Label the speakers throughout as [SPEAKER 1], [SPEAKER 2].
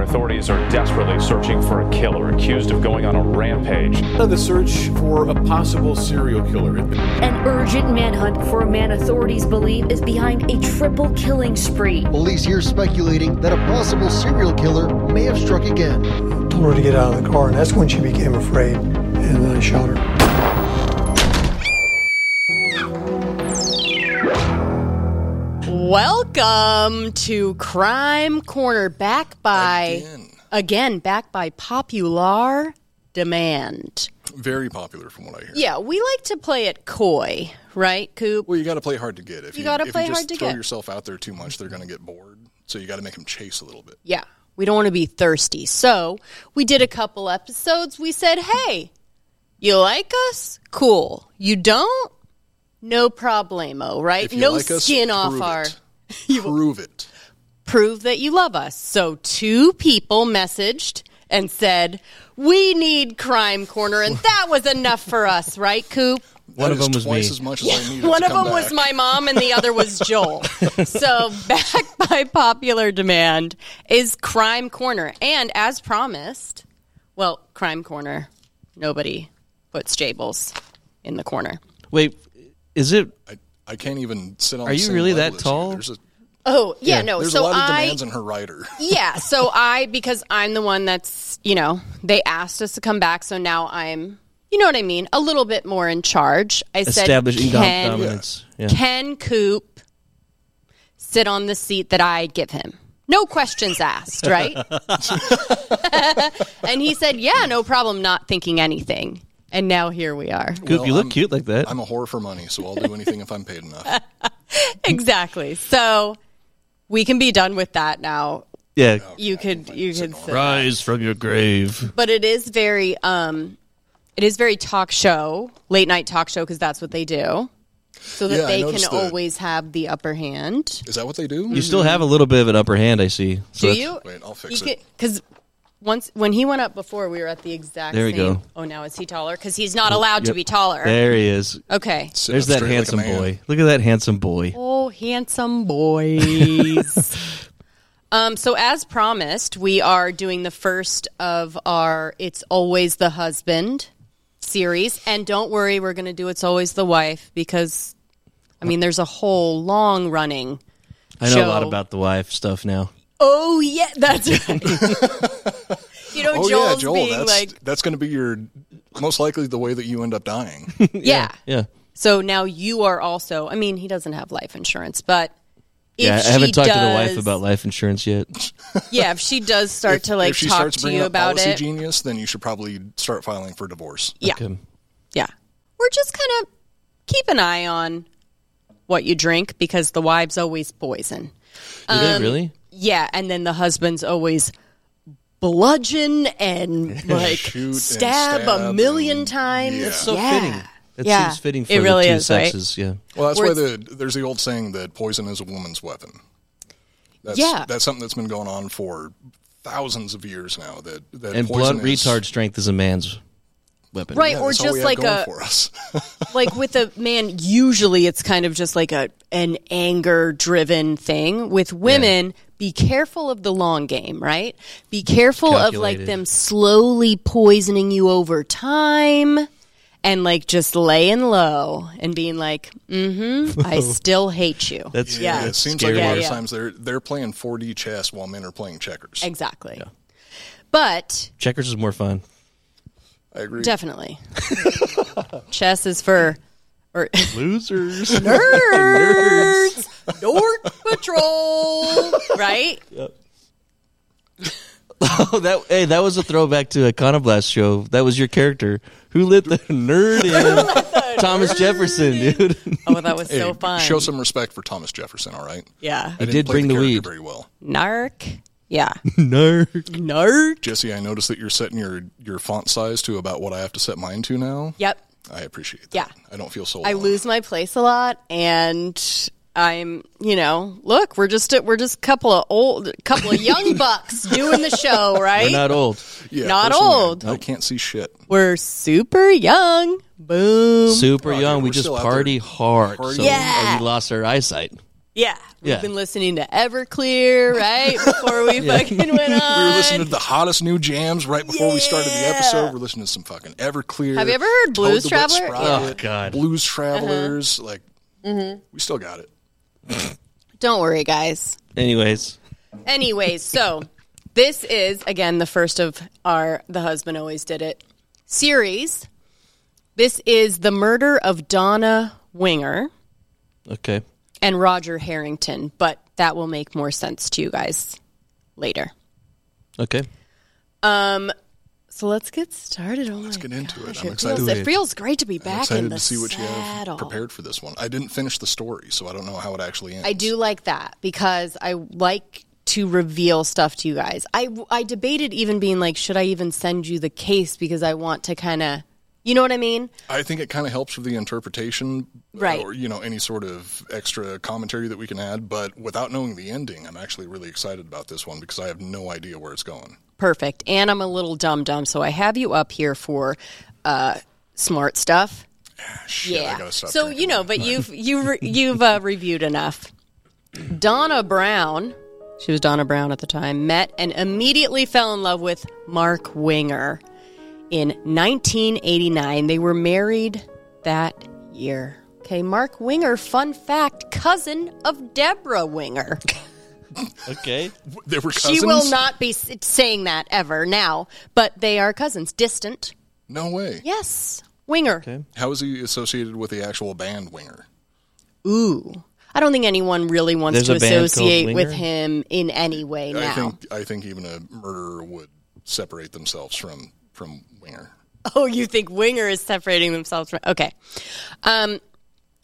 [SPEAKER 1] Authorities are desperately searching for a killer accused of going on a rampage.
[SPEAKER 2] The search for a possible serial killer.
[SPEAKER 3] An urgent manhunt for a man authorities believe is behind a triple killing spree.
[SPEAKER 4] Police here speculating that a possible serial killer may have struck again.
[SPEAKER 5] told her to get out of the car, and that's when she became afraid. And then I shot her.
[SPEAKER 6] Welcome to Crime Corner, back by again, back by popular demand.
[SPEAKER 7] Very popular from what I hear.
[SPEAKER 6] Yeah, we like to play it coy, right, Coop?
[SPEAKER 7] Well, you got to play hard to get. If
[SPEAKER 6] You
[SPEAKER 7] you,
[SPEAKER 6] gotta
[SPEAKER 7] if
[SPEAKER 6] play
[SPEAKER 7] you just
[SPEAKER 6] hard to
[SPEAKER 7] throw
[SPEAKER 6] get.
[SPEAKER 7] yourself out there too much, they're going to get bored. So you got to make them chase a little bit.
[SPEAKER 6] Yeah, we don't want to be thirsty. So we did a couple episodes. We said, hey, you like us? Cool. You don't? No problemo, right?
[SPEAKER 7] If you
[SPEAKER 6] no
[SPEAKER 7] like us,
[SPEAKER 6] skin off
[SPEAKER 7] prove
[SPEAKER 6] our.
[SPEAKER 7] it. Prove it.
[SPEAKER 6] prove that you love us. So two people messaged and said, "We need Crime Corner," and that was enough for us, right, Coop?
[SPEAKER 7] One
[SPEAKER 8] of them was
[SPEAKER 7] twice
[SPEAKER 8] me.
[SPEAKER 7] as much as I needed.
[SPEAKER 6] One
[SPEAKER 7] to
[SPEAKER 6] of them
[SPEAKER 7] come
[SPEAKER 6] was
[SPEAKER 7] back.
[SPEAKER 6] my mom, and the other was Joel. so back by popular demand is Crime Corner, and as promised, well, Crime Corner. Nobody puts Jables in the corner.
[SPEAKER 8] Wait, is it?
[SPEAKER 7] I can't even sit on.
[SPEAKER 8] Are
[SPEAKER 7] the
[SPEAKER 8] you
[SPEAKER 7] same
[SPEAKER 8] really
[SPEAKER 7] level
[SPEAKER 8] that
[SPEAKER 7] as you.
[SPEAKER 8] tall?
[SPEAKER 7] There's a,
[SPEAKER 6] Oh yeah, no.
[SPEAKER 7] there's
[SPEAKER 6] so
[SPEAKER 7] a lot of
[SPEAKER 6] I
[SPEAKER 7] demands on her rider.
[SPEAKER 6] yeah so i because i'm the one that's you know they asked us to come back so now i'm you know what i mean a little bit more in charge i said
[SPEAKER 8] Establishing dom-
[SPEAKER 6] can,
[SPEAKER 8] dominance. Yeah.
[SPEAKER 6] can coop sit on the seat that i give him no questions asked right and he said yeah no problem not thinking anything and now here we are
[SPEAKER 8] Coop, you
[SPEAKER 7] Well,
[SPEAKER 8] look
[SPEAKER 7] I'm-
[SPEAKER 8] cute like that.
[SPEAKER 7] I'm a whore for money, so I'll do anything if I'm paid enough.
[SPEAKER 6] exactly so we can be done with that now
[SPEAKER 8] yeah.
[SPEAKER 6] you could you could sit
[SPEAKER 8] Rise from your grave.
[SPEAKER 6] but it is very um it is very talk show late night talk show because that's what they do so that
[SPEAKER 7] Yeah, I
[SPEAKER 6] they can
[SPEAKER 7] noticed that.
[SPEAKER 6] always have the upper hand
[SPEAKER 7] Is that what they do?
[SPEAKER 8] You still have a little bit of an upper hand, I see. So
[SPEAKER 6] do
[SPEAKER 8] that's-
[SPEAKER 6] you
[SPEAKER 7] Wait, I'll fix
[SPEAKER 6] you
[SPEAKER 7] it.
[SPEAKER 6] because once when he went up before we were at the exact
[SPEAKER 8] There we
[SPEAKER 6] same
[SPEAKER 8] go.
[SPEAKER 6] oh now is he taller because he's not allowed to
[SPEAKER 8] Yep.
[SPEAKER 6] be taller
[SPEAKER 8] There he is.
[SPEAKER 6] okay
[SPEAKER 7] Sit
[SPEAKER 8] There's
[SPEAKER 7] up
[SPEAKER 8] that
[SPEAKER 7] straight like a
[SPEAKER 8] handsome
[SPEAKER 7] man.
[SPEAKER 8] boy. Look at that handsome boy.
[SPEAKER 6] Oh, handsome boys. um, so, as promised, we are doing the first of our It's Always the Husband series. And don't worry, we're going to do It's Always the Wife because, I mean, there's a whole long running.
[SPEAKER 8] I know a lot
[SPEAKER 6] Joe.
[SPEAKER 8] about the wife stuff now.
[SPEAKER 6] Oh, yeah, that's right. you know,
[SPEAKER 7] Oh
[SPEAKER 6] Joel's
[SPEAKER 7] yeah, Joel.
[SPEAKER 6] being
[SPEAKER 7] That's
[SPEAKER 6] like,
[SPEAKER 7] that's going to be your most likely the way that you end up dying.
[SPEAKER 6] yeah.
[SPEAKER 8] Yeah.
[SPEAKER 6] So now you are also, I mean, he doesn't have life insurance, but. If
[SPEAKER 8] yeah, I haven't
[SPEAKER 6] she
[SPEAKER 8] talked to the wife
[SPEAKER 6] does-
[SPEAKER 8] about life insurance yet.
[SPEAKER 6] Yeah, if she does start
[SPEAKER 7] If-
[SPEAKER 6] to like
[SPEAKER 7] if she
[SPEAKER 6] talk
[SPEAKER 7] starts
[SPEAKER 6] to
[SPEAKER 7] bringing
[SPEAKER 6] you
[SPEAKER 7] up
[SPEAKER 6] about
[SPEAKER 7] policy
[SPEAKER 6] it,
[SPEAKER 7] genius, then you should probably start filing for divorce.
[SPEAKER 6] Yeah.
[SPEAKER 8] Okay.
[SPEAKER 6] Yeah. We're just kind of keep an eye on what you drink because the wives always poison.
[SPEAKER 8] Do
[SPEAKER 6] Um,
[SPEAKER 8] they really?
[SPEAKER 6] Yeah, and then the husbands always bludgeon and like
[SPEAKER 7] Shoot and
[SPEAKER 6] stab, a
[SPEAKER 7] stab
[SPEAKER 6] million
[SPEAKER 7] and-
[SPEAKER 6] times.
[SPEAKER 7] Yeah. That's
[SPEAKER 8] so
[SPEAKER 6] Yeah.
[SPEAKER 8] fitting. That
[SPEAKER 6] Yeah.
[SPEAKER 8] seems fitting for
[SPEAKER 6] It really
[SPEAKER 8] the two
[SPEAKER 6] is, right?
[SPEAKER 8] sexes. Yeah.
[SPEAKER 7] Well, that's
[SPEAKER 6] Or
[SPEAKER 7] why the there's the old saying that poison is a woman's weapon. That's,
[SPEAKER 6] Yeah.
[SPEAKER 7] that's something that's been going on for thousands of years now. That, that
[SPEAKER 8] And
[SPEAKER 7] poison
[SPEAKER 8] blunt
[SPEAKER 7] is-
[SPEAKER 8] retard strength is a man's weapon.
[SPEAKER 6] Right,
[SPEAKER 7] Yeah,
[SPEAKER 6] or
[SPEAKER 7] that's all
[SPEAKER 6] just
[SPEAKER 7] we have
[SPEAKER 6] like
[SPEAKER 7] going
[SPEAKER 6] a
[SPEAKER 7] for us.
[SPEAKER 6] like with a man usually it's kind of just like a an anger driven thing with women be careful of the long game right be careful of like
[SPEAKER 8] Calculated.
[SPEAKER 6] them slowly poisoning you over time and like just laying low and being like, mm-hmm, I still hate you.
[SPEAKER 7] yeah. It seems like a lot of times they're they're playing 4D chess while men are playing checkers.
[SPEAKER 6] Exactly. But
[SPEAKER 8] Checkers is more fun.
[SPEAKER 7] I agree.
[SPEAKER 6] definitely, chess is for er, or
[SPEAKER 8] Losers.
[SPEAKER 6] nerds, Dork Patrol, right?
[SPEAKER 8] oh, that hey, that was a throwback to a Conoblast show. That was your character. Who lit the nerd in? Thomas Jefferson, dude.
[SPEAKER 6] Oh, that was
[SPEAKER 7] Hey,
[SPEAKER 6] so fun.
[SPEAKER 7] Show some respect for Thomas Jefferson, all right?
[SPEAKER 6] yeah,
[SPEAKER 7] I
[SPEAKER 8] He did bring the
[SPEAKER 7] character
[SPEAKER 8] weed.
[SPEAKER 7] very well.
[SPEAKER 6] narc. Yeah,
[SPEAKER 8] nerd.
[SPEAKER 6] narc.
[SPEAKER 7] Jesse, I noticed that you're setting your your font size to about what I have to set mine to now.
[SPEAKER 6] Yep.
[SPEAKER 7] I appreciate that.
[SPEAKER 6] Yeah.
[SPEAKER 7] I don't feel so
[SPEAKER 6] I
[SPEAKER 7] alone.
[SPEAKER 6] lose my place a lot, and I'm, you know, look, we're just a, we're just a couple of old, couple of young bucks doing the show, right?
[SPEAKER 8] We're not old.
[SPEAKER 7] Yeah,
[SPEAKER 6] not
[SPEAKER 7] personally, I-
[SPEAKER 6] old.
[SPEAKER 7] I can't see shit.
[SPEAKER 6] We're super young. Boom.
[SPEAKER 8] Super
[SPEAKER 7] Oh, dude,
[SPEAKER 8] young. we
[SPEAKER 7] we're
[SPEAKER 8] just
[SPEAKER 7] still out
[SPEAKER 8] party
[SPEAKER 7] there.
[SPEAKER 8] hard.
[SPEAKER 7] Party.
[SPEAKER 8] So
[SPEAKER 6] Yeah.
[SPEAKER 8] we lost our eyesight.
[SPEAKER 6] yeah. We've
[SPEAKER 8] Yeah.
[SPEAKER 6] been listening to Everclear, right? Before we fucking went
[SPEAKER 7] We
[SPEAKER 6] on.
[SPEAKER 7] were listening to the hottest new jams right before we started the episode. We're listening to some fucking Everclear.
[SPEAKER 6] Have you ever heard
[SPEAKER 7] Toad
[SPEAKER 6] Blues
[SPEAKER 7] the Wet
[SPEAKER 6] Traveler? Uh-huh.
[SPEAKER 7] Sprocket,
[SPEAKER 8] Oh, God.
[SPEAKER 7] Blues Travelers. Like,
[SPEAKER 6] Mm-hmm.
[SPEAKER 7] we still got it.
[SPEAKER 6] Don't worry, guys.
[SPEAKER 8] Anyways,
[SPEAKER 6] Anyways, so this is again the first of our The Husband Always Did It series. This is the murder of Donna Winger
[SPEAKER 8] okay.
[SPEAKER 6] and Roger Harrington, but that will make more sense to you guys later.
[SPEAKER 8] Okay.
[SPEAKER 6] Um so let's get started. Oh let's
[SPEAKER 7] get into it. I'm
[SPEAKER 6] It
[SPEAKER 7] excited.
[SPEAKER 6] feels,
[SPEAKER 8] Do
[SPEAKER 6] it
[SPEAKER 8] it.
[SPEAKER 6] feels great to be back
[SPEAKER 7] I'm
[SPEAKER 6] in
[SPEAKER 7] excited
[SPEAKER 6] the
[SPEAKER 7] to see what you
[SPEAKER 6] saddle.
[SPEAKER 7] have prepared for this one. I didn't finish the story, so I don't know how it actually ends.
[SPEAKER 6] I do like that because I like to reveal stuff to you guys. I I debated even being like, should I even send you the case because I want to kind of, you know what I mean?
[SPEAKER 7] I think it kind of helps with the interpretation, uh,
[SPEAKER 6] Right.
[SPEAKER 7] Or you know, any sort of extra commentary that we can add. But without knowing the ending, I'm actually really excited about this one because I have no idea where it's going.
[SPEAKER 6] Perfect. And I'm a little dumb dumb, so I have you up here for uh, smart stuff.
[SPEAKER 7] Ah, Shit, I gotta stop
[SPEAKER 6] So
[SPEAKER 7] drinking.
[SPEAKER 6] you know, but you've you re- you've uh, reviewed enough. Donna Brown, she was Donna Brown at the time, met and immediately fell in love with Mark Winger in 1989. They were married that year. Okay, Mark Winger, fun fact, cousin of Deborah Winger.
[SPEAKER 8] Okay.
[SPEAKER 7] they were cousins.
[SPEAKER 6] She will not be s- saying that ever now, but they are cousins, distant.
[SPEAKER 7] No way.
[SPEAKER 6] Yes, Winger.
[SPEAKER 7] How is he associated with the actual band Winger?
[SPEAKER 6] ooh. I don't think anyone really wants
[SPEAKER 8] There's
[SPEAKER 6] to
[SPEAKER 8] a band called
[SPEAKER 6] associate with
[SPEAKER 8] Winger?
[SPEAKER 6] him in any way now.
[SPEAKER 7] I think I think even a murderer would separate themselves from from Winger.
[SPEAKER 6] oh, you think Winger is separating themselves from. Okay. Um,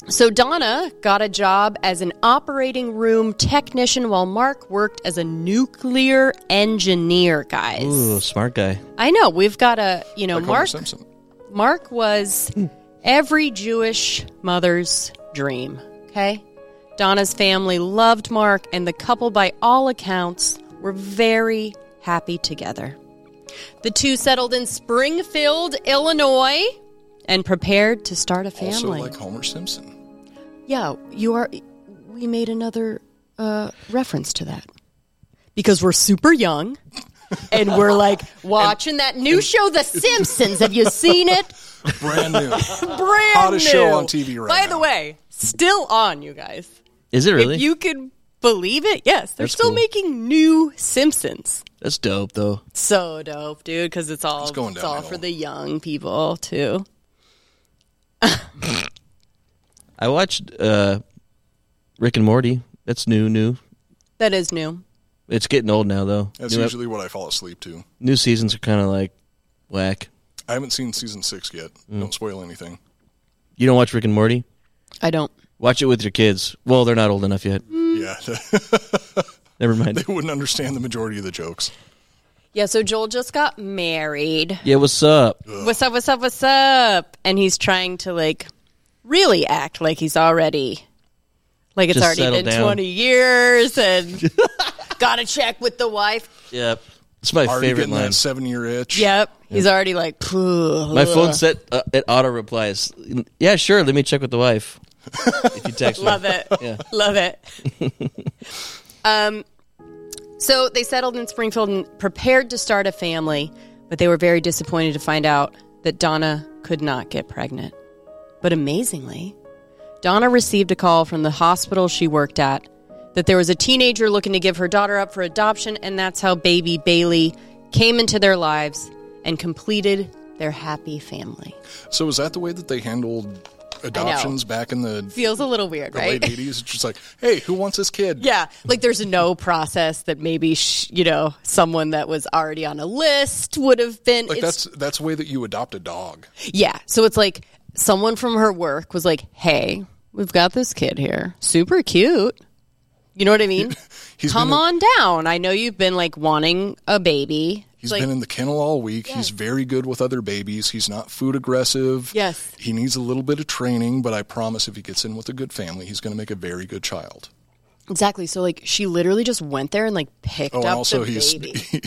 [SPEAKER 6] so Donna got a job as an operating room technician while Mark worked as a nuclear engineer, guys.
[SPEAKER 8] Ooh, smart guy.
[SPEAKER 6] I know. We've got a, you know,
[SPEAKER 7] Like Homer
[SPEAKER 6] Mark.
[SPEAKER 7] Simpson.
[SPEAKER 6] Mark was every Jewish mother's dream. Okay? Donna's family loved Mark, and the couple, by all accounts, were very happy together. The two settled in Springfield, Illinois, and prepared to start a
[SPEAKER 7] Also
[SPEAKER 6] family.
[SPEAKER 7] like Homer Simpson.
[SPEAKER 6] yeah, you are. We made another uh, reference to that because we're super young. And we're like watching that new show, The Simpsons. Have you seen it?
[SPEAKER 7] Brand new.
[SPEAKER 6] brand
[SPEAKER 7] Hottest
[SPEAKER 6] new.
[SPEAKER 7] show on TV right
[SPEAKER 6] By
[SPEAKER 7] now.
[SPEAKER 6] the way, still on, you guys.
[SPEAKER 8] Is it really?
[SPEAKER 6] If you can believe it, yes, they're
[SPEAKER 8] That's
[SPEAKER 6] still
[SPEAKER 8] cool.
[SPEAKER 6] making new Simpsons.
[SPEAKER 8] That's dope, though.
[SPEAKER 6] So dope, dude, because it's all
[SPEAKER 7] It's going
[SPEAKER 6] it's all
[SPEAKER 7] downhill.
[SPEAKER 6] for the young people too.
[SPEAKER 8] I watched uh, Rick and Morty. That's new, new.
[SPEAKER 6] That is new.
[SPEAKER 8] It's getting old now, though.
[SPEAKER 7] That's
[SPEAKER 8] new, ep-
[SPEAKER 7] usually what I fall asleep to.
[SPEAKER 8] new seasons are kind of like whack.
[SPEAKER 7] I haven't seen season six yet.
[SPEAKER 8] Mm.
[SPEAKER 7] Don't spoil anything.
[SPEAKER 8] You don't watch Rick and Morty?
[SPEAKER 6] I don't.
[SPEAKER 8] Watch it with your kids. Well, they're not old enough yet.
[SPEAKER 6] Mm.
[SPEAKER 7] Yeah,
[SPEAKER 8] Never mind.
[SPEAKER 7] they wouldn't understand the majority of the jokes.
[SPEAKER 6] Yeah, so Joel just got married.
[SPEAKER 8] Yeah, what's up?
[SPEAKER 6] What's up? What's up? What's up? And he's trying to like really act like he's already like it's
[SPEAKER 8] Just
[SPEAKER 6] already
[SPEAKER 8] settle
[SPEAKER 6] been
[SPEAKER 8] down.
[SPEAKER 6] twenty years and got to check with the wife.
[SPEAKER 8] Yep. It's my
[SPEAKER 7] Already
[SPEAKER 8] favorite
[SPEAKER 7] getting
[SPEAKER 8] line.
[SPEAKER 7] that seven-year itch.
[SPEAKER 6] Yep. He's already like,
[SPEAKER 8] My phone set uh, it auto replies. Yeah, sure. Let me check with the wife. If you text me,
[SPEAKER 6] love it. Love it. um, so they settled in Springfield and prepared to start a family, but they were very disappointed to find out that Donna could not get pregnant. But amazingly, Donna received a call from the hospital she worked at that there was a teenager looking to give her daughter up for adoption, and that's how baby Bailey came into their lives and completed their happy family.
[SPEAKER 7] So is that the way that they handled adoptions back in the
[SPEAKER 6] Feels a little weird,
[SPEAKER 7] the
[SPEAKER 6] right?
[SPEAKER 7] late 80s? It's just like, hey, who wants this kid?
[SPEAKER 6] Yeah, like there's no process that maybe sh- you know someone that was already on a list would have been.
[SPEAKER 7] Like
[SPEAKER 6] it's-
[SPEAKER 7] that's that's the way that you adopt a dog.
[SPEAKER 6] yeah, so it's like someone from her work was like, "Hey, we've got this kid here, super cute." You know what I mean?
[SPEAKER 7] He's
[SPEAKER 6] Come
[SPEAKER 7] been in-
[SPEAKER 6] on down. I know you've been like wanting a baby.
[SPEAKER 7] He's
[SPEAKER 6] like,
[SPEAKER 7] been in the kennel all week. He's very good with other babies. He's not food aggressive.
[SPEAKER 6] Yes.
[SPEAKER 7] He needs a little bit of training, but I promise if he gets in with a good family, he's going to make a very good child.
[SPEAKER 6] exactly. So like she literally just went there and like picked
[SPEAKER 7] Oh, and
[SPEAKER 6] up
[SPEAKER 7] also
[SPEAKER 6] the
[SPEAKER 7] he's
[SPEAKER 6] baby.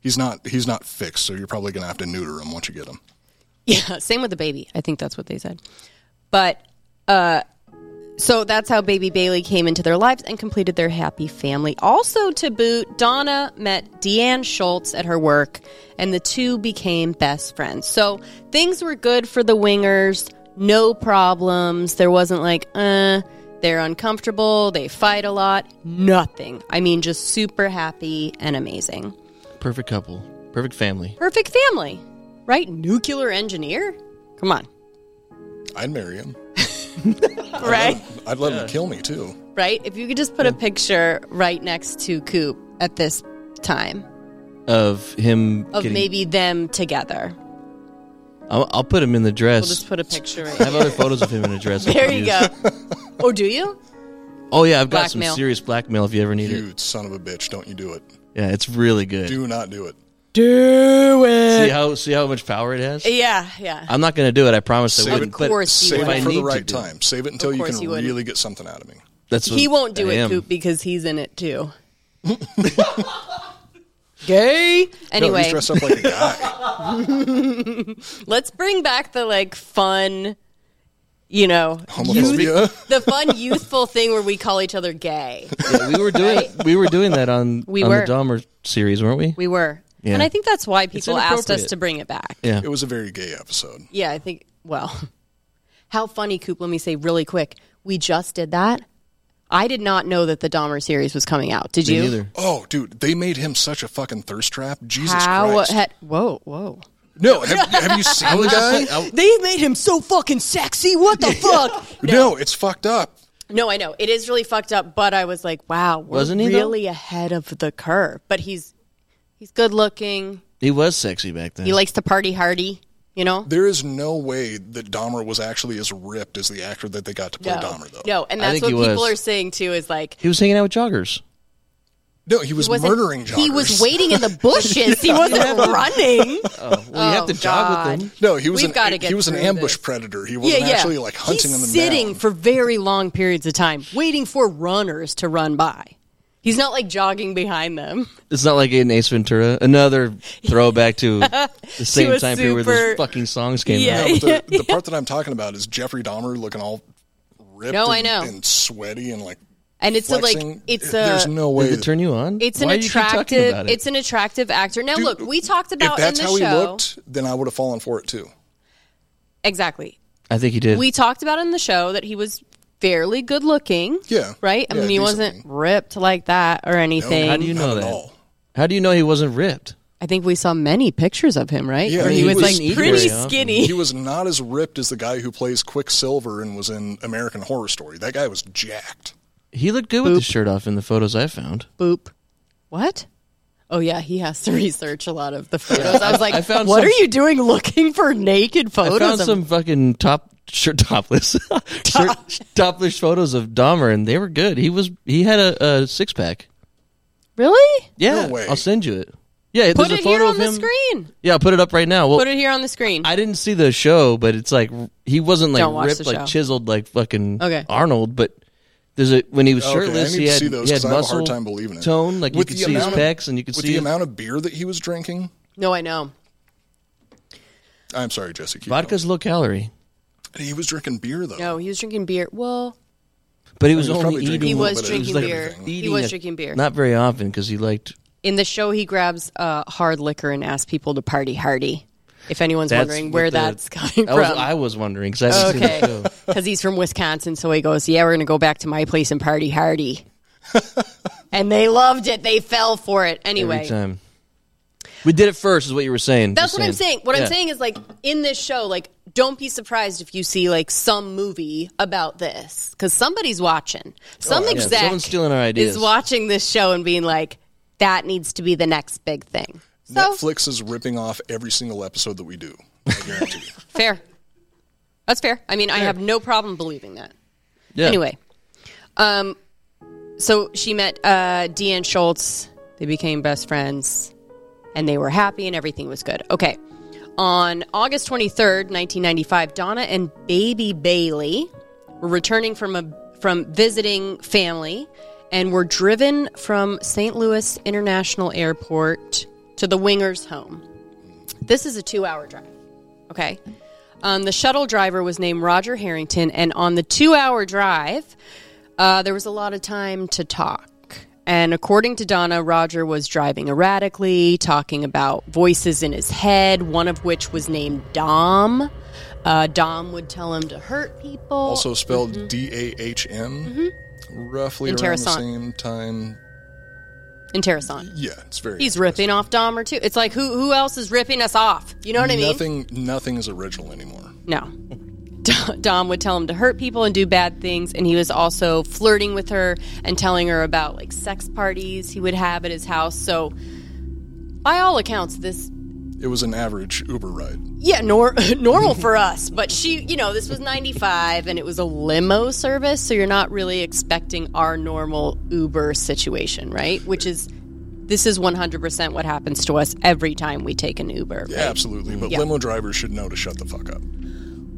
[SPEAKER 7] he's not he's not fixed, so you're probably going to have to neuter him once you get him.
[SPEAKER 6] Yeah, same with the baby. I think that's what they said. But uh so that's how baby Bailey came into their lives and completed their happy family. Also to boot, Donna met Deanne Schultz at her work and the two became best friends. So things were good for the wingers, no problems. There wasn't like, uh, they're uncomfortable, they fight a lot, nothing. I mean just super happy and amazing.
[SPEAKER 8] Perfect couple. Perfect family.
[SPEAKER 6] Perfect family. Right? Nuclear engineer? Come on.
[SPEAKER 7] I'd marry him.
[SPEAKER 6] Right?
[SPEAKER 7] I'd let him kill me too.
[SPEAKER 6] right? If you could just put a picture right next to Coop at this time
[SPEAKER 8] Of him
[SPEAKER 6] of
[SPEAKER 8] getting-
[SPEAKER 6] maybe them together.
[SPEAKER 8] I'll, I'll put him in the dress.
[SPEAKER 6] We'll just put a picture
[SPEAKER 8] I have
[SPEAKER 6] in.
[SPEAKER 8] other photos of him in a dress. I
[SPEAKER 6] there
[SPEAKER 8] could
[SPEAKER 6] you
[SPEAKER 8] use.
[SPEAKER 6] go. Oh, do you?
[SPEAKER 8] Oh yeah, I've got
[SPEAKER 6] Blackmail.
[SPEAKER 8] some serious blackmail if you ever need it.
[SPEAKER 7] You son of a bitch, don't you do it.
[SPEAKER 8] Yeah, it's really good.
[SPEAKER 7] Do not do it.
[SPEAKER 6] Do
[SPEAKER 8] See how see how much power it has.
[SPEAKER 6] Yeah, yeah.
[SPEAKER 8] I'm not going to do it. I promise I wouldn't. but
[SPEAKER 6] course you
[SPEAKER 7] save
[SPEAKER 6] would.
[SPEAKER 8] if I
[SPEAKER 7] it for
[SPEAKER 8] need
[SPEAKER 7] the
[SPEAKER 8] to
[SPEAKER 7] right
[SPEAKER 8] do it.
[SPEAKER 7] time. Save it until you
[SPEAKER 6] course
[SPEAKER 7] can
[SPEAKER 6] you wouldn't.
[SPEAKER 7] really get something out of me.
[SPEAKER 8] That's
[SPEAKER 6] he
[SPEAKER 8] what
[SPEAKER 6] won't do
[SPEAKER 8] I
[SPEAKER 6] it,
[SPEAKER 8] am.
[SPEAKER 6] Coop, because he's in it too. Gay.
[SPEAKER 7] No,
[SPEAKER 6] Anyway,
[SPEAKER 7] he's dressed up like a guy.
[SPEAKER 6] let's bring back the like fun, you know,
[SPEAKER 8] Oh
[SPEAKER 7] Homophobia.
[SPEAKER 6] the fun youthful thing where we call each other gay.
[SPEAKER 8] Yeah, we were doing we were doing that on
[SPEAKER 6] We
[SPEAKER 8] on
[SPEAKER 6] were.
[SPEAKER 8] the Dahmer series, weren't we?
[SPEAKER 6] We were.
[SPEAKER 8] Yeah.
[SPEAKER 6] And I think that's why people asked us
[SPEAKER 8] inappropriate.
[SPEAKER 6] to bring it back.
[SPEAKER 8] yeah.
[SPEAKER 7] It was a very gay episode.
[SPEAKER 6] Yeah, I think. Well, how funny, Coop. Let me say really quick. We just did that. I did not know that the Dahmer series was coming out. Did
[SPEAKER 8] Me
[SPEAKER 6] you?
[SPEAKER 8] neither.
[SPEAKER 7] Oh, dude, they made him such a fucking thirst trap. Jesus
[SPEAKER 6] How?
[SPEAKER 7] Christ.
[SPEAKER 6] had- whoa, whoa.
[SPEAKER 7] no, have, have you seen the guy?
[SPEAKER 6] They made him so fucking sexy. What the fuck?
[SPEAKER 7] No, it's fucked up.
[SPEAKER 6] No, I know it is really fucked up. But I was like, wow, we're
[SPEAKER 8] Wasn't he, though?
[SPEAKER 6] really ahead of the curve. But he's he's good looking.
[SPEAKER 8] He was sexy back then.
[SPEAKER 6] He likes to party hardy. You know.
[SPEAKER 7] There is no way that Dahmer was actually as ripped as the actor that they got to play
[SPEAKER 6] no,
[SPEAKER 7] Dahmer, though.
[SPEAKER 6] no, and
[SPEAKER 8] I
[SPEAKER 6] that's
[SPEAKER 8] think
[SPEAKER 6] what
[SPEAKER 8] he
[SPEAKER 6] people
[SPEAKER 8] was.
[SPEAKER 6] are saying too. Is like
[SPEAKER 8] he was hanging out with joggers.
[SPEAKER 7] No, he was
[SPEAKER 6] wasn't-
[SPEAKER 7] murdering joggers.
[SPEAKER 6] He was waiting in the bushes. He wasn't running.
[SPEAKER 8] Oh, well, you have to jog
[SPEAKER 6] God.
[SPEAKER 8] with them.
[SPEAKER 7] No, he was
[SPEAKER 6] We've
[SPEAKER 7] an
[SPEAKER 6] gotta get
[SPEAKER 7] he was an
[SPEAKER 6] through
[SPEAKER 7] ambush
[SPEAKER 6] this.
[SPEAKER 7] predator. He wasn't actually like hunting
[SPEAKER 6] He's
[SPEAKER 7] them
[SPEAKER 6] sitting
[SPEAKER 7] down.
[SPEAKER 6] for very long periods of time, waiting for runners to run by. He's not like jogging behind them.
[SPEAKER 8] It's not like in Ace Ventura. Another throwback to the same
[SPEAKER 6] a
[SPEAKER 8] time period where
[SPEAKER 6] super-
[SPEAKER 8] those fucking songs came
[SPEAKER 6] Yeah.
[SPEAKER 8] out.
[SPEAKER 7] No, but the, the part that I'm talking about is Jeffrey Dahmer looking all ripped.
[SPEAKER 6] No,
[SPEAKER 7] and,
[SPEAKER 6] I know.
[SPEAKER 7] and sweaty and like.
[SPEAKER 6] And it's a, like
[SPEAKER 7] flexing.
[SPEAKER 6] it's a
[SPEAKER 7] There's no way.
[SPEAKER 8] Did it
[SPEAKER 7] that-
[SPEAKER 8] turn you on?
[SPEAKER 6] it's an
[SPEAKER 8] Why do you keep talking
[SPEAKER 6] attractive
[SPEAKER 8] about it?
[SPEAKER 6] it's an attractive actor. Now
[SPEAKER 7] Dude,
[SPEAKER 6] look, we talked about
[SPEAKER 7] if that's
[SPEAKER 6] in
[SPEAKER 7] how
[SPEAKER 6] the show
[SPEAKER 7] he looked, then I would have fallen for it too.
[SPEAKER 6] exactly.
[SPEAKER 8] I think he did.
[SPEAKER 6] We talked about in the show that he was fairly good looking.
[SPEAKER 7] Yeah.
[SPEAKER 6] Right? I
[SPEAKER 7] Yeah,
[SPEAKER 6] mean he wasn't
[SPEAKER 7] decently.
[SPEAKER 6] ripped like that or anything.
[SPEAKER 8] How do you know
[SPEAKER 7] Not at
[SPEAKER 8] that?
[SPEAKER 7] all.
[SPEAKER 8] How do you know he wasn't ripped?
[SPEAKER 6] I think we saw many pictures of him, right?
[SPEAKER 7] Yeah,
[SPEAKER 6] Where
[SPEAKER 7] I mean,
[SPEAKER 6] he,
[SPEAKER 7] he
[SPEAKER 6] was,
[SPEAKER 7] was
[SPEAKER 6] like
[SPEAKER 8] eating
[SPEAKER 6] pretty
[SPEAKER 8] very often.
[SPEAKER 6] skinny.
[SPEAKER 7] He was not as ripped as the guy who plays Quicksilver and was in American Horror Story. That guy was jacked.
[SPEAKER 8] He looked good with his shirt off in the photos I found.
[SPEAKER 6] boop. What? Oh yeah, he has to research a lot of the photos. I was like,
[SPEAKER 8] I found
[SPEAKER 6] what
[SPEAKER 8] some-
[SPEAKER 6] are you doing looking for naked
[SPEAKER 8] I
[SPEAKER 6] photos?
[SPEAKER 8] found
[SPEAKER 6] of-
[SPEAKER 8] some fucking top shirt topless shirt, topless photos of Dahmer, and they were good. He was he had a, a six pack.
[SPEAKER 6] really?
[SPEAKER 8] Yeah,
[SPEAKER 7] No way.
[SPEAKER 8] I'll send you it. Yeah,
[SPEAKER 6] Put it
[SPEAKER 8] there's a photo
[SPEAKER 6] here on
[SPEAKER 8] of
[SPEAKER 6] the
[SPEAKER 8] him.
[SPEAKER 6] screen.
[SPEAKER 8] Yeah, I'll put it up right now. Well,
[SPEAKER 6] Put it here on the screen.
[SPEAKER 8] I didn't see the show, but it's like he wasn't
[SPEAKER 6] Don't watch
[SPEAKER 8] like
[SPEAKER 6] the
[SPEAKER 8] ripped,
[SPEAKER 6] show.
[SPEAKER 8] like chiseled, like fucking
[SPEAKER 6] Okay.
[SPEAKER 8] Arnold. But there's a when he was
[SPEAKER 7] Okay, I
[SPEAKER 8] shirtless,
[SPEAKER 7] need
[SPEAKER 8] he
[SPEAKER 7] to
[SPEAKER 8] had
[SPEAKER 7] see those
[SPEAKER 8] he had
[SPEAKER 7] 'cause I have a
[SPEAKER 8] muscle
[SPEAKER 7] hard time believing it.
[SPEAKER 8] tone, like
[SPEAKER 7] With
[SPEAKER 8] you
[SPEAKER 7] the
[SPEAKER 8] could see his
[SPEAKER 7] amount of-
[SPEAKER 8] pecs and you could
[SPEAKER 7] with
[SPEAKER 8] see
[SPEAKER 7] the
[SPEAKER 8] his
[SPEAKER 7] amount of beer that he was drinking.
[SPEAKER 6] no, I know.
[SPEAKER 7] I'm sorry, Jesse. keep
[SPEAKER 8] vodka's low calorie,
[SPEAKER 7] going. He was drinking beer though.
[SPEAKER 6] No, he was drinking beer. Well,
[SPEAKER 8] but he was,
[SPEAKER 7] was
[SPEAKER 8] only
[SPEAKER 7] probably
[SPEAKER 8] eating.
[SPEAKER 7] drinking
[SPEAKER 6] he
[SPEAKER 7] a little
[SPEAKER 6] was
[SPEAKER 7] bit of
[SPEAKER 6] drinking
[SPEAKER 8] like,
[SPEAKER 6] beer. He
[SPEAKER 8] eating
[SPEAKER 6] was
[SPEAKER 8] a-
[SPEAKER 6] drinking beer.
[SPEAKER 8] not very often because he liked.
[SPEAKER 6] in the show, he grabs uh, hard liquor and asks people to party hardy. If anyone's
[SPEAKER 8] That's
[SPEAKER 6] wondering
[SPEAKER 8] what
[SPEAKER 6] where
[SPEAKER 8] the-
[SPEAKER 6] that's coming
[SPEAKER 8] I was,
[SPEAKER 6] from.
[SPEAKER 8] I was wondering because I haven't seen the show.
[SPEAKER 6] Because he's from Wisconsin, so he goes, Yeah, we're going to go back to my place and party hardy. and they loved it. They fell for it. Anyway.
[SPEAKER 8] Every time. We did it first, is what you were saying.
[SPEAKER 6] That's
[SPEAKER 8] Just
[SPEAKER 6] what I'm saying. What
[SPEAKER 8] Yeah.
[SPEAKER 6] I'm saying is like in this show, like don't be surprised if you see like some movie about this because somebody's watching. Some
[SPEAKER 8] Oh, yeah.
[SPEAKER 6] exec
[SPEAKER 8] Someone's stealing our ideas.
[SPEAKER 6] is watching this show and being like, "That needs to be the next big thing."
[SPEAKER 7] Netflix is ripping off every single episode that we do.
[SPEAKER 6] Fair. That's fair. I mean, I have no problem believing that.
[SPEAKER 7] Yeah.
[SPEAKER 6] Anyway, um, so she met uh, Deanne Schultz. They became best friends, and they were happy, and everything was good. Okay. On August 23rd, 1995, Donna and baby Bailey were returning from a from visiting family and were driven from St. Louis International Airport to the Winger's home. This is a 2-hour drive. Okay. Um, the shuttle driver was named Roger Harrington, and on the two hour drive, uh, there was a lot of time to talk. And according to Donna, Roger was driving erratically, talking about voices in his head, one of which was named Dom. Uh, Dom would tell him to hurt people.
[SPEAKER 7] Also
[SPEAKER 6] Mhm.
[SPEAKER 7] spelled D A H M.
[SPEAKER 6] Mm-hmm.
[SPEAKER 7] Roughly
[SPEAKER 6] In
[SPEAKER 7] around the
[SPEAKER 6] Terrasant.
[SPEAKER 7] same time.
[SPEAKER 6] In Terrasan.
[SPEAKER 7] Yeah, it's very.
[SPEAKER 6] He's ripping off Dahmer too. It's like who who else is ripping us off? You know what I mean?
[SPEAKER 7] Nothing, nothing is original anymore.
[SPEAKER 6] No. D- Dom would tell him to hurt people and do bad things, and he was also flirting with her and telling her about like sex parties he would have at his house. So, by all accounts, this
[SPEAKER 7] It was an average Uber ride.
[SPEAKER 6] yeah nor- normal for us. But she, you know, this was ninety five, and it was a limo service, so you're not really expecting our normal Uber situation, right? Which is this is one hundred percent what happens to us every time we take an Uber.
[SPEAKER 7] Yeah,
[SPEAKER 6] right?
[SPEAKER 7] absolutely. But
[SPEAKER 6] Yeah.
[SPEAKER 7] limo drivers should know to shut the fuck up.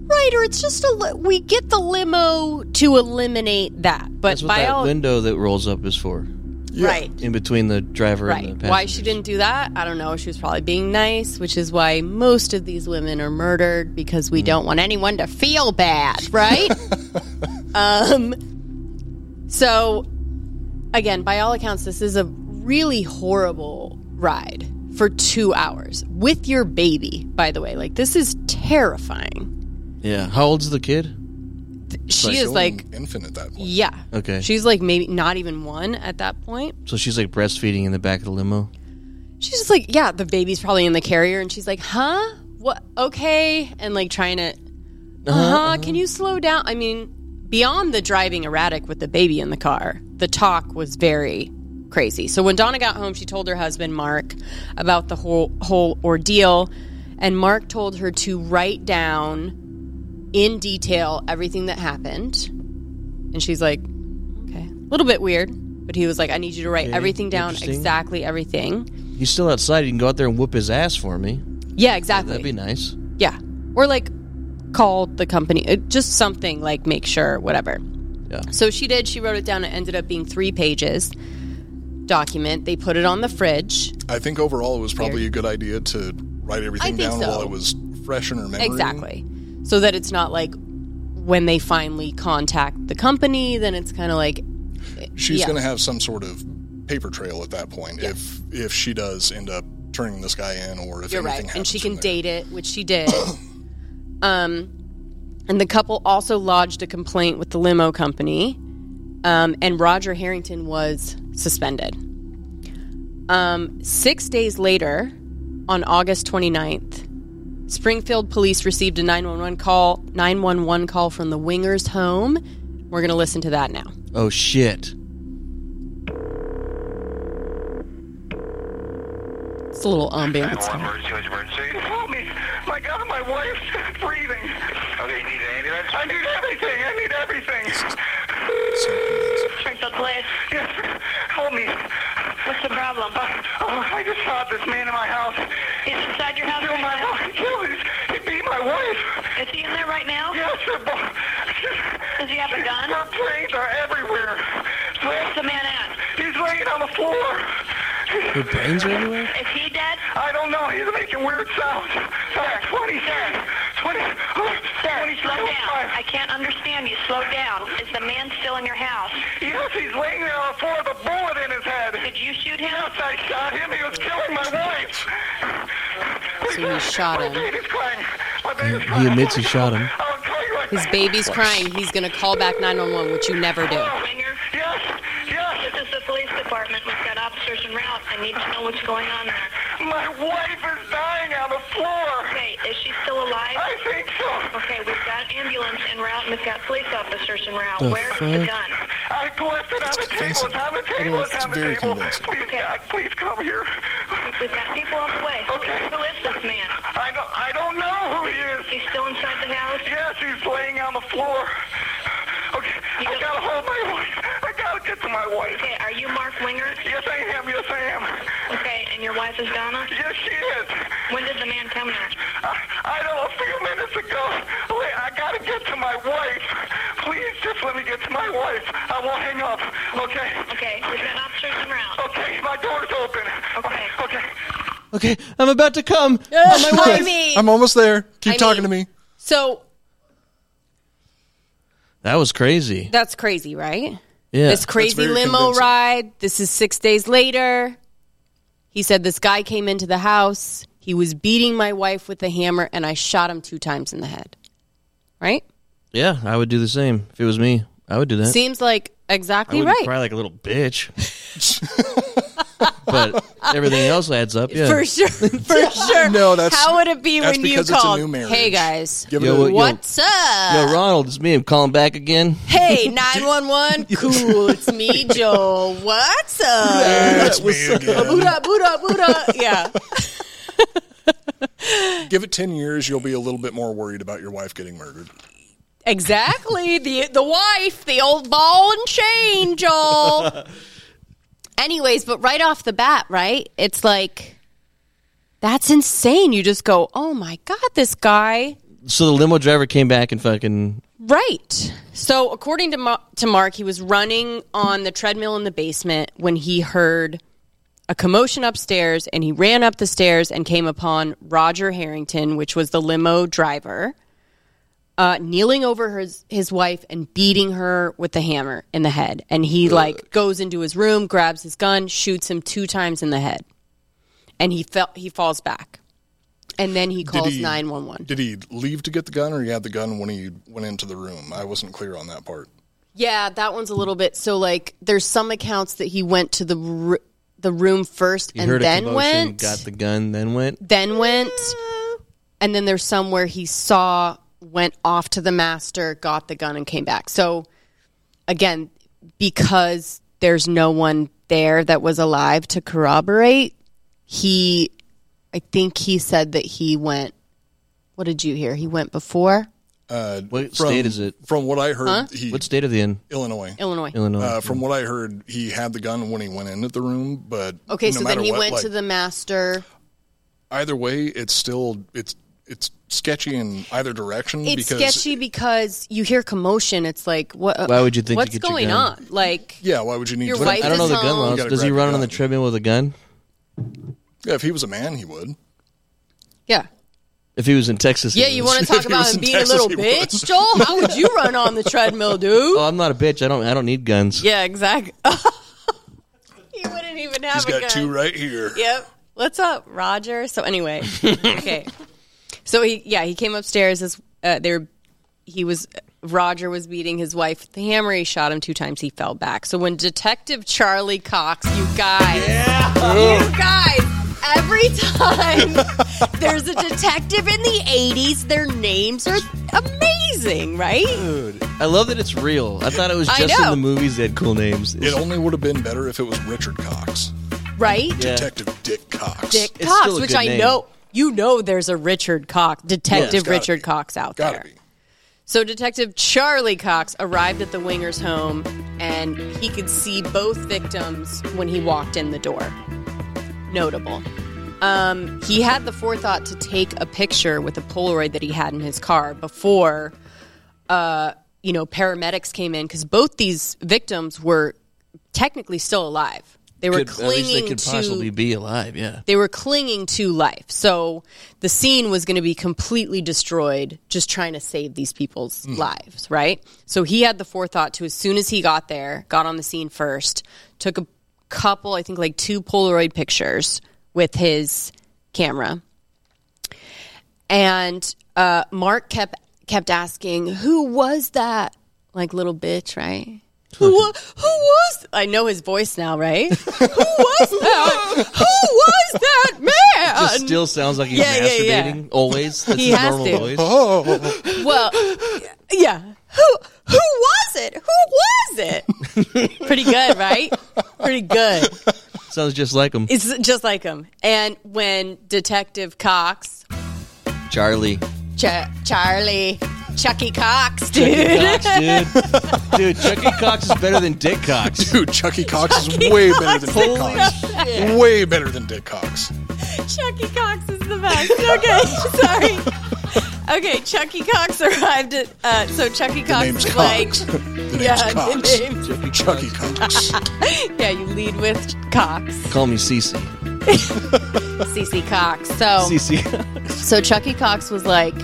[SPEAKER 6] Right, or it's just a li- we get the limo to eliminate that. But
[SPEAKER 8] That's what
[SPEAKER 6] by
[SPEAKER 8] that
[SPEAKER 6] all right,
[SPEAKER 8] window that rolls up is for.
[SPEAKER 6] Right.
[SPEAKER 8] In between the driver and the
[SPEAKER 6] Why
[SPEAKER 8] passenger.
[SPEAKER 6] she didn't do that, I don't know. She was probably being nice, which is why most of these women are murdered because
[SPEAKER 8] Mm.
[SPEAKER 6] we don't want anyone to feel bad, right? um so again, by all accounts this is a really horrible ride for 2 hours with your baby, by the way. Like this is terrifying.
[SPEAKER 8] Yeah. How old's the kid?
[SPEAKER 6] she is, like-
[SPEAKER 7] infant at that point.
[SPEAKER 6] Yeah.
[SPEAKER 8] Okay.
[SPEAKER 6] She's like maybe not even one at that point.
[SPEAKER 8] so she's like breastfeeding in the back of the limo.
[SPEAKER 6] She's just like, yeah, the baby's probably in the carrier, and she's like, huh, what? Okay, and like trying to,
[SPEAKER 8] Uh-huh,
[SPEAKER 6] uh huh. Can you slow down? I mean, beyond the driving erratic with the baby in the car, the talk was very crazy. So when Donna got home, she told her husband Mark about the whole whole ordeal, and Mark told her to write down in detail everything that happened, and she's like, okay, a little bit weird. But he was like, I need you to write
[SPEAKER 8] Okay,
[SPEAKER 6] everything down,
[SPEAKER 8] interesting.
[SPEAKER 6] exactly everything.
[SPEAKER 8] He's still outside. You can go out there and whoop his ass for me.
[SPEAKER 6] Yeah, exactly.
[SPEAKER 8] That'd be nice.
[SPEAKER 6] Yeah. Or like call the company, uh, just something like make sure, whatever.
[SPEAKER 8] Yeah.
[SPEAKER 6] So she did. She wrote it down. It ended up being three pages document. They put it on the fridge.
[SPEAKER 7] I think overall it was probably a good idea to write everything
[SPEAKER 6] think
[SPEAKER 7] down
[SPEAKER 6] so.
[SPEAKER 7] while it was fresh in her memory.
[SPEAKER 6] Exactly. So that it's not like when they finally contact the company, then it's kind of like.
[SPEAKER 7] She's
[SPEAKER 6] yeah.
[SPEAKER 7] going to have some sort of paper trail at that point if if she does end up turning this guy in or if
[SPEAKER 6] You're
[SPEAKER 7] anything
[SPEAKER 6] right. And
[SPEAKER 7] happens.
[SPEAKER 6] she can date it, which she did. um, and the couple also lodged a complaint with the limo company, um, and Roger Harrington was suspended. Um, six days later, on August 29th, Springfield police received a 911 call. 911 call from the Wingers' home. We're going to listen to that now.
[SPEAKER 8] Oh shit.
[SPEAKER 6] It's a little ambulance.
[SPEAKER 9] Emergency, emergency. Help me! My God, my wife's breathing. Okay, you need an ambulance. I need everything. I need everything. Springfield Police. Yes. Help me. What's the problem? oh, I just saw this man in my house. He's inside your house. He's in my house. He killed. He, he beat my wife. Is he in there right now? Yes. They're both. Does he have a gun? Her brains are everywhere. Where's the man at? He's laying on the floor.
[SPEAKER 8] Her brains are everywhere.
[SPEAKER 9] Is he dead? I don't know. He's making weird sounds. Sir. 20, sir. 20. Sir, slow down. I can't understand you. Slow down. Is the man still in your house? Yes, he's laying there on the floor with a bullet in his head. Did you shoot him? Yes, I shot him. He was killing my wife.
[SPEAKER 6] so he shot him.
[SPEAKER 8] He admits he shot him.
[SPEAKER 6] His baby's crying. He's going to call back 911, which you never do.
[SPEAKER 9] This is the police department. We've got officers en route. I need to know what's going on there. My wife is dying on the floor. Okay, is she still alive? I think so. Okay, we've got ambulance en route and we've got police officers en route.
[SPEAKER 7] The
[SPEAKER 9] Where's the
[SPEAKER 7] fuck?
[SPEAKER 9] gun? I left it on the table. It's on the table. It's on the
[SPEAKER 7] very
[SPEAKER 9] table.
[SPEAKER 7] convincing.
[SPEAKER 9] Please, God, please come here. We've got people on the way. Okay. Who is this man? I don't, I don't know who he is. He's still inside the house? Yes, he's laying on the floor. Okay, I gotta hold my wife. I gotta get to my wife. Okay, are you Mark Winger? Yes, I am. Yes, I am. Okay, and your wife is Donna? Yes, she is. When did the man come here? I, I don't know, a few minutes ago. Wait, I gotta get to my wife. Please just let me get to my wife. I won't hang up, okay? Okay, we've got officers around. Okay, my door's open. Okay. Okay.
[SPEAKER 8] Okay, I'm about to come.
[SPEAKER 6] Oh, my baby.
[SPEAKER 7] I'm almost
[SPEAKER 6] I
[SPEAKER 7] there. Keep
[SPEAKER 6] mean-
[SPEAKER 7] talking to me.
[SPEAKER 6] So
[SPEAKER 8] That was crazy.
[SPEAKER 6] that's crazy, right?
[SPEAKER 8] Yeah.
[SPEAKER 6] This crazy
[SPEAKER 8] That's very
[SPEAKER 6] limo
[SPEAKER 8] convincing.
[SPEAKER 6] ride. This is six days later. He said, This guy came into the house. He was beating my wife with a hammer, and I shot him two times in the head. Right?
[SPEAKER 8] Yeah, I would do the same if it was me. I would do that.
[SPEAKER 6] Seems like
[SPEAKER 8] I
[SPEAKER 6] exactly
[SPEAKER 8] would
[SPEAKER 6] right.
[SPEAKER 8] cry like a little bitch. but everything else adds up. Yeah.
[SPEAKER 6] For sure. For sure.
[SPEAKER 7] No, that's-
[SPEAKER 6] How would it be
[SPEAKER 8] that's
[SPEAKER 6] when you
[SPEAKER 8] because it's a
[SPEAKER 6] called?
[SPEAKER 8] new marriage.
[SPEAKER 6] Hey, guys.
[SPEAKER 8] Give it Yo, a- yo.
[SPEAKER 6] What's up?
[SPEAKER 8] Yo, Ronald, it's me. I'm calling back again.
[SPEAKER 6] Hey, 911. cool. It's me, Joel. What's up?
[SPEAKER 7] That's me again.
[SPEAKER 6] Buddha, Buddha, Buddha. Yeah.
[SPEAKER 7] Give it 10 years, you'll be a little bit more worried about your wife getting murdered.
[SPEAKER 6] Exactly. The the wife, the old ball and chain, Joel. Anyways, but right off the bat, right? It's like that's insane. You just go, "Oh my god, this guy."
[SPEAKER 8] So the limo driver came back and fucking.
[SPEAKER 6] Right. So, according to Ma- to Mark, he was running on the treadmill in the basement when he heard a commotion upstairs and he ran up the stairs and came upon Roger Harrington, which was the limo driver, uh, kneeling over his, his wife and beating her with the hammer in the head. And he like goes into his room, grabs his gun, shoots him two times in the head. And he fell he falls back. And then he calls
[SPEAKER 7] he-
[SPEAKER 6] 911.
[SPEAKER 7] Did he leave to get the gun or he had the gun when he went into the room? I wasn't clear on that part.
[SPEAKER 6] Yeah, that one's a little bit. So like, there's some accounts that he went to the r- the room first
[SPEAKER 8] He
[SPEAKER 6] and
[SPEAKER 8] heard a
[SPEAKER 6] then
[SPEAKER 8] commotion,
[SPEAKER 6] went,
[SPEAKER 8] got the gun, then went.
[SPEAKER 6] then went, and then there's some where he saw went off to the master, got the gun, and came back. So again, because there's no one there that was alive to corroborate, he, I think he said that he went. What did you hear? He went before.
[SPEAKER 7] Uh, what
[SPEAKER 8] state is it?
[SPEAKER 7] From what I heard,
[SPEAKER 6] Huh?
[SPEAKER 7] he,
[SPEAKER 8] What state are they in?
[SPEAKER 7] Illinois.
[SPEAKER 6] Illinois.
[SPEAKER 8] Illinois.
[SPEAKER 7] Uh, from what I heard, he had the gun when he went into the room, but
[SPEAKER 6] Okay,
[SPEAKER 7] no
[SPEAKER 6] so
[SPEAKER 7] matter
[SPEAKER 6] then he
[SPEAKER 7] what,
[SPEAKER 6] went
[SPEAKER 7] like,
[SPEAKER 6] to the master.
[SPEAKER 7] Either way, it's still it's it's sketchy in either direction
[SPEAKER 6] it's
[SPEAKER 7] because
[SPEAKER 6] sketchy because you hear commotion. It's like what?
[SPEAKER 8] Why would you think you
[SPEAKER 6] what's
[SPEAKER 8] get your
[SPEAKER 6] going
[SPEAKER 8] gun?
[SPEAKER 6] on? Like
[SPEAKER 7] yeah, why would you need
[SPEAKER 6] Your
[SPEAKER 7] to?
[SPEAKER 6] wife
[SPEAKER 8] I don't know
[SPEAKER 6] is
[SPEAKER 8] the gun
[SPEAKER 6] home.
[SPEAKER 8] laws.
[SPEAKER 7] You gotta
[SPEAKER 8] Does he
[SPEAKER 7] grab
[SPEAKER 8] run
[SPEAKER 7] the
[SPEAKER 8] on the
[SPEAKER 7] gun.
[SPEAKER 8] treadmill with a gun?
[SPEAKER 7] Yeah, if he was a man, he would.
[SPEAKER 6] yeah,
[SPEAKER 8] If he was in Texas, he
[SPEAKER 6] yeah. You
[SPEAKER 8] was.
[SPEAKER 6] want to talk
[SPEAKER 7] If he
[SPEAKER 6] about
[SPEAKER 7] was
[SPEAKER 6] him
[SPEAKER 7] in
[SPEAKER 6] being
[SPEAKER 7] Texas,
[SPEAKER 6] a little
[SPEAKER 7] he would.
[SPEAKER 6] bitch, Joel? How would you run on the treadmill, dude?
[SPEAKER 8] Oh, I'm not a bitch. I don't. I don't need guns.
[SPEAKER 6] Yeah, exactly. he wouldn't even have
[SPEAKER 7] He's
[SPEAKER 6] a
[SPEAKER 7] got
[SPEAKER 6] gun.
[SPEAKER 7] two right here.
[SPEAKER 6] Yep. What's up, Roger? So anyway, okay. So he, yeah, he came upstairs. As uh, they were, he was Roger was beating his wife with the hammer. He shot him two times. He fell back. So when Detective Charlie Cox, you guys, you guys. Every time there's a detective in the 80s, their names are amazing, right?
[SPEAKER 8] Dude, I love that it's real. I thought it was
[SPEAKER 6] I
[SPEAKER 8] just in
[SPEAKER 6] know.
[SPEAKER 8] the movies they had cool names.
[SPEAKER 7] It only would have been better if it was Richard Cox,
[SPEAKER 6] Right?
[SPEAKER 7] Detective Dick Cox.
[SPEAKER 6] Dick
[SPEAKER 8] It's
[SPEAKER 6] Cox,
[SPEAKER 8] still a
[SPEAKER 6] which
[SPEAKER 8] good
[SPEAKER 6] I
[SPEAKER 8] name.
[SPEAKER 6] know you know there's a Richard Cox,
[SPEAKER 8] Yeah, it's
[SPEAKER 6] Detective
[SPEAKER 8] gotta
[SPEAKER 6] Richard Cox out
[SPEAKER 7] Gotta
[SPEAKER 6] there. So Detective Charlie Cox arrived at the Winger's home and he could see both victims when he walked in the door. Notable. Um, he had the forethought to take a picture with a Polaroid that he had in his car before uh, you know, paramedics came in because both these victims were technically still alive. They were
[SPEAKER 8] Could- at
[SPEAKER 6] clinging
[SPEAKER 8] least they could
[SPEAKER 6] to
[SPEAKER 8] possibly be alive. Yeah.
[SPEAKER 6] they were clinging to life. So the scene was going to be completely destroyed just trying to save these people's lives, right? So he had the forethought to, as soon as he got there, got on the scene first, took a couple, I think like two Polaroid pictures with his camera. and uh, Mark kept kept asking, "Who was that?" Like little bitch, right? who, wa- who was? I know his voice now, right? who was that? Who was that man?
[SPEAKER 8] Just still sounds like he's
[SPEAKER 6] Uh, Yeah, yeah,
[SPEAKER 8] masturbating
[SPEAKER 6] yeah.
[SPEAKER 8] always. That's
[SPEAKER 6] He
[SPEAKER 8] his
[SPEAKER 6] has
[SPEAKER 8] normal
[SPEAKER 6] to.
[SPEAKER 8] voice.
[SPEAKER 6] Oh. well, yeah. Who who was it? Who was it? Pretty good, right? Pretty good.
[SPEAKER 8] Sounds just like him.
[SPEAKER 6] It's just like him. And when Detective Cox,
[SPEAKER 8] Charlie.
[SPEAKER 6] Ch- Charlie, Chucky Cox, dude,
[SPEAKER 8] Chucky E. Cox, dude. dude, Chucky Cox is better than Dick Cox.
[SPEAKER 7] Dude, Chucky Cox
[SPEAKER 6] Chucky
[SPEAKER 7] is way
[SPEAKER 6] Cox
[SPEAKER 7] better than Dick Cox.
[SPEAKER 6] shit.
[SPEAKER 7] Way better than Dick Cox.
[SPEAKER 6] Chucky Cox is the best. Okay, sorry. Okay, Chucky Cox arrived at. Uh, so Chucky
[SPEAKER 7] The
[SPEAKER 6] Cox
[SPEAKER 7] name's
[SPEAKER 6] is
[SPEAKER 7] Cox.
[SPEAKER 6] like,
[SPEAKER 7] The name's
[SPEAKER 6] yeah,
[SPEAKER 7] Cox.
[SPEAKER 6] the name.
[SPEAKER 7] Chucky Cox.
[SPEAKER 6] yeah, you lead with Cox,
[SPEAKER 8] Call me Cece.
[SPEAKER 6] CC Cox.
[SPEAKER 8] Oh.
[SPEAKER 6] So
[SPEAKER 8] Cece.
[SPEAKER 6] So Chucky Cox was like,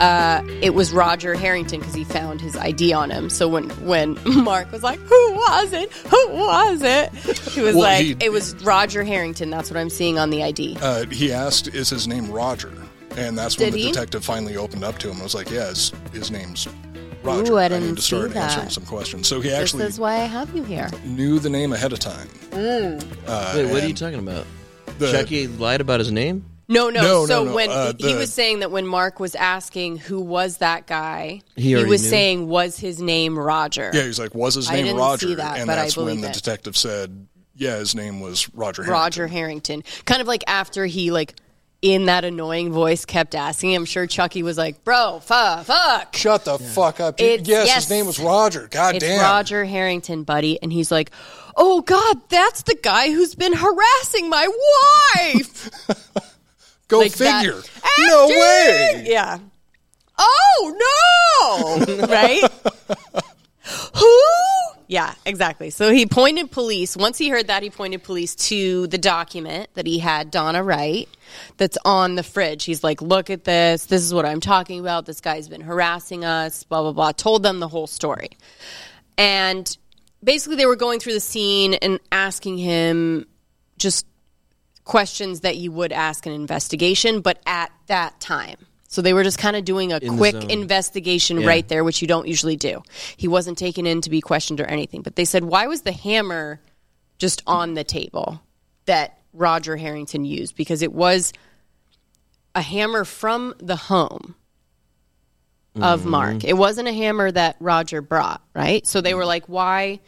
[SPEAKER 6] uh, it was Roger Harrington because he found his ID on him. So when when Mark was like, who was it? Who was it? He was
[SPEAKER 7] Well,
[SPEAKER 6] like,
[SPEAKER 7] he-
[SPEAKER 6] it was Roger Harrington. That's what I'm seeing on the ID.
[SPEAKER 7] Uh, he asked, "Is his name Roger?" And that's when
[SPEAKER 6] Did
[SPEAKER 7] the
[SPEAKER 6] he?
[SPEAKER 7] detective finally opened up to him. and was like, "Yeah, his, his name's Roger."
[SPEAKER 6] Ooh, I
[SPEAKER 7] need
[SPEAKER 6] didn't
[SPEAKER 7] to start
[SPEAKER 6] see that.
[SPEAKER 7] answering some questions. So he
[SPEAKER 6] This
[SPEAKER 7] actually
[SPEAKER 6] is why I have you here.
[SPEAKER 7] knew the name ahead of time. Uh,
[SPEAKER 8] Wait, what are
[SPEAKER 7] and
[SPEAKER 8] you talking about?
[SPEAKER 7] The-
[SPEAKER 8] Chucky lied about his name?
[SPEAKER 6] No, no.
[SPEAKER 7] No,
[SPEAKER 6] so
[SPEAKER 7] no, no.
[SPEAKER 6] when
[SPEAKER 7] Uh,
[SPEAKER 6] he
[SPEAKER 7] the-
[SPEAKER 6] was saying that when Mark was asking who was that guy,
[SPEAKER 7] He
[SPEAKER 6] he,
[SPEAKER 7] already
[SPEAKER 6] was
[SPEAKER 7] knew.
[SPEAKER 6] saying was his name Roger.
[SPEAKER 7] Yeah, he's like, "Was his
[SPEAKER 6] I
[SPEAKER 7] name
[SPEAKER 6] didn't
[SPEAKER 7] Roger?"
[SPEAKER 6] see that,
[SPEAKER 7] and
[SPEAKER 6] but I
[SPEAKER 7] that's when
[SPEAKER 6] believe
[SPEAKER 7] the
[SPEAKER 6] it.
[SPEAKER 7] detective said, "Yeah, his name was Roger." Harrington."
[SPEAKER 6] Roger Harrington. Kind of like after he like in that annoying voice kept asking, I'm sure Chucky was like, "Bro, fuck, fuck."
[SPEAKER 10] Shut the fuck up. dude.
[SPEAKER 6] It's-
[SPEAKER 10] yes,
[SPEAKER 6] yes.
[SPEAKER 10] his name was Roger. God
[SPEAKER 6] it's
[SPEAKER 10] damn.
[SPEAKER 6] Roger Harrington, buddy, and he's like, "Oh God, that's the guy who's been harassing my wife."
[SPEAKER 10] Go
[SPEAKER 6] Like that.
[SPEAKER 10] figure.
[SPEAKER 6] no way. Yeah. Oh no! right? Who? Yeah, exactly. So he pointed police. Once he heard that, he pointed police to the document that he had Donna Wright that's on the fridge. He's like, "Look at this. This is what I'm talking about. This guy's been harassing us. Blah blah blah." Told them the whole story, and basically they were going through the scene and asking him just questions that you would ask an investigation, but at that time. So they were just kind of doing a
[SPEAKER 11] In the
[SPEAKER 6] quick
[SPEAKER 11] zone.
[SPEAKER 6] investigation
[SPEAKER 11] Yeah.
[SPEAKER 6] right there, which you don't usually do. He wasn't taken in to be questioned or anything, but they said, why was the hammer just on the table that Roger Harrington used? Because it was a hammer from the home of Mark. It wasn't a hammer that Roger brought, right? So they were like, why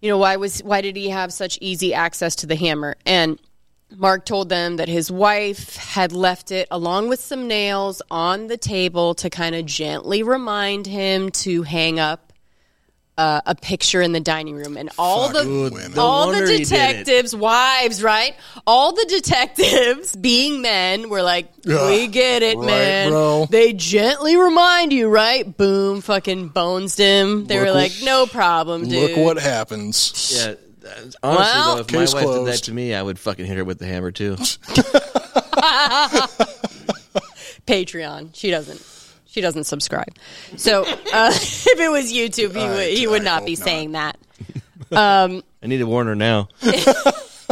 [SPEAKER 6] you know, why was why did he have such easy access to the hammer? And Mark told them that his wife had left it along with some nails on the table to kind of gently remind him to hang up uh, a picture in the dining room and all
[SPEAKER 11] Fuck
[SPEAKER 6] the
[SPEAKER 11] with women.
[SPEAKER 6] all
[SPEAKER 11] No
[SPEAKER 6] the
[SPEAKER 11] wonder he did it.
[SPEAKER 6] detectives wives right all the detectives being men were like
[SPEAKER 11] Ugh,
[SPEAKER 6] we get it
[SPEAKER 11] right,
[SPEAKER 6] man
[SPEAKER 11] bro.
[SPEAKER 6] they gently remind you right boom fucking bones him they
[SPEAKER 7] Look
[SPEAKER 6] were
[SPEAKER 7] wh-
[SPEAKER 6] like no problem dude
[SPEAKER 7] Look what happens.
[SPEAKER 8] Yeah. Honestly,
[SPEAKER 6] Well-
[SPEAKER 8] though, if
[SPEAKER 7] Case
[SPEAKER 8] my wife
[SPEAKER 7] closed.
[SPEAKER 8] did that to me, I would fucking hit her with the hammer, too.
[SPEAKER 6] Patreon. She doesn't. She doesn't subscribe. So uh, if it was YouTube, he would he would not be saying that. Um,
[SPEAKER 8] I need to warn her now.
[SPEAKER 6] Uh,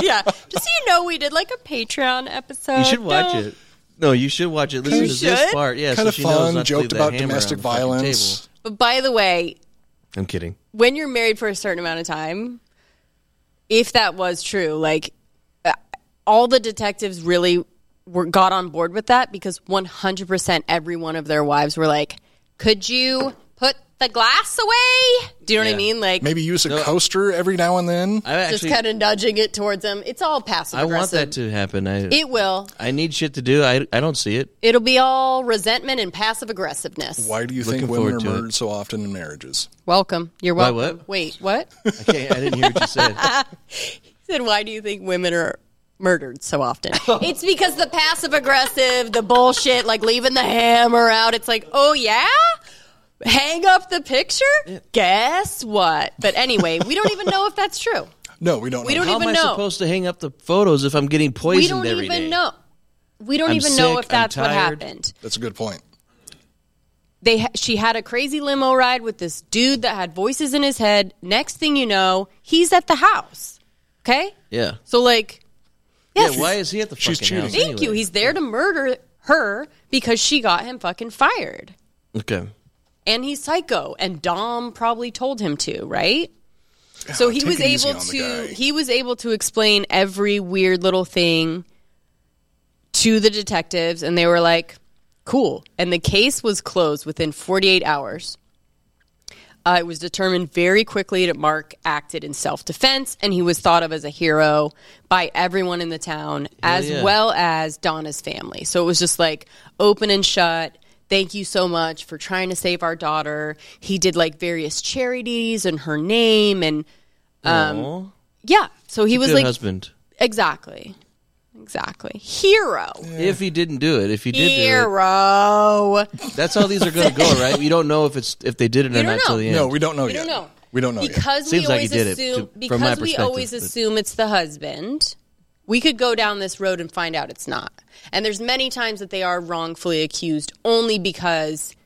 [SPEAKER 6] yeah. Just so you know, we did like a Patreon episode.
[SPEAKER 8] you should watch
[SPEAKER 6] No.
[SPEAKER 8] it. No, you should watch it. Listen
[SPEAKER 6] You
[SPEAKER 8] to this
[SPEAKER 6] should?
[SPEAKER 8] part. Yeah,
[SPEAKER 7] Kinda
[SPEAKER 8] so she knows
[SPEAKER 7] fun,
[SPEAKER 8] not to
[SPEAKER 7] joked
[SPEAKER 8] leave that
[SPEAKER 7] about
[SPEAKER 8] hammer on
[SPEAKER 7] domestic
[SPEAKER 8] the fucking
[SPEAKER 7] violence.
[SPEAKER 8] table.
[SPEAKER 6] But by the way,
[SPEAKER 8] I'm kidding.
[SPEAKER 6] when you're married for a certain amount of time, if that was true, like uh, all the detectives really were got on board with that because 100% every one of their wives were like, "Could you put the glass away?" Do you know what I mean? Like
[SPEAKER 7] Maybe use a coaster every now and then.
[SPEAKER 8] I
[SPEAKER 6] just kind of nudging it towards them. It's all passive
[SPEAKER 8] I want
[SPEAKER 6] aggressive.
[SPEAKER 8] that to happen. I
[SPEAKER 6] It will.
[SPEAKER 8] I need shit to do. I I don't see it.
[SPEAKER 6] It'll be all resentment and passive aggressiveness.
[SPEAKER 7] Why do you
[SPEAKER 8] Looking
[SPEAKER 7] think women
[SPEAKER 8] forward
[SPEAKER 7] are
[SPEAKER 8] to it.
[SPEAKER 7] murdered so often in marriages?
[SPEAKER 6] Welcome. You're
[SPEAKER 7] Why
[SPEAKER 6] welcome. Wait, what?
[SPEAKER 8] I can't. I didn't hear what you said.
[SPEAKER 6] He said, why do you think women are murdered so often? it's because the passive aggressive, the bullshit, like leaving the hammer out. It's like, oh yeah? Hang up the picture? Guess what? But anyway, we don't even know if that's true.
[SPEAKER 7] No, we don't.
[SPEAKER 6] We
[SPEAKER 8] know.
[SPEAKER 6] don't e-
[SPEAKER 8] How
[SPEAKER 6] even
[SPEAKER 8] am I
[SPEAKER 6] know.
[SPEAKER 8] supposed to hang up the photos if I'm getting poisoned
[SPEAKER 6] we don't
[SPEAKER 8] every
[SPEAKER 6] even
[SPEAKER 8] day?
[SPEAKER 6] know. We don't
[SPEAKER 8] I'm
[SPEAKER 6] even know
[SPEAKER 8] sick,
[SPEAKER 6] if that's
[SPEAKER 8] I'm
[SPEAKER 6] what
[SPEAKER 8] tired.
[SPEAKER 6] happened.
[SPEAKER 7] That's a good point.
[SPEAKER 6] they ha- she had a crazy limo ride with this dude that had voices in his head. Next thing you know, he's at the house. Okay,
[SPEAKER 8] Yeah.
[SPEAKER 6] so like, yes,
[SPEAKER 8] Yeah. Why is he at the fucking house?
[SPEAKER 6] Thank you. He's there to murder her because she got him fucking fired.
[SPEAKER 8] Okay.
[SPEAKER 6] And he's psycho, and Dom probably told him to, right? So he
[SPEAKER 8] take
[SPEAKER 6] was
[SPEAKER 8] it easy
[SPEAKER 6] able
[SPEAKER 8] on the
[SPEAKER 6] to he was able to explain every weird little thing to the detectives, and they were like, "Cool." And the case was closed within 48 hours. Uh, it was determined very quickly that Mark acted in self defense, and he was thought of as a hero by everyone in the town, as
[SPEAKER 11] yeah.
[SPEAKER 6] well as Donna's family. So it was just like open and shut. Thank you so much for trying to save our daughter. He did like various charities in her name, and um,
[SPEAKER 8] Aw.
[SPEAKER 6] yeah. So he
[SPEAKER 8] He's a
[SPEAKER 6] was
[SPEAKER 8] good
[SPEAKER 6] like
[SPEAKER 8] husband.
[SPEAKER 6] exactly, exactly hero,
[SPEAKER 8] If he didn't do it, if he did do
[SPEAKER 6] hero.
[SPEAKER 8] it, that's how these are going to go, right? We don't know if it's if they did it
[SPEAKER 6] We
[SPEAKER 8] or
[SPEAKER 6] don't
[SPEAKER 8] not till the
[SPEAKER 6] know. No,
[SPEAKER 8] end.
[SPEAKER 7] we don't know
[SPEAKER 6] We don't know.
[SPEAKER 7] We don't know
[SPEAKER 6] because
[SPEAKER 8] Seems
[SPEAKER 6] we
[SPEAKER 8] like he
[SPEAKER 6] always
[SPEAKER 8] did it,
[SPEAKER 6] assume
[SPEAKER 8] to- from my
[SPEAKER 6] because we
[SPEAKER 8] perspective,
[SPEAKER 6] always
[SPEAKER 8] but-
[SPEAKER 6] assume it's the husband. We could go down this road and find out it's not. And there's many times that they are wrongfully accused only because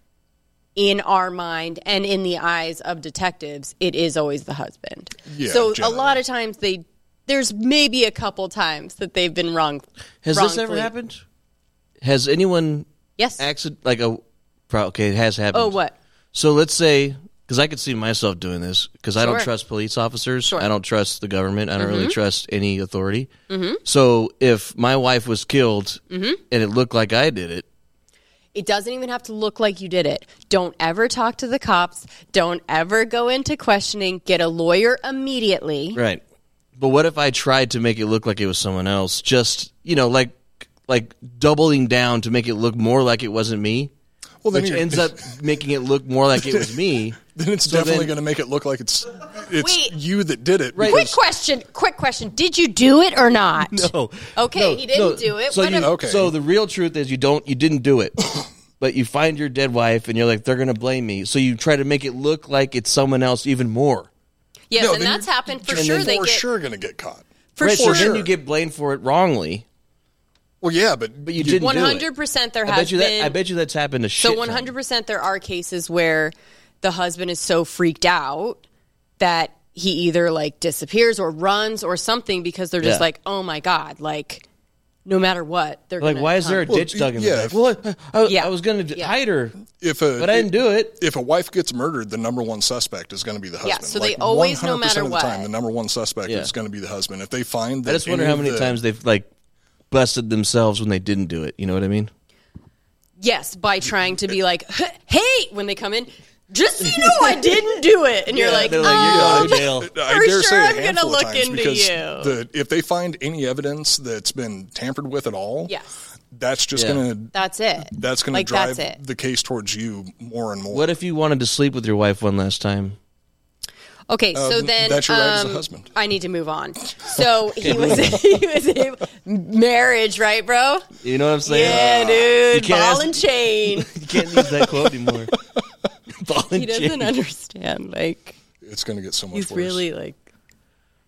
[SPEAKER 6] in our mind and in the eyes of detectives, it is always the husband.
[SPEAKER 8] Yeah,
[SPEAKER 6] so
[SPEAKER 8] generally.
[SPEAKER 6] a lot of times they there's maybe a couple times that they've been wrong.
[SPEAKER 8] Has this ever
[SPEAKER 6] wrongfully-
[SPEAKER 8] happened? Has anyone?
[SPEAKER 6] Yes.
[SPEAKER 8] Accident like a. pro- Okay, it has happened.
[SPEAKER 6] Oh, what?
[SPEAKER 8] So let's say because I could see myself doing this because I don't
[SPEAKER 6] Sure.
[SPEAKER 8] trust police officers.
[SPEAKER 6] Sure.
[SPEAKER 8] I don't trust the government. I don't really
[SPEAKER 6] Mhm.
[SPEAKER 8] trust any authority.
[SPEAKER 6] Mhm.
[SPEAKER 8] So if my wife was killed
[SPEAKER 6] Mhm.
[SPEAKER 8] and it looked like I did it,
[SPEAKER 6] It doesn't even have to look like you did it. Don't ever talk to the cops. Don't ever go into questioning. Get a lawyer immediately.
[SPEAKER 8] right? But what if I tried to make it look like it was someone else? Just you know, like like doubling down to make it look more like it wasn't me.
[SPEAKER 7] Well, then
[SPEAKER 8] which
[SPEAKER 7] you're-
[SPEAKER 8] ends up making it look more like it was me.
[SPEAKER 7] Then it's
[SPEAKER 8] So
[SPEAKER 7] definitely
[SPEAKER 8] then-
[SPEAKER 7] going to make it look like it's it's
[SPEAKER 6] Wait.
[SPEAKER 7] you that did it.
[SPEAKER 6] Quick question. Quick question. Did you do it or not?
[SPEAKER 8] No.
[SPEAKER 6] Okay,
[SPEAKER 8] No,
[SPEAKER 6] he didn't
[SPEAKER 8] no.
[SPEAKER 6] do it.
[SPEAKER 8] So
[SPEAKER 6] What
[SPEAKER 8] you,
[SPEAKER 6] if-
[SPEAKER 8] So the real truth is you don't you didn't do it. but you find your dead wife and you're like they're going to blame me. So you try to make it look like it's someone else even more.
[SPEAKER 6] yes,
[SPEAKER 8] No,
[SPEAKER 6] and
[SPEAKER 8] then
[SPEAKER 6] that's happened for
[SPEAKER 8] and
[SPEAKER 6] sure.
[SPEAKER 8] then
[SPEAKER 6] They
[SPEAKER 8] for
[SPEAKER 6] get
[SPEAKER 7] sure going to get caught.
[SPEAKER 6] for
[SPEAKER 8] right,
[SPEAKER 6] sure.
[SPEAKER 8] So then you get blamed for it wrongly.
[SPEAKER 7] Well, yeah, but
[SPEAKER 8] but you didn't
[SPEAKER 6] One
[SPEAKER 8] do
[SPEAKER 6] hundred
[SPEAKER 8] it.
[SPEAKER 6] percent. There
[SPEAKER 8] I
[SPEAKER 6] has
[SPEAKER 8] bet you
[SPEAKER 6] been.
[SPEAKER 8] that I bet you that's happened to shit.
[SPEAKER 6] so
[SPEAKER 8] ton.
[SPEAKER 6] one hundred percent. There are cases where the husband is so freaked out that he either like disappears or runs or something because they're just
[SPEAKER 8] Yeah.
[SPEAKER 6] like, oh my god, like no matter what, they're
[SPEAKER 8] Like
[SPEAKER 6] gonna
[SPEAKER 8] why is there a
[SPEAKER 6] come.
[SPEAKER 8] ditch dug in the
[SPEAKER 7] yeah.
[SPEAKER 8] back? Well, I, I, I was going to hide her.
[SPEAKER 7] If a,
[SPEAKER 8] But I didn't do it.
[SPEAKER 7] If a wife gets murdered, the number one suspect is going to be the
[SPEAKER 6] Yeah,
[SPEAKER 7] husband.
[SPEAKER 6] so they always, no
[SPEAKER 7] 100%
[SPEAKER 6] matter
[SPEAKER 7] of the
[SPEAKER 6] what.
[SPEAKER 7] time, the number one suspect
[SPEAKER 8] Yeah.
[SPEAKER 7] is going to be the husband. If they find, that
[SPEAKER 8] I just wonder
[SPEAKER 7] any
[SPEAKER 8] how
[SPEAKER 7] of
[SPEAKER 8] many
[SPEAKER 7] the-
[SPEAKER 8] times they've like busted themselves when they didn't do it. You know what I mean?
[SPEAKER 6] Yes, by trying to be like, hey, when they come in, just so you know, I didn't do it, and you're like,
[SPEAKER 8] they're
[SPEAKER 6] oh,
[SPEAKER 8] like,
[SPEAKER 7] Yeah,
[SPEAKER 8] you're going to jail.
[SPEAKER 7] I
[SPEAKER 6] For
[SPEAKER 7] dare
[SPEAKER 6] sure
[SPEAKER 7] say a
[SPEAKER 6] I'm gonna
[SPEAKER 7] handful of
[SPEAKER 6] look
[SPEAKER 7] times
[SPEAKER 6] into
[SPEAKER 7] because
[SPEAKER 6] you.
[SPEAKER 7] The, if they find any evidence that's been tampered with at all,
[SPEAKER 6] yes,
[SPEAKER 7] that's just
[SPEAKER 8] Yeah.
[SPEAKER 7] going to
[SPEAKER 6] "Oh, that's it.
[SPEAKER 7] that's going
[SPEAKER 6] Like,
[SPEAKER 7] to drive
[SPEAKER 6] that's it.
[SPEAKER 7] the case towards you more and more.
[SPEAKER 8] What if you wanted to sleep with your wife one last time?
[SPEAKER 6] Okay,
[SPEAKER 7] Uh,
[SPEAKER 6] so
[SPEAKER 7] th-
[SPEAKER 6] then
[SPEAKER 7] that's your right as a
[SPEAKER 6] um,
[SPEAKER 7] husband.
[SPEAKER 6] I need to move on. So he was he was able, marriage, right, bro?
[SPEAKER 8] You know what I'm saying?
[SPEAKER 6] Yeah,
[SPEAKER 8] You
[SPEAKER 6] dude,
[SPEAKER 8] can't
[SPEAKER 6] ball
[SPEAKER 8] ask-
[SPEAKER 6] and chain.
[SPEAKER 8] You can't use that quote anymore. Ball and
[SPEAKER 6] He doesn't
[SPEAKER 8] chain.
[SPEAKER 6] understand. Like
[SPEAKER 7] it's going to get so much
[SPEAKER 6] he's
[SPEAKER 7] worse.
[SPEAKER 6] really like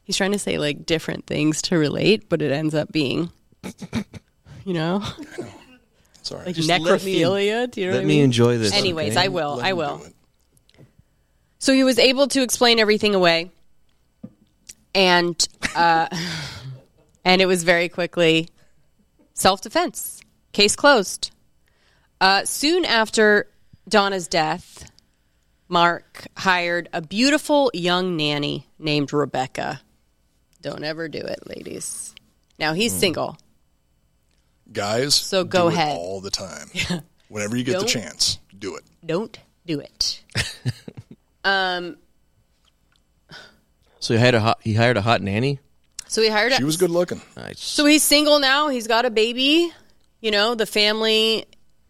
[SPEAKER 6] he's trying to say like different things to relate, but it ends up being, you know,
[SPEAKER 7] Sorry.
[SPEAKER 6] like necrophilia. Do you know
[SPEAKER 8] let
[SPEAKER 6] what I
[SPEAKER 8] me
[SPEAKER 6] mean?
[SPEAKER 8] enjoy this,
[SPEAKER 6] Anyways,
[SPEAKER 8] okay?
[SPEAKER 6] I will.
[SPEAKER 8] Let
[SPEAKER 6] I
[SPEAKER 8] me
[SPEAKER 6] will. So he was able to explain everything away, and uh, and it was very quickly self defense. Case closed. Uh, soon after Donna's death, Mark hired a beautiful young nanny named Rebecca. Don't ever do it, ladies. Now he's
[SPEAKER 8] Hmm.
[SPEAKER 6] single.
[SPEAKER 7] guys.
[SPEAKER 6] So go
[SPEAKER 7] do it
[SPEAKER 6] ahead.
[SPEAKER 7] all the time. Whenever you get the
[SPEAKER 6] Don't-
[SPEAKER 7] chance, do it.
[SPEAKER 6] Don't do it. um.
[SPEAKER 8] So he hired a hot, he hired a hot nanny.
[SPEAKER 6] So he hired. a-
[SPEAKER 7] good looking.
[SPEAKER 8] Nice.
[SPEAKER 6] So he's single now. He's got a baby. You know, the family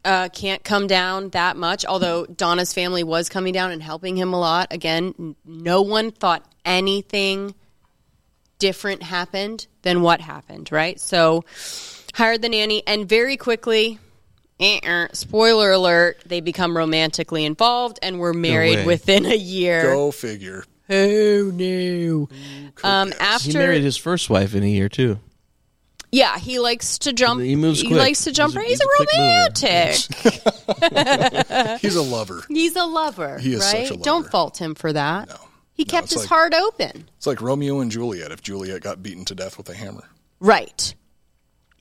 [SPEAKER 6] uh, can't come down that much, although Donna's family was coming down and helping him a lot. Again, n- no one thought anything different happened than what happened, right? So hired the nanny, and very quickly, eh, eh, spoiler alert, they become romantically involved and were married
[SPEAKER 7] way.
[SPEAKER 6] within a year.
[SPEAKER 7] Go figure.
[SPEAKER 6] Oh, no. Um, after
[SPEAKER 8] he married his first wife in a year too.
[SPEAKER 6] Yeah, he likes to jump.
[SPEAKER 8] He moves quick.
[SPEAKER 6] likes to jump. He's, a,
[SPEAKER 8] quick mover.
[SPEAKER 6] romantic.
[SPEAKER 7] He's a lover.
[SPEAKER 6] He's a lover.
[SPEAKER 7] He is such a
[SPEAKER 6] right?
[SPEAKER 7] lover.
[SPEAKER 6] Don't fault him for that. He kept
[SPEAKER 7] it's
[SPEAKER 6] his
[SPEAKER 7] like-
[SPEAKER 6] heart open.
[SPEAKER 7] It's like Romeo and Juliet if Juliet got beaten to death with a hammer.
[SPEAKER 6] Right.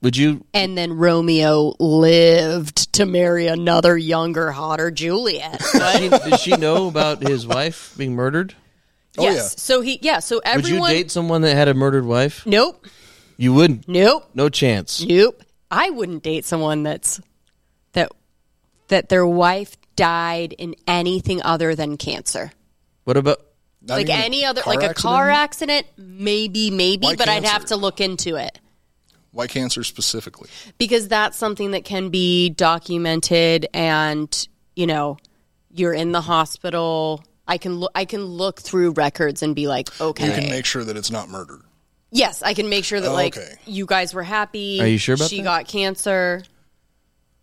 [SPEAKER 8] Would you?
[SPEAKER 6] And then Romeo lived to marry another younger, hotter Juliet.
[SPEAKER 8] She, did she know about his wife being murdered?
[SPEAKER 6] yes. So he, yeah. So
[SPEAKER 8] Would you
[SPEAKER 6] everyone.
[SPEAKER 8] date someone that had a murdered wife?
[SPEAKER 6] Nope.
[SPEAKER 8] You wouldn't.
[SPEAKER 6] Nope.
[SPEAKER 8] No chance.
[SPEAKER 6] Nope. I wouldn't date someone that's that that their wife died in anything other than cancer.
[SPEAKER 8] What about
[SPEAKER 6] like any other, like a car accident, maybe, maybe,
[SPEAKER 7] Why
[SPEAKER 6] but I'd have
[SPEAKER 7] cancer?
[SPEAKER 6] to look into it
[SPEAKER 7] Why cancer specifically?
[SPEAKER 6] because that's something that can be documented, and you know, you're in the hospital. I can look, I can look through records and be like, okay,
[SPEAKER 7] You can make sure that it's not murder.
[SPEAKER 6] yes, I can make sure that
[SPEAKER 7] Oh,
[SPEAKER 6] like
[SPEAKER 7] okay.
[SPEAKER 6] you guys were happy.
[SPEAKER 8] Are you sure about
[SPEAKER 6] she
[SPEAKER 8] that?
[SPEAKER 6] got cancer?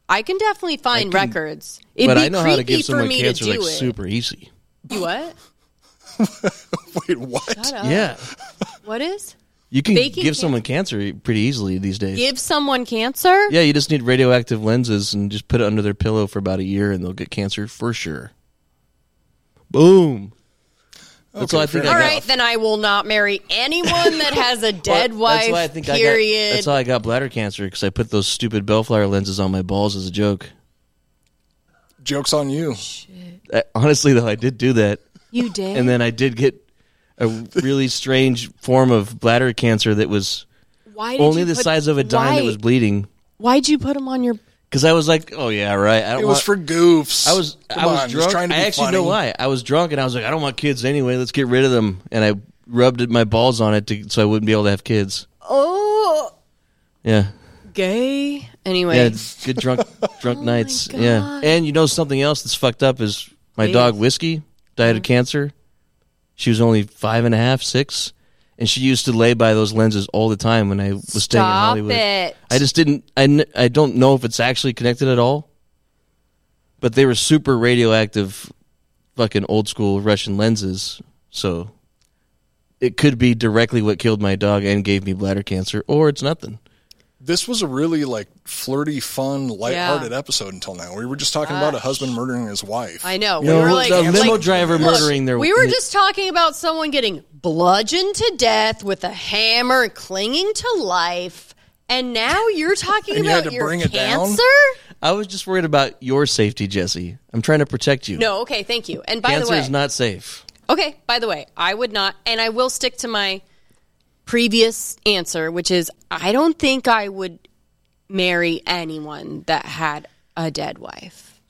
[SPEAKER 6] I can definitely find records. It'd
[SPEAKER 8] but
[SPEAKER 6] be
[SPEAKER 8] I know
[SPEAKER 6] creepy
[SPEAKER 8] how to give
[SPEAKER 6] for
[SPEAKER 8] someone
[SPEAKER 6] me
[SPEAKER 8] cancer
[SPEAKER 6] to do
[SPEAKER 8] like
[SPEAKER 6] it.
[SPEAKER 8] super easy.
[SPEAKER 6] You what?
[SPEAKER 7] Wait, what?
[SPEAKER 6] Shut up.
[SPEAKER 8] Yeah,
[SPEAKER 6] What is?
[SPEAKER 8] you can
[SPEAKER 6] Uh, They
[SPEAKER 8] give
[SPEAKER 6] can can-
[SPEAKER 8] someone cancer pretty easily these days.
[SPEAKER 6] Give someone cancer?
[SPEAKER 8] Yeah, you just need radioactive lenses and just put it under their pillow for about a year, and they'll get cancer for sure. Boom. That's all I think. I
[SPEAKER 6] All
[SPEAKER 8] got.
[SPEAKER 6] right, then I will not marry anyone that has a
[SPEAKER 8] Well,
[SPEAKER 6] dead wife.
[SPEAKER 8] That's why I think I
[SPEAKER 6] period.
[SPEAKER 8] got. That's how I got bladder cancer because I put those stupid bellflower lenses on my balls as a joke.
[SPEAKER 7] Joke's on you.
[SPEAKER 8] I- Eh, honestly, though, I did do that.
[SPEAKER 6] You did?
[SPEAKER 8] And then I did get a really strange form of bladder cancer that was
[SPEAKER 6] Why did
[SPEAKER 8] only
[SPEAKER 6] you
[SPEAKER 8] the
[SPEAKER 6] put-
[SPEAKER 8] size of a dime that
[SPEAKER 6] why-
[SPEAKER 8] was bleeding.
[SPEAKER 6] Why'd you put them on your?
[SPEAKER 8] Because I was like, "Oh yeah, right." I don't
[SPEAKER 7] It was
[SPEAKER 8] want-
[SPEAKER 7] for goofs.
[SPEAKER 8] I was
[SPEAKER 7] Come
[SPEAKER 8] I was
[SPEAKER 7] on, just
[SPEAKER 8] drunk.
[SPEAKER 7] trying to
[SPEAKER 8] I
[SPEAKER 7] be
[SPEAKER 8] actually know
[SPEAKER 7] funny.
[SPEAKER 8] why. I was drunk and I was like, I don't want kids anyway. Let's get rid of them. And I rubbed my balls on it to, so I wouldn't be able to have kids.
[SPEAKER 6] Oh,
[SPEAKER 8] Yeah.
[SPEAKER 6] gay. Anyway,
[SPEAKER 8] Yeah, it's good drunk drunk
[SPEAKER 7] Oh
[SPEAKER 8] nights. Yeah. And you know something else that's fucked up is my
[SPEAKER 6] Please.
[SPEAKER 8] dog Whiskey died
[SPEAKER 7] Mm.
[SPEAKER 8] of cancer. She was only five and a half, six, and she used to lay by those lenses all the time when I was staying in
[SPEAKER 6] Stop
[SPEAKER 8] Hollywood.
[SPEAKER 6] it.
[SPEAKER 8] I just didn't. I, kn- I don't know if it's actually connected at all, but they were super radioactive, fucking old school Russian lenses. So it could be directly what killed my dog and gave me bladder cancer, or it's nothing.
[SPEAKER 7] This was a really like flirty, fun, lighthearted episode until now. We were just talking about a husband murdering his wife.
[SPEAKER 6] I know.
[SPEAKER 7] You know,
[SPEAKER 6] we were
[SPEAKER 7] the
[SPEAKER 6] like,
[SPEAKER 7] limo
[SPEAKER 6] like,
[SPEAKER 7] driver
[SPEAKER 6] look,
[SPEAKER 7] murdering their-
[SPEAKER 6] We were just talking about someone getting bludgeoned to death with a hammer, and clinging to life, and now you're talking
[SPEAKER 8] And you had
[SPEAKER 6] about
[SPEAKER 8] to
[SPEAKER 6] your
[SPEAKER 8] bring it down?
[SPEAKER 6] cancer.
[SPEAKER 8] I was just worried about your safety, Jesse. I'm trying to protect you.
[SPEAKER 6] No, okay, thank you. And by
[SPEAKER 8] cancer
[SPEAKER 6] the way,
[SPEAKER 8] is not safe.
[SPEAKER 6] Okay, by the way, I would not, and I will stick to my previous answer, which is I don't think I would marry anyone that had a dead wife.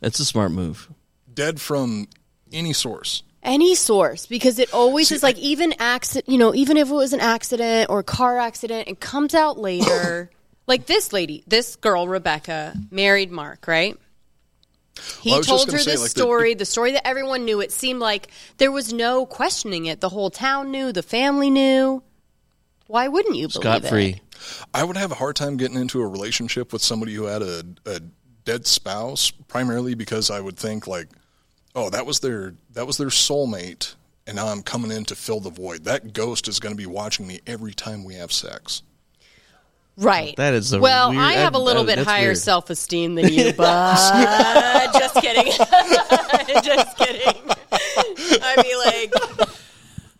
[SPEAKER 8] That's a smart move.
[SPEAKER 7] Dead from any source.
[SPEAKER 6] Any source, because it always is like, even accident, you know, even if it was an accident or a car accident, it comes out later. like this lady, this girl, Rebecca, married Mark, right? He
[SPEAKER 7] Well, I was just
[SPEAKER 6] told her this
[SPEAKER 7] gonna say, like, the-
[SPEAKER 6] story, the, story that everyone knew. It seemed like there was no questioning it. The whole town knew, the family knew. Why wouldn't you believe
[SPEAKER 8] Scot
[SPEAKER 6] it?
[SPEAKER 8] free.
[SPEAKER 7] I would have a hard time getting into a relationship with somebody who had a, a dead spouse, primarily because I would think like, oh, that was their that was their soulmate, and now I'm coming in to fill the void. That ghost is going to be watching me every time we have sex.
[SPEAKER 6] Right.
[SPEAKER 8] That is a
[SPEAKER 6] well,
[SPEAKER 8] weird-
[SPEAKER 6] I have a little
[SPEAKER 8] I-
[SPEAKER 6] bit
[SPEAKER 8] that's
[SPEAKER 6] higher
[SPEAKER 8] weird.
[SPEAKER 6] self esteem than you, but just kidding. just kidding. I'd be like,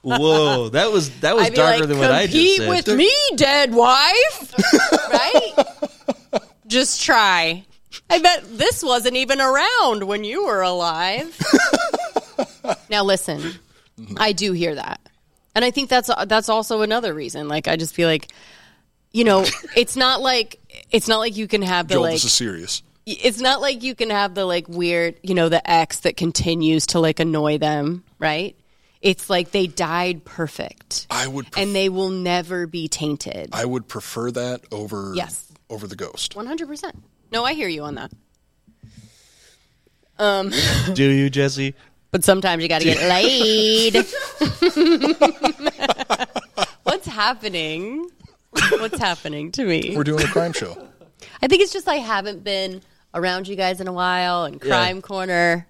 [SPEAKER 8] Whoa, that was that was
[SPEAKER 6] I'd be
[SPEAKER 8] darker
[SPEAKER 6] like,
[SPEAKER 8] than what I just
[SPEAKER 6] compete
[SPEAKER 8] said.
[SPEAKER 6] with me, dead wife. right? Just try. I bet this wasn't even around when you were alive. now listen, I do hear that, and I think that's that's also another reason. Like I just feel like, you know, it's not like it's not like you can have the
[SPEAKER 7] Joel,
[SPEAKER 6] like
[SPEAKER 7] this is serious.
[SPEAKER 6] it's not like you can have the like weird, you know, the ex that continues to like annoy them, right? It's like they died perfect.
[SPEAKER 7] I would
[SPEAKER 6] and they will never be tainted.
[SPEAKER 7] I would prefer that over
[SPEAKER 6] Yes.
[SPEAKER 7] over the ghost.
[SPEAKER 6] 100%. No, I hear you on that. Um
[SPEAKER 8] Do you, Jesse?
[SPEAKER 6] but sometimes you got to get laid. What's happening? What's happening to me?
[SPEAKER 7] We're doing a crime show.
[SPEAKER 6] I think it's just I haven't been around you guys in a while and
[SPEAKER 8] Yeah.
[SPEAKER 6] crime corner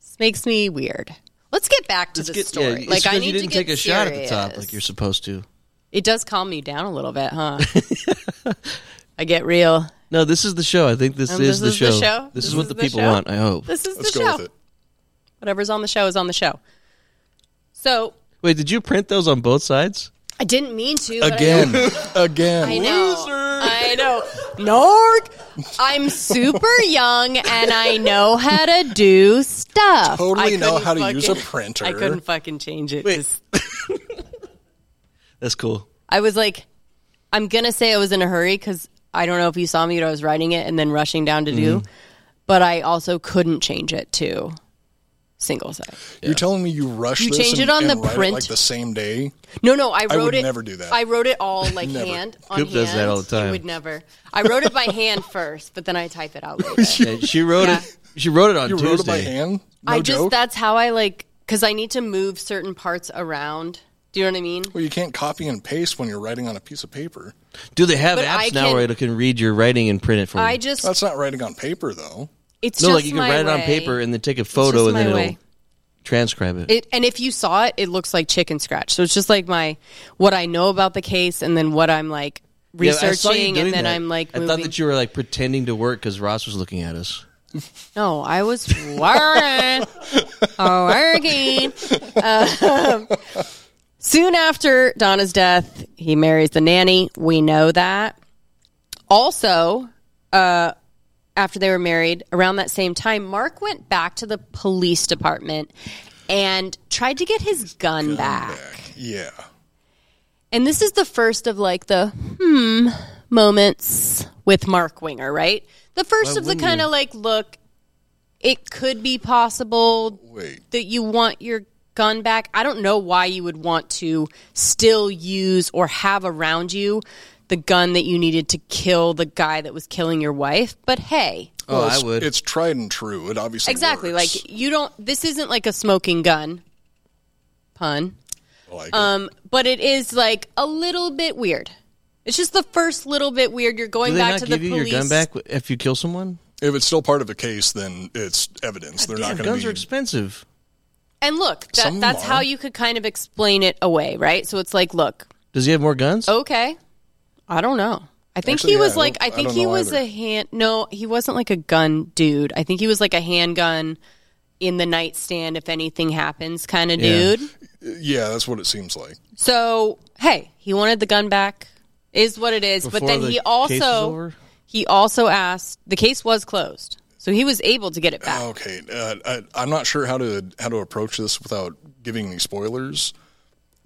[SPEAKER 6] this makes me weird. Let's get back to
[SPEAKER 8] Let's
[SPEAKER 6] the
[SPEAKER 8] get- yeah,
[SPEAKER 6] story.
[SPEAKER 8] it's
[SPEAKER 6] like I
[SPEAKER 8] because
[SPEAKER 6] need
[SPEAKER 8] you didn't
[SPEAKER 6] to get
[SPEAKER 8] take a shot at the
[SPEAKER 6] serious.
[SPEAKER 8] top like you're supposed to.
[SPEAKER 6] It does calm me down a little bit, huh? I get real.
[SPEAKER 8] No, this is the show. I think this
[SPEAKER 6] Um,
[SPEAKER 8] is, the, show.
[SPEAKER 6] show?
[SPEAKER 8] This, is what the people
[SPEAKER 6] show?
[SPEAKER 8] want. I hope.
[SPEAKER 6] This is the show. Whatever's on the show is on the show. So
[SPEAKER 8] Wait, did you print those on both sides?
[SPEAKER 6] I didn't mean to. but I
[SPEAKER 7] Again.
[SPEAKER 6] know-
[SPEAKER 7] Again.
[SPEAKER 6] I know. I know. Narc. I'm super young and I know how to do stuff.
[SPEAKER 7] Totally
[SPEAKER 6] I
[SPEAKER 7] know
[SPEAKER 6] couldn't
[SPEAKER 7] how to use a
[SPEAKER 6] fucking-
[SPEAKER 7] printer.
[SPEAKER 6] I couldn't fucking change it. 'cause
[SPEAKER 8] That's cool.
[SPEAKER 6] I was like, I'm gonna say I was in a hurry because I don't know if you saw me, but I was writing it and then rushing down to do.
[SPEAKER 7] Mm-hmm.
[SPEAKER 6] But I also couldn't change it to single side.
[SPEAKER 7] You're telling me you rushed
[SPEAKER 6] You
[SPEAKER 7] this
[SPEAKER 6] change
[SPEAKER 7] and-
[SPEAKER 6] it on
[SPEAKER 7] and
[SPEAKER 6] the
[SPEAKER 7] write it,
[SPEAKER 6] print?
[SPEAKER 7] like the same day?
[SPEAKER 6] No, no, I
[SPEAKER 7] I
[SPEAKER 6] wrote
[SPEAKER 7] would
[SPEAKER 6] it.
[SPEAKER 7] never do that.
[SPEAKER 6] I wrote it all like
[SPEAKER 7] Never.
[SPEAKER 6] hand on
[SPEAKER 8] Coop
[SPEAKER 6] hand.
[SPEAKER 8] does that all the time.
[SPEAKER 6] I would never. I wrote it by hand first, but then I type it out. Later.
[SPEAKER 8] Yeah, she wrote it. She wrote it on
[SPEAKER 7] You
[SPEAKER 8] Tuesday.
[SPEAKER 7] wrote it by hand? No
[SPEAKER 6] I just
[SPEAKER 7] joke?
[SPEAKER 6] that's how I like because I need to move certain parts around. Do you know what I mean?
[SPEAKER 8] Hmm.
[SPEAKER 7] well, you can't copy and paste when you're writing on a piece of paper.
[SPEAKER 8] Do they have
[SPEAKER 6] But
[SPEAKER 8] apps
[SPEAKER 6] I
[SPEAKER 8] now
[SPEAKER 6] can-
[SPEAKER 8] where it can read your writing and print it for you?
[SPEAKER 6] I just
[SPEAKER 7] That's not writing on paper, though.
[SPEAKER 6] it's
[SPEAKER 8] no,
[SPEAKER 6] just
[SPEAKER 8] like you can
[SPEAKER 6] my
[SPEAKER 8] write it on
[SPEAKER 6] way.
[SPEAKER 8] paper and then take a
[SPEAKER 6] just
[SPEAKER 8] photo and
[SPEAKER 6] my
[SPEAKER 8] then it'll
[SPEAKER 6] way.
[SPEAKER 8] transcribe it.
[SPEAKER 6] It, and if you saw it, it looks like chicken scratch. So it's just like my what I know about the case, and then what I'm like
[SPEAKER 8] Yeah, I saw you
[SPEAKER 6] researching,
[SPEAKER 8] doing
[SPEAKER 6] and then
[SPEAKER 8] that.
[SPEAKER 6] I'm like
[SPEAKER 8] I
[SPEAKER 6] moving.
[SPEAKER 8] thought that you were like pretending to work because Ross was looking at us.
[SPEAKER 6] No, I was working. Oh, working. Um, soon after Donna's death, he marries the nanny. We know that. Also, uh, after they were married, around that same time, Mark went back to the police department and tried to get his gun, back.
[SPEAKER 7] Yeah.
[SPEAKER 6] And this is the first of like the hmm moments with Mark Winger, right? The first
[SPEAKER 7] Why
[SPEAKER 6] of the
[SPEAKER 7] wouldn't
[SPEAKER 6] kind
[SPEAKER 7] you?
[SPEAKER 6] of like, look, it could be possible
[SPEAKER 7] Wait.
[SPEAKER 6] that you want your gun back. I don't know why you would want to still use or have around you the gun that you needed to kill the guy that was killing your wife, but hey.
[SPEAKER 8] Oh,
[SPEAKER 7] Well, Oh, it's- It's tried and true. It obviously
[SPEAKER 6] Exactly.
[SPEAKER 7] works.
[SPEAKER 6] Like you don't this isn't like a smoking gun. Pun.
[SPEAKER 7] Like it.
[SPEAKER 6] um but it is like a little bit weird. It's just the first little bit weird. You're going
[SPEAKER 8] Do they
[SPEAKER 6] back
[SPEAKER 8] not
[SPEAKER 6] to
[SPEAKER 8] give
[SPEAKER 6] the
[SPEAKER 8] you
[SPEAKER 6] police.
[SPEAKER 8] your gun back if you kill someone?
[SPEAKER 7] If it's still part of a case, then it's evidence. They're not
[SPEAKER 8] Damn,
[SPEAKER 7] going to
[SPEAKER 8] guns
[SPEAKER 7] be.
[SPEAKER 8] are expensive.
[SPEAKER 6] And look,
[SPEAKER 7] Some of
[SPEAKER 6] that,
[SPEAKER 7] them
[SPEAKER 6] that's
[SPEAKER 7] are.
[SPEAKER 6] how you could kind of explain it away, right? So it's like, look,
[SPEAKER 8] Does he have more guns?
[SPEAKER 6] okay. I don't know. I think
[SPEAKER 8] Actually,
[SPEAKER 6] he
[SPEAKER 8] yeah,
[SPEAKER 6] was
[SPEAKER 8] I
[SPEAKER 6] like
[SPEAKER 8] don't-
[SPEAKER 6] I
[SPEAKER 8] I
[SPEAKER 6] think
[SPEAKER 8] don't
[SPEAKER 6] he
[SPEAKER 8] know
[SPEAKER 6] was
[SPEAKER 8] either.
[SPEAKER 6] a hand no, he wasn't like a gun dude. I think he was like a handgun in the nightstand if anything happens kind of dude.
[SPEAKER 7] Yeah, that's what it seems like.
[SPEAKER 6] So hey, he wanted the gun back, is what it is. but
[SPEAKER 7] Before
[SPEAKER 6] then
[SPEAKER 7] the
[SPEAKER 6] he
[SPEAKER 7] case was
[SPEAKER 6] also
[SPEAKER 7] over?
[SPEAKER 6] he also asked the case was closed, so he was able to get it back.
[SPEAKER 7] Okay, uh, I, I'm not sure how to how to approach this without giving any spoilers.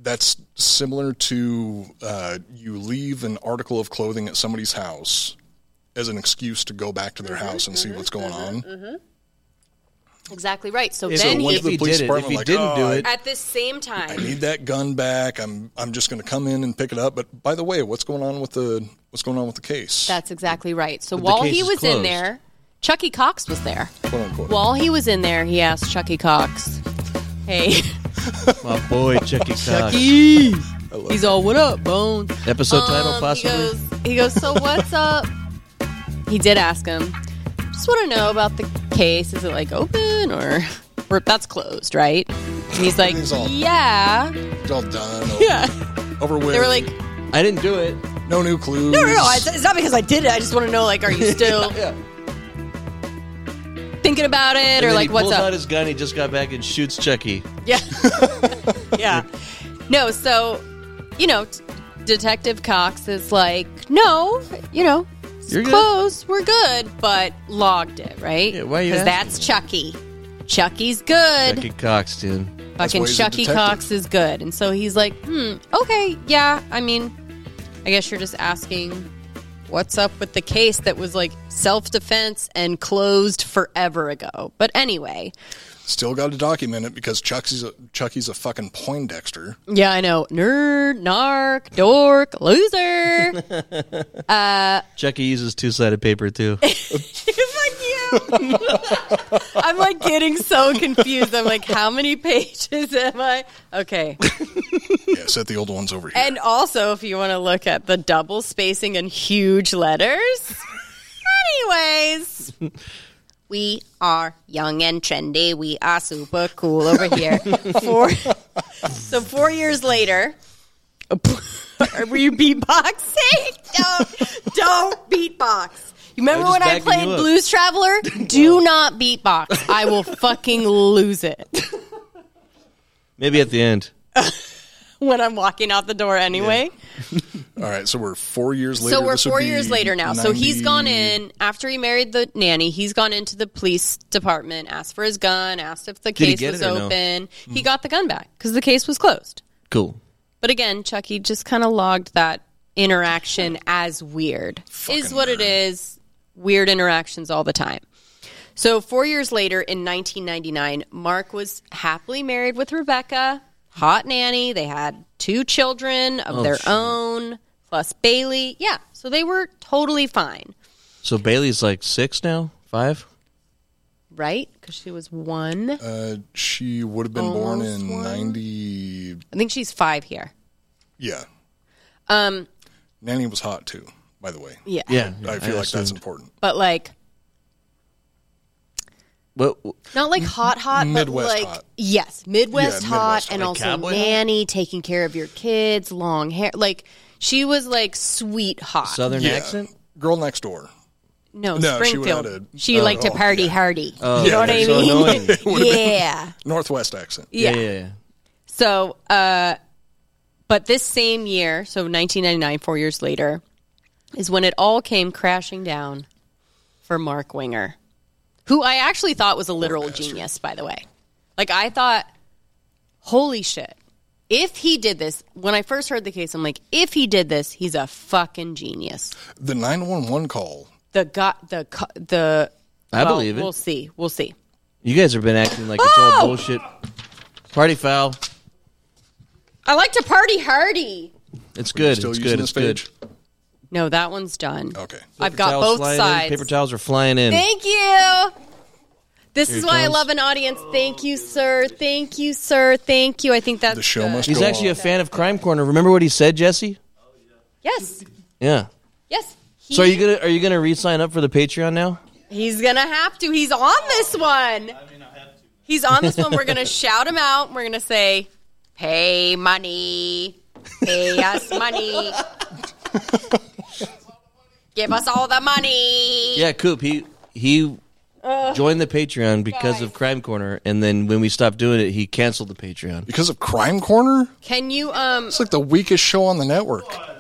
[SPEAKER 7] That's similar to uh, you leave an article of clothing at somebody's house as an excuse to go back to their house and see what's going
[SPEAKER 8] Mm-hmm.
[SPEAKER 7] on.
[SPEAKER 6] Oh. Exactly right. So
[SPEAKER 7] If-
[SPEAKER 6] then
[SPEAKER 7] So what
[SPEAKER 6] he,
[SPEAKER 7] if the police department like, "Oh, I-
[SPEAKER 6] at this same time,
[SPEAKER 7] I need that gun back. I'm I'm just going to come in and pick it up. But by the way, what's going on with the what's going on with the case?
[SPEAKER 6] That's exactly right. So
[SPEAKER 7] But the
[SPEAKER 6] while
[SPEAKER 7] case
[SPEAKER 6] he
[SPEAKER 7] is
[SPEAKER 6] was in
[SPEAKER 7] closed.
[SPEAKER 6] there, Chucky Cox was there.
[SPEAKER 7] Quote unquote.
[SPEAKER 6] While he was in there, he asked Chucky Cox, "Hey,
[SPEAKER 8] My boy, Chucky Cox.
[SPEAKER 6] Chucky." He's all, "What up, Bones?"
[SPEAKER 8] E. Episode
[SPEAKER 6] Um,
[SPEAKER 8] title
[SPEAKER 6] he
[SPEAKER 8] possibly.
[SPEAKER 6] goes- He goes, "So what's up?" He did ask him. Just want to know about the case. Is it like open or, or that's closed, right? And he's like,
[SPEAKER 7] He's all-
[SPEAKER 6] "Yeah,
[SPEAKER 7] It's all done. Over,
[SPEAKER 6] yeah."
[SPEAKER 7] over with.
[SPEAKER 6] They were like,
[SPEAKER 8] I didn't do it.
[SPEAKER 7] No new clues.
[SPEAKER 6] No, no, no. It's, it's not because I did it. I just want to know, like, are you still thinking about it,
[SPEAKER 8] And
[SPEAKER 6] or
[SPEAKER 8] then
[SPEAKER 6] like,
[SPEAKER 8] he
[SPEAKER 6] what's
[SPEAKER 8] pulls
[SPEAKER 6] up?
[SPEAKER 8] out his gun. He just got back and shoots E. Chucky.
[SPEAKER 6] yeah, yeah. No, so you know, t- Detective Cox is like, no, you know, it's
[SPEAKER 8] You're good.
[SPEAKER 6] close, we're good, but logged it, right? Yeah,
[SPEAKER 8] why are you
[SPEAKER 6] Because that's Chucky. Chucky's good.
[SPEAKER 8] Chucky E. Cox, dude.
[SPEAKER 6] Fucking Chucky Cox is good, and so he's like, hmm, okay, yeah. I mean, I guess you're just asking. What's up with the case that was like self defense and closed forever ago? But anyway,
[SPEAKER 7] Still got to document it because Chucky's a, Chucky's a fucking Poindexter.
[SPEAKER 6] Yeah, I know. Nerd, narc, dork, loser. uh,
[SPEAKER 8] Chucky E. uses two sided paper too.
[SPEAKER 6] I'm like getting so confused. I'm like, how many pages am I? Okay.
[SPEAKER 7] yeah, set the old ones over here.
[SPEAKER 6] And also, if you want to look at the double spacing and huge letters. Anyways, we are young and trendy. We are super cool over here. Four, so four years later, were you beatboxing? Don't, don't beatbox. You remember
[SPEAKER 9] I'm just
[SPEAKER 6] when I
[SPEAKER 9] backing
[SPEAKER 6] played
[SPEAKER 9] you up.
[SPEAKER 6] Blues Traveler? Do not beatbox. I will fucking lose it.
[SPEAKER 8] Maybe at the end.
[SPEAKER 6] when I'm walking out the door anyway.
[SPEAKER 7] All right, so we're four years later.
[SPEAKER 6] So we're
[SPEAKER 7] This would
[SPEAKER 6] four
[SPEAKER 7] be
[SPEAKER 6] years later now. So he's
[SPEAKER 7] 90
[SPEAKER 6] gone in after he married the nanny. He's gone into the police department, asked for his gun, asked if the
[SPEAKER 8] Did he
[SPEAKER 6] case
[SPEAKER 8] get
[SPEAKER 6] was
[SPEAKER 8] it or no? Hmm.
[SPEAKER 6] open. He got the gun back because the case was closed.
[SPEAKER 8] Cool.
[SPEAKER 6] But again, Chucky just kind of logged that interaction as weird. is what it is. Weird interactions all the time. So, four years later in 1999, Mark was happily married with Rebecca, hot nanny. They had two children of
[SPEAKER 8] Oh,
[SPEAKER 6] their
[SPEAKER 8] shit.
[SPEAKER 6] own, plus Bailey. Yeah, so they were totally fine,
[SPEAKER 8] So Bailey's like six now, five.
[SPEAKER 6] right? Because she was one.
[SPEAKER 7] Uh, she would have been born in ninety.
[SPEAKER 6] I think she's five here.
[SPEAKER 7] Yeah,
[SPEAKER 6] Um,
[SPEAKER 7] Nanny was hot too. By the way,
[SPEAKER 6] Yeah.
[SPEAKER 8] Yeah,
[SPEAKER 7] I
[SPEAKER 8] I
[SPEAKER 7] feel like that's
[SPEAKER 8] assumed.
[SPEAKER 7] important.
[SPEAKER 6] but like,
[SPEAKER 8] Well,
[SPEAKER 6] not like hot, hot,
[SPEAKER 7] Midwest
[SPEAKER 6] but like
[SPEAKER 7] hot.
[SPEAKER 6] yes, Midwest
[SPEAKER 7] Yeah,
[SPEAKER 6] hot,
[SPEAKER 7] Midwest
[SPEAKER 6] and
[SPEAKER 7] hot.
[SPEAKER 6] also
[SPEAKER 7] Like cowboy hot?
[SPEAKER 6] nanny taking care of your kids, long hair. Like she was like sweet hot.
[SPEAKER 7] Yeah. Girl next door.
[SPEAKER 6] No,
[SPEAKER 7] No, she would've
[SPEAKER 6] Springfield. She,
[SPEAKER 7] had a- Oh,
[SPEAKER 6] liked to
[SPEAKER 7] oh,
[SPEAKER 6] party hardy.
[SPEAKER 8] Oh,
[SPEAKER 6] you know what I
[SPEAKER 8] okay. So
[SPEAKER 6] mean?
[SPEAKER 8] annoying.
[SPEAKER 7] Would've been-
[SPEAKER 6] yeah.
[SPEAKER 7] Northwest accent.
[SPEAKER 6] Yeah.
[SPEAKER 8] yeah, yeah.
[SPEAKER 6] So, uh, but this same year, so 1999, four years later, is when it all came crashing down for Mark Winger, who I actually thought was a literal genius, by the way. Like, I thought, holy shit. If he did this, when I first heard the case, I'm like, if he did this, he's a fucking genius.
[SPEAKER 7] The nine one one call.
[SPEAKER 6] The got the co- the.
[SPEAKER 8] I believe it.
[SPEAKER 6] We'll see. We'll see.
[SPEAKER 8] You guys have been acting like it's all bullshit. Party foul.
[SPEAKER 6] I like to party hardy.
[SPEAKER 8] It's
[SPEAKER 7] We're
[SPEAKER 8] good.
[SPEAKER 7] still
[SPEAKER 8] It's
[SPEAKER 7] using
[SPEAKER 8] good.
[SPEAKER 7] this
[SPEAKER 8] It's good.
[SPEAKER 6] No, that one's done.
[SPEAKER 7] Okay.
[SPEAKER 6] I've got
[SPEAKER 8] Towels
[SPEAKER 6] both
[SPEAKER 8] flying in,
[SPEAKER 6] sides.
[SPEAKER 8] Paper towels are flying in.
[SPEAKER 6] Thank you. This
[SPEAKER 8] Here
[SPEAKER 6] is
[SPEAKER 8] it
[SPEAKER 6] why I
[SPEAKER 8] comes.
[SPEAKER 6] love an audience. Thank you, sir. Thank you, sir. Thank you. I think that's
[SPEAKER 7] The show
[SPEAKER 6] good.
[SPEAKER 7] must
[SPEAKER 8] He's
[SPEAKER 7] go
[SPEAKER 8] actually
[SPEAKER 7] on.
[SPEAKER 8] a fan of Crime Corner. Remember what he said, Jesse?
[SPEAKER 6] yes,
[SPEAKER 8] Yeah.
[SPEAKER 6] yes. He-
[SPEAKER 8] So are you gonna are you gonna re-sign up for the Patreon now?
[SPEAKER 6] He's gonna have to. He's on this one. I mean, I have to. He's on this one. We're gonna shout him out. We're gonna say, "Pay money, pay us money, give us all the money."
[SPEAKER 8] Yeah, Coop. He he
[SPEAKER 6] Ugh.
[SPEAKER 8] joined the Patreon because of Crime Corner, and then when we stopped doing it, he canceled the Patreon
[SPEAKER 7] because of Crime Corner.
[SPEAKER 6] Can you um?
[SPEAKER 7] It's like the weakest show on the network. Oh,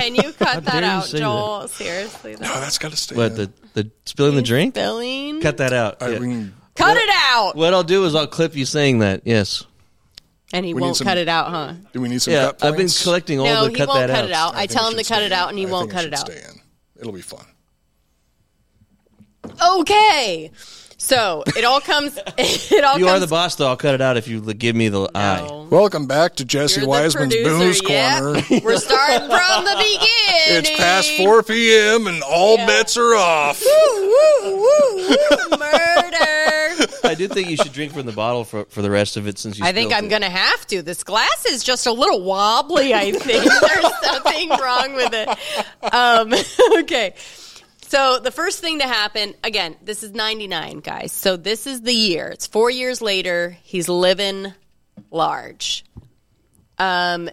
[SPEAKER 6] Can you cut
[SPEAKER 8] dare
[SPEAKER 6] that
[SPEAKER 8] you
[SPEAKER 6] out,
[SPEAKER 8] say that.
[SPEAKER 6] Joel? Seriously, though.
[SPEAKER 7] Oh, that's got to stay.
[SPEAKER 8] What the the spilling the drink?
[SPEAKER 6] Billing.
[SPEAKER 8] Cut that out.
[SPEAKER 7] I
[SPEAKER 8] Yeah.
[SPEAKER 7] mean,
[SPEAKER 6] Cut it out.
[SPEAKER 8] What I'll do is I'll clip you saying that. Yes.
[SPEAKER 6] And he
[SPEAKER 7] We need
[SPEAKER 6] won't
[SPEAKER 7] some-
[SPEAKER 6] cut it out, huh?
[SPEAKER 7] do we need some?
[SPEAKER 8] Yeah,
[SPEAKER 7] cut
[SPEAKER 8] I've been
[SPEAKER 7] points?
[SPEAKER 8] collecting all
[SPEAKER 6] No,
[SPEAKER 8] the
[SPEAKER 6] he
[SPEAKER 8] cut
[SPEAKER 6] won't
[SPEAKER 8] that
[SPEAKER 6] cut
[SPEAKER 8] out.
[SPEAKER 6] it out. I,
[SPEAKER 7] think
[SPEAKER 6] tell him to
[SPEAKER 7] should
[SPEAKER 6] cut
[SPEAKER 7] stay
[SPEAKER 6] it
[SPEAKER 7] in.
[SPEAKER 6] out, and he
[SPEAKER 7] I
[SPEAKER 6] won't
[SPEAKER 7] think
[SPEAKER 6] cut it out.
[SPEAKER 7] should Stay in. It'll be fun.
[SPEAKER 6] Okay. So it all comes. It all
[SPEAKER 8] You
[SPEAKER 6] comes.
[SPEAKER 8] are the boss, though. I'll cut it out if you l- give me the eye.
[SPEAKER 7] Welcome back to Jesse
[SPEAKER 6] You're the
[SPEAKER 7] Wiseman's
[SPEAKER 6] producer,
[SPEAKER 7] Booze
[SPEAKER 6] yeah.
[SPEAKER 7] Corner.
[SPEAKER 6] We're starting from the beginning.
[SPEAKER 7] It's past 4 p.m. and all bets are off.
[SPEAKER 6] Woo, woo, woo, woo, murder.
[SPEAKER 8] I do think you should drink from the bottle for, for the rest of it since you.
[SPEAKER 6] I think
[SPEAKER 8] spilled
[SPEAKER 6] I'm
[SPEAKER 8] it.
[SPEAKER 6] going to have to. This glass is just a little wobbly, I think. There's something wrong with it. Um, okay. So, the first thing to happen, again, this is 99, guys. So, this is the year. It's four years later. He's living large. Um,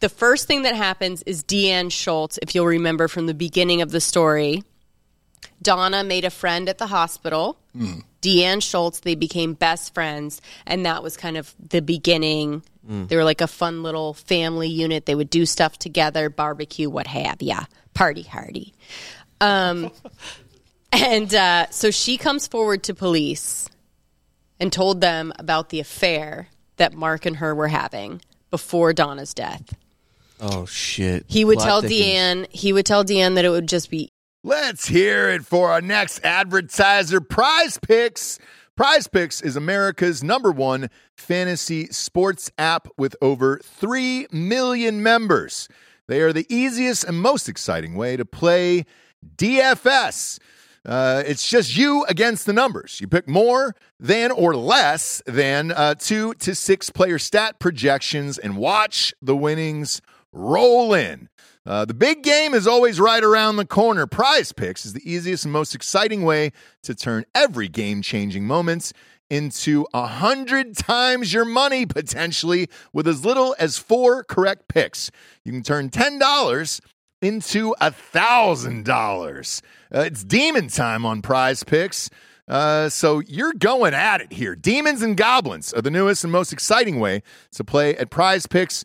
[SPEAKER 6] the first thing that happens is Deanne Schultz, if you'll remember from the beginning of the story. Donna made a friend at the hospital. Deanne Schultz, they became best friends, and that was kind of the beginning. They were like a fun little family unit. They would do stuff together, barbecue, what have ya, party hardy. Um, and uh, so she comes forward to police and told them about the affair that Mark and her were having before Donna's death.
[SPEAKER 8] Oh shit!
[SPEAKER 6] He would
[SPEAKER 8] Plot
[SPEAKER 6] tell Deanne.
[SPEAKER 8] thickens.
[SPEAKER 6] He would tell Deanne that it would just be
[SPEAKER 11] Let's hear it for our next advertiser, Prize Picks. Prize Picks is America's number one fantasy sports app with over 3 million members. They are the easiest and most exciting way to play DFS. Uh, it's just you against the numbers. You pick more than or less than uh, two to six player stat projections and watch the winnings roll in. Uh, the big game is always right around the corner. Prize picks is the easiest and most exciting way to turn every game changing moments into a hundred times your money potentially with as little as four correct picks. You can turn $10 Uh, into a thousand dollars. It's demon time on Prize Picks. Uh, so you're going at it here. Demons and Goblins are the newest and most exciting way to play at prize picks.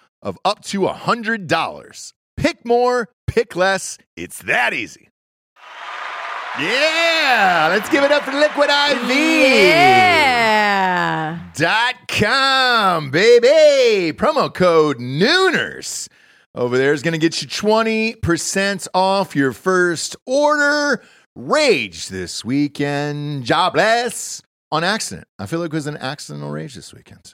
[SPEAKER 11] of up to $100. Pick more, pick less. It's that easy. Yeah, let's give it up for Liquid IV.
[SPEAKER 12] Yeah.
[SPEAKER 11] Dot com, baby. Promo code Nooners over there is going to get you 20% off your first order. Rage this weekend. Jobless on accident. I feel like it was an accidental rage this weekend.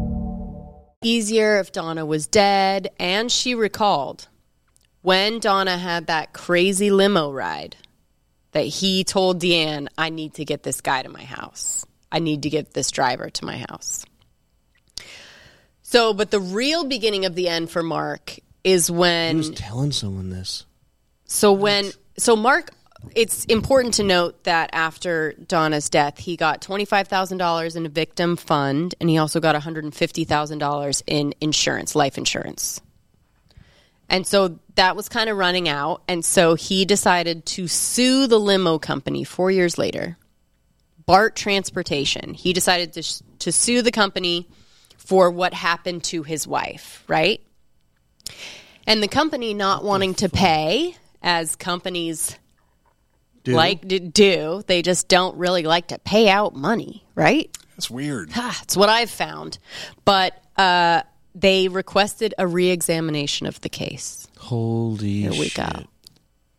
[SPEAKER 6] Easier if Donna was dead and she recalled when Donna had that crazy limo ride that he told Deanne, I need to get this guy to my house. I need to get this driver to my house. So, but the real beginning of the end for Mark is when
[SPEAKER 8] Who's telling someone this?
[SPEAKER 6] So when so Mark it's important to note that after Donna's death, he got $25,000 in a victim fund and he also got $150,000 in insurance, life insurance. And so that was kind of running out. And so he decided to sue the limo company four years later, Bart Transportation. He decided to, sh- to sue the company for what happened to his wife, right? And the company not wanting to pay, as companies
[SPEAKER 7] Do.
[SPEAKER 6] like to do, they just don't really like to pay out money, right?
[SPEAKER 7] That's weird.
[SPEAKER 6] It's what I've found. But uh, they requested a re examination of the case.
[SPEAKER 8] Holy
[SPEAKER 6] Here we
[SPEAKER 8] shit.
[SPEAKER 6] go.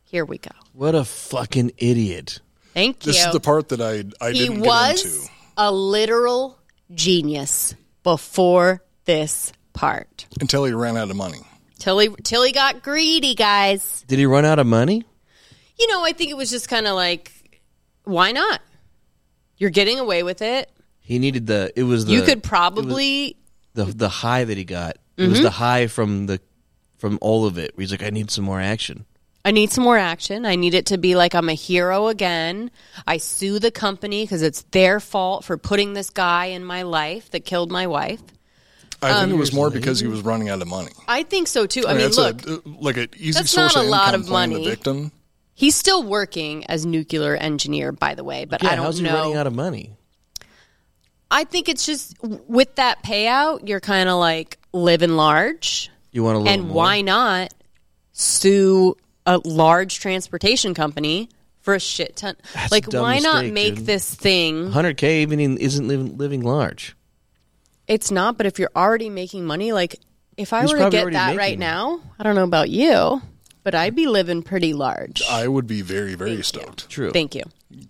[SPEAKER 6] Here we go.
[SPEAKER 8] What a fucking idiot.
[SPEAKER 6] Thank
[SPEAKER 7] This
[SPEAKER 6] you.
[SPEAKER 7] is the part that I I
[SPEAKER 6] he
[SPEAKER 7] didn't
[SPEAKER 6] was
[SPEAKER 7] get into.
[SPEAKER 6] a literal genius before this part.
[SPEAKER 7] Until he ran out of money.
[SPEAKER 6] Till he, till he got greedy, guys.
[SPEAKER 8] Did he run out of money?
[SPEAKER 6] You know, I think it was just kind of like, why not? You're getting away with it.
[SPEAKER 8] He needed the it was the
[SPEAKER 6] you could probably
[SPEAKER 8] the the high that he got. It was
[SPEAKER 6] Mhm.
[SPEAKER 8] the high from the from all of it. Where he's like, I need some more action.
[SPEAKER 6] I need some more action. I need it to be like I'm a hero again. I sue the company because it's their fault for putting this guy in my life that killed my wife.
[SPEAKER 7] I
[SPEAKER 6] Um,
[SPEAKER 7] think it was more because he was running out of money.
[SPEAKER 6] I think so too. I
[SPEAKER 7] mean,
[SPEAKER 6] mean,
[SPEAKER 7] that's
[SPEAKER 6] look,
[SPEAKER 7] a, like an easy
[SPEAKER 6] that's
[SPEAKER 7] source
[SPEAKER 6] not
[SPEAKER 7] of
[SPEAKER 6] a lot
[SPEAKER 7] income
[SPEAKER 6] of
[SPEAKER 7] playing
[SPEAKER 6] money.
[SPEAKER 7] The victim.
[SPEAKER 6] he's still working as nuclear engineer, by the way. But
[SPEAKER 8] yeah,
[SPEAKER 6] I don't
[SPEAKER 8] how's he
[SPEAKER 6] know.
[SPEAKER 8] running out of money?
[SPEAKER 6] I think it's just w- with that payout, you're kind of like living large.
[SPEAKER 8] You want a little
[SPEAKER 6] and
[SPEAKER 8] more?
[SPEAKER 6] why not sue a large transportation company for a shit ton? like,
[SPEAKER 8] a dumb
[SPEAKER 6] why not
[SPEAKER 8] mistake,
[SPEAKER 6] make
[SPEAKER 8] dude.
[SPEAKER 6] this thing?
[SPEAKER 8] 100k even in- isn't living, living large.
[SPEAKER 6] It's not, but if you're already making money, like if I
[SPEAKER 8] He's
[SPEAKER 6] were to
[SPEAKER 8] probably
[SPEAKER 6] get
[SPEAKER 8] already
[SPEAKER 6] that
[SPEAKER 8] making
[SPEAKER 6] right
[SPEAKER 8] it.
[SPEAKER 6] now, I don't know about you, but I'd be living pretty large.
[SPEAKER 7] I would be very, very stoked.
[SPEAKER 8] True.
[SPEAKER 6] Thank you.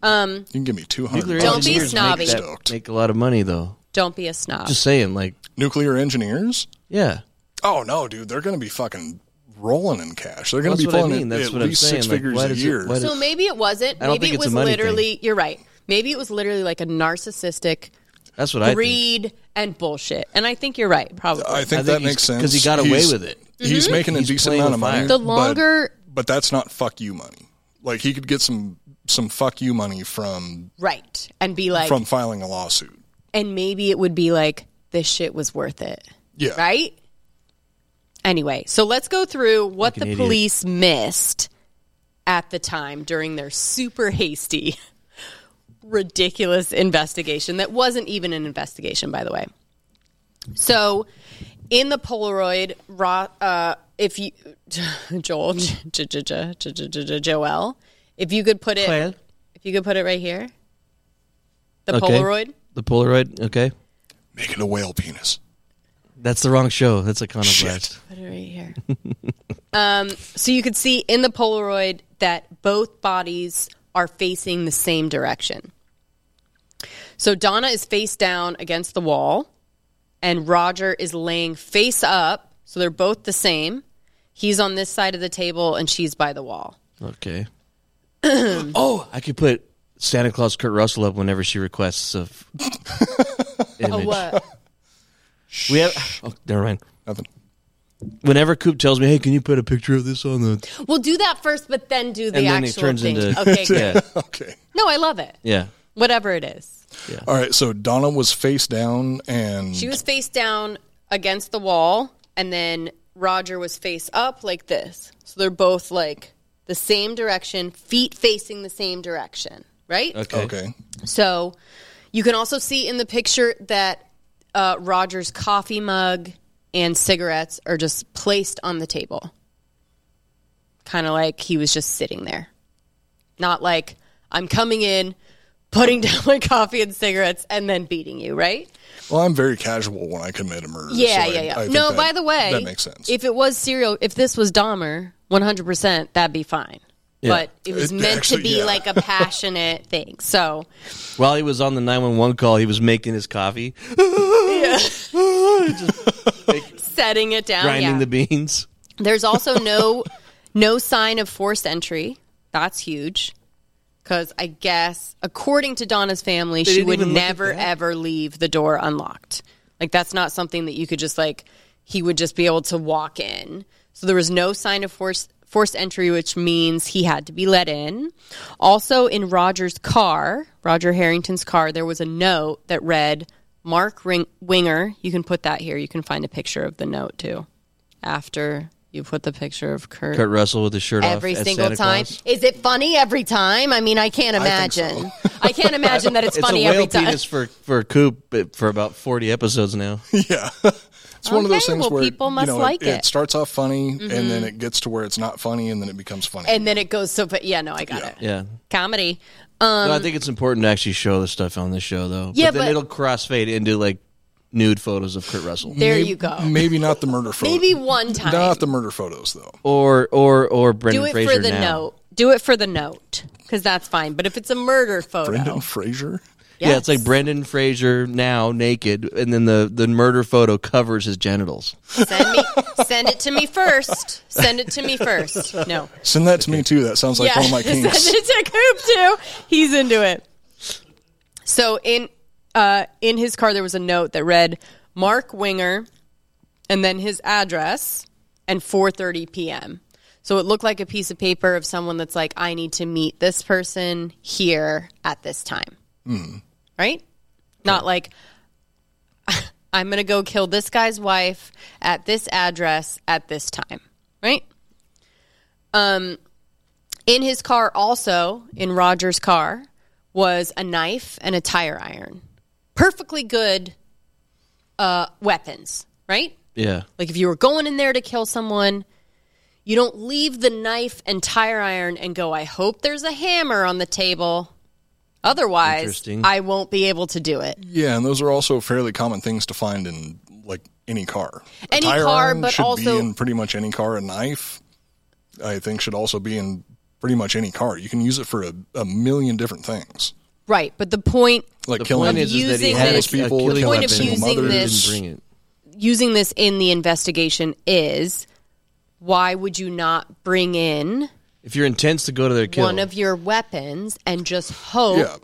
[SPEAKER 6] Um,
[SPEAKER 7] You can give me two
[SPEAKER 8] Nuclear
[SPEAKER 7] hundred.
[SPEAKER 6] Don't be snobby.
[SPEAKER 8] Make, that- make a lot of money though.
[SPEAKER 6] don't be a snob.
[SPEAKER 8] Just saying, like
[SPEAKER 7] Nuclear engineers?
[SPEAKER 8] yeah,
[SPEAKER 7] Oh no, dude, they're going to be fucking rolling in cash. They're going
[SPEAKER 8] Well,
[SPEAKER 7] to be
[SPEAKER 8] that's what I
[SPEAKER 7] pulling
[SPEAKER 8] mean.
[SPEAKER 7] at,
[SPEAKER 8] That's
[SPEAKER 7] at
[SPEAKER 8] what I'm
[SPEAKER 7] least
[SPEAKER 8] saying.
[SPEAKER 7] six
[SPEAKER 8] Like,
[SPEAKER 7] figures
[SPEAKER 8] why
[SPEAKER 7] a
[SPEAKER 8] does it-
[SPEAKER 7] year.
[SPEAKER 8] why
[SPEAKER 6] So maybe it wasn't.
[SPEAKER 8] I don't
[SPEAKER 6] Maybe
[SPEAKER 8] think
[SPEAKER 6] it
[SPEAKER 8] it's a
[SPEAKER 6] was
[SPEAKER 8] money
[SPEAKER 6] literally. You're right. Maybe it was literally like a narcissistic
[SPEAKER 8] that's what I think.
[SPEAKER 6] greed and bullshit. And I think you're right. Probably.
[SPEAKER 7] I think
[SPEAKER 8] I think
[SPEAKER 7] that
[SPEAKER 8] he's-
[SPEAKER 7] makes sense
[SPEAKER 8] 'cause he got away
[SPEAKER 7] He's-
[SPEAKER 8] with it.
[SPEAKER 7] He's
[SPEAKER 8] Mhm.
[SPEAKER 7] making a
[SPEAKER 8] He's
[SPEAKER 7] decent
[SPEAKER 8] playing
[SPEAKER 7] amount
[SPEAKER 8] with
[SPEAKER 7] of money.
[SPEAKER 8] fire.
[SPEAKER 6] the
[SPEAKER 7] but-
[SPEAKER 6] longer,
[SPEAKER 7] but, that's not fuck you money. Like he could get some some fuck you money from
[SPEAKER 6] right, and be like,
[SPEAKER 7] from filing a lawsuit.
[SPEAKER 6] and maybe it would be like this shit was worth it.
[SPEAKER 7] Yeah.
[SPEAKER 6] Right. Anyway, so let's go through what
[SPEAKER 8] Fucking
[SPEAKER 6] the
[SPEAKER 8] idiot.
[SPEAKER 6] police missed at the time during their super hasty, ridiculous investigation that wasn't even an investigation, by the way. So, in the Polaroid, Ro- uh, if you Joel, J- J- J- J- J- J- J- Joel, if you could put it,
[SPEAKER 8] Joel.
[SPEAKER 6] if you could put it right here, the
[SPEAKER 8] Okay.
[SPEAKER 6] Polaroid.
[SPEAKER 8] The Polaroid. Okay,
[SPEAKER 7] Make it a whale penis.
[SPEAKER 8] that's the wrong show. That's iconoclast.
[SPEAKER 6] Put it right here. um, so you could see in the Polaroid that both bodies are facing the same direction. So Donna is face down against the wall, and Roger is laying face up. So they're both the same. He's on this side of the table, and she's by the wall.
[SPEAKER 8] Okay. oh, I could put Santa Claus Kurt Russell up whenever she requests a f- image.
[SPEAKER 6] Oh, what?
[SPEAKER 8] We have. Oh, never mind.
[SPEAKER 7] Nothing.
[SPEAKER 8] Whenever Coop tells me, "Hey, can you put a picture of this on the?"
[SPEAKER 6] We'll do that first, but then do the
[SPEAKER 8] and then
[SPEAKER 6] actual
[SPEAKER 8] it turns
[SPEAKER 6] thing.
[SPEAKER 8] into
[SPEAKER 6] okay, good.
[SPEAKER 8] yeah,
[SPEAKER 7] Okay.
[SPEAKER 6] No, I love it.
[SPEAKER 8] yeah.
[SPEAKER 6] Whatever it is,
[SPEAKER 7] All right. So Donna was face down, and
[SPEAKER 6] she was face down against the wall, and then Roger was face up like this. So they're both like the same direction, feet facing the same direction, right?
[SPEAKER 8] Okay.
[SPEAKER 7] okay.
[SPEAKER 6] So you can also see in the picture that uh, Roger's coffee mug and cigarettes are just placed on the table. Kind of like he was just sitting there. Not like I'm coming in, putting down my coffee and cigarettes, and then beating you, right?
[SPEAKER 7] Well, I'm very casual when I commit a murder.
[SPEAKER 6] Yeah,
[SPEAKER 7] so I-
[SPEAKER 6] yeah, yeah.
[SPEAKER 7] I think
[SPEAKER 6] no,
[SPEAKER 7] that-
[SPEAKER 6] by the way,
[SPEAKER 7] that makes sense.
[SPEAKER 6] If it was serial, if this was Dahmer, 100%, that'd be fine.
[SPEAKER 8] Yeah.
[SPEAKER 6] But it was
[SPEAKER 7] It-
[SPEAKER 6] meant
[SPEAKER 7] actually,
[SPEAKER 6] to be
[SPEAKER 7] yeah.
[SPEAKER 6] like a passionate thing. So,
[SPEAKER 8] While he was on the nine one one call, he was making his coffee,
[SPEAKER 6] Oh, yeah. setting it down,
[SPEAKER 8] grinding
[SPEAKER 6] yeah.
[SPEAKER 8] the beans.
[SPEAKER 6] There's also no no sign of forced entry. That's huge. Cuz I guess according to Donna's family,
[SPEAKER 8] They
[SPEAKER 6] she
[SPEAKER 8] didn't
[SPEAKER 6] would
[SPEAKER 8] even look at
[SPEAKER 6] never
[SPEAKER 8] that?
[SPEAKER 6] ever leave the door unlocked. Like that's not something that you could just like he would just be able to walk in. So there was no sign of forced forced entry which means he had to be let in. Also in Roger's car, Roger Harrington's car, there was a note that read Mark Ring- Winger, you can put that here. You can find a picture of the note too after You put the picture of Kurt.
[SPEAKER 8] Kurt Russell with his shirt off
[SPEAKER 6] every
[SPEAKER 8] at
[SPEAKER 6] single
[SPEAKER 8] Santa
[SPEAKER 6] time.
[SPEAKER 8] Claus.
[SPEAKER 6] Is it funny every time? I mean, I can't
[SPEAKER 8] I think so.
[SPEAKER 6] imagine. I, can't imagine that it's, funny
[SPEAKER 8] a whale
[SPEAKER 6] every time.
[SPEAKER 8] penis for for Coop but for about forty episodes now.
[SPEAKER 6] Um,
[SPEAKER 7] yeah, it's one of those
[SPEAKER 6] Okay,
[SPEAKER 7] things
[SPEAKER 6] well,
[SPEAKER 7] where
[SPEAKER 6] people must
[SPEAKER 7] you know,
[SPEAKER 6] like
[SPEAKER 7] it,
[SPEAKER 6] it.
[SPEAKER 7] starts off funny
[SPEAKER 6] Mhm.
[SPEAKER 7] and then it gets to where it's not funny and then it becomes funny.
[SPEAKER 6] and then it goes so. But yeah, no, I got it.
[SPEAKER 8] Yeah.
[SPEAKER 6] Comedy. Um,
[SPEAKER 8] no, I think it's important to actually show the stuff on this show though.
[SPEAKER 6] Yeah,
[SPEAKER 8] but then
[SPEAKER 6] but-
[SPEAKER 8] it'll crossfade into like nude photos of Kurt Russell.
[SPEAKER 6] There you go.
[SPEAKER 7] Maybe not the murder photo.
[SPEAKER 6] maybe one time.
[SPEAKER 7] not the murder photos though.
[SPEAKER 8] Or or or Brendan
[SPEAKER 6] Do it
[SPEAKER 8] Fraser
[SPEAKER 6] for the
[SPEAKER 8] now.
[SPEAKER 6] note. Do it for the note because that's fine. But if it's a murder photo,
[SPEAKER 8] Brendan
[SPEAKER 7] Fraser.
[SPEAKER 8] Yeah, it's like Brendan Fraser now naked, and then the the murder photo covers his genitals.
[SPEAKER 6] send me send it to me first. Send it to me first. No.
[SPEAKER 7] Send that to me too. That sounds like one of my
[SPEAKER 6] send
[SPEAKER 7] kinks.
[SPEAKER 6] it to Coop too. He's into it. So in uh, in his car there was a note that read Mark Winger, and then his address, and 4:30 p.m. So it looked like a piece of paper of someone that's like, I need to meet this person here at this time,
[SPEAKER 7] Mm.
[SPEAKER 6] right? Not like I'm gonna go kill this guy's wife at this address at this time, right? Um, in his car, also in Roger's car, was a knife and a tire iron. Perfectly good uh, weapons, right?
[SPEAKER 8] Yeah.
[SPEAKER 6] Like if you were going in there to kill someone, you don't leave the knife and tire iron and go, I hope there's a hammer on the table. Otherwise,
[SPEAKER 7] Interesting.
[SPEAKER 6] I won't be able to do it.
[SPEAKER 7] Yeah, and those are also fairly common things to find in like any car. A
[SPEAKER 6] Any
[SPEAKER 7] tire
[SPEAKER 6] car,
[SPEAKER 7] iron
[SPEAKER 6] but
[SPEAKER 7] should
[SPEAKER 6] also-
[SPEAKER 7] be in pretty much any car. A knife, I think, should also be in pretty much any car. You can use it for a, a million different things.
[SPEAKER 6] Right. But the point
[SPEAKER 7] Like
[SPEAKER 8] The
[SPEAKER 7] killing
[SPEAKER 8] point is- is that he
[SPEAKER 7] using
[SPEAKER 8] had a-
[SPEAKER 7] homeless
[SPEAKER 8] a
[SPEAKER 7] people,
[SPEAKER 8] killing
[SPEAKER 7] killing
[SPEAKER 8] weapon.
[SPEAKER 7] single
[SPEAKER 6] The point of
[SPEAKER 7] mothers.
[SPEAKER 6] using
[SPEAKER 8] Bring it.
[SPEAKER 6] using this in the investigation is why would you not bring in
[SPEAKER 8] If your intent's to go to their kill,
[SPEAKER 6] one of your weapons and just hope
[SPEAKER 8] Yeah.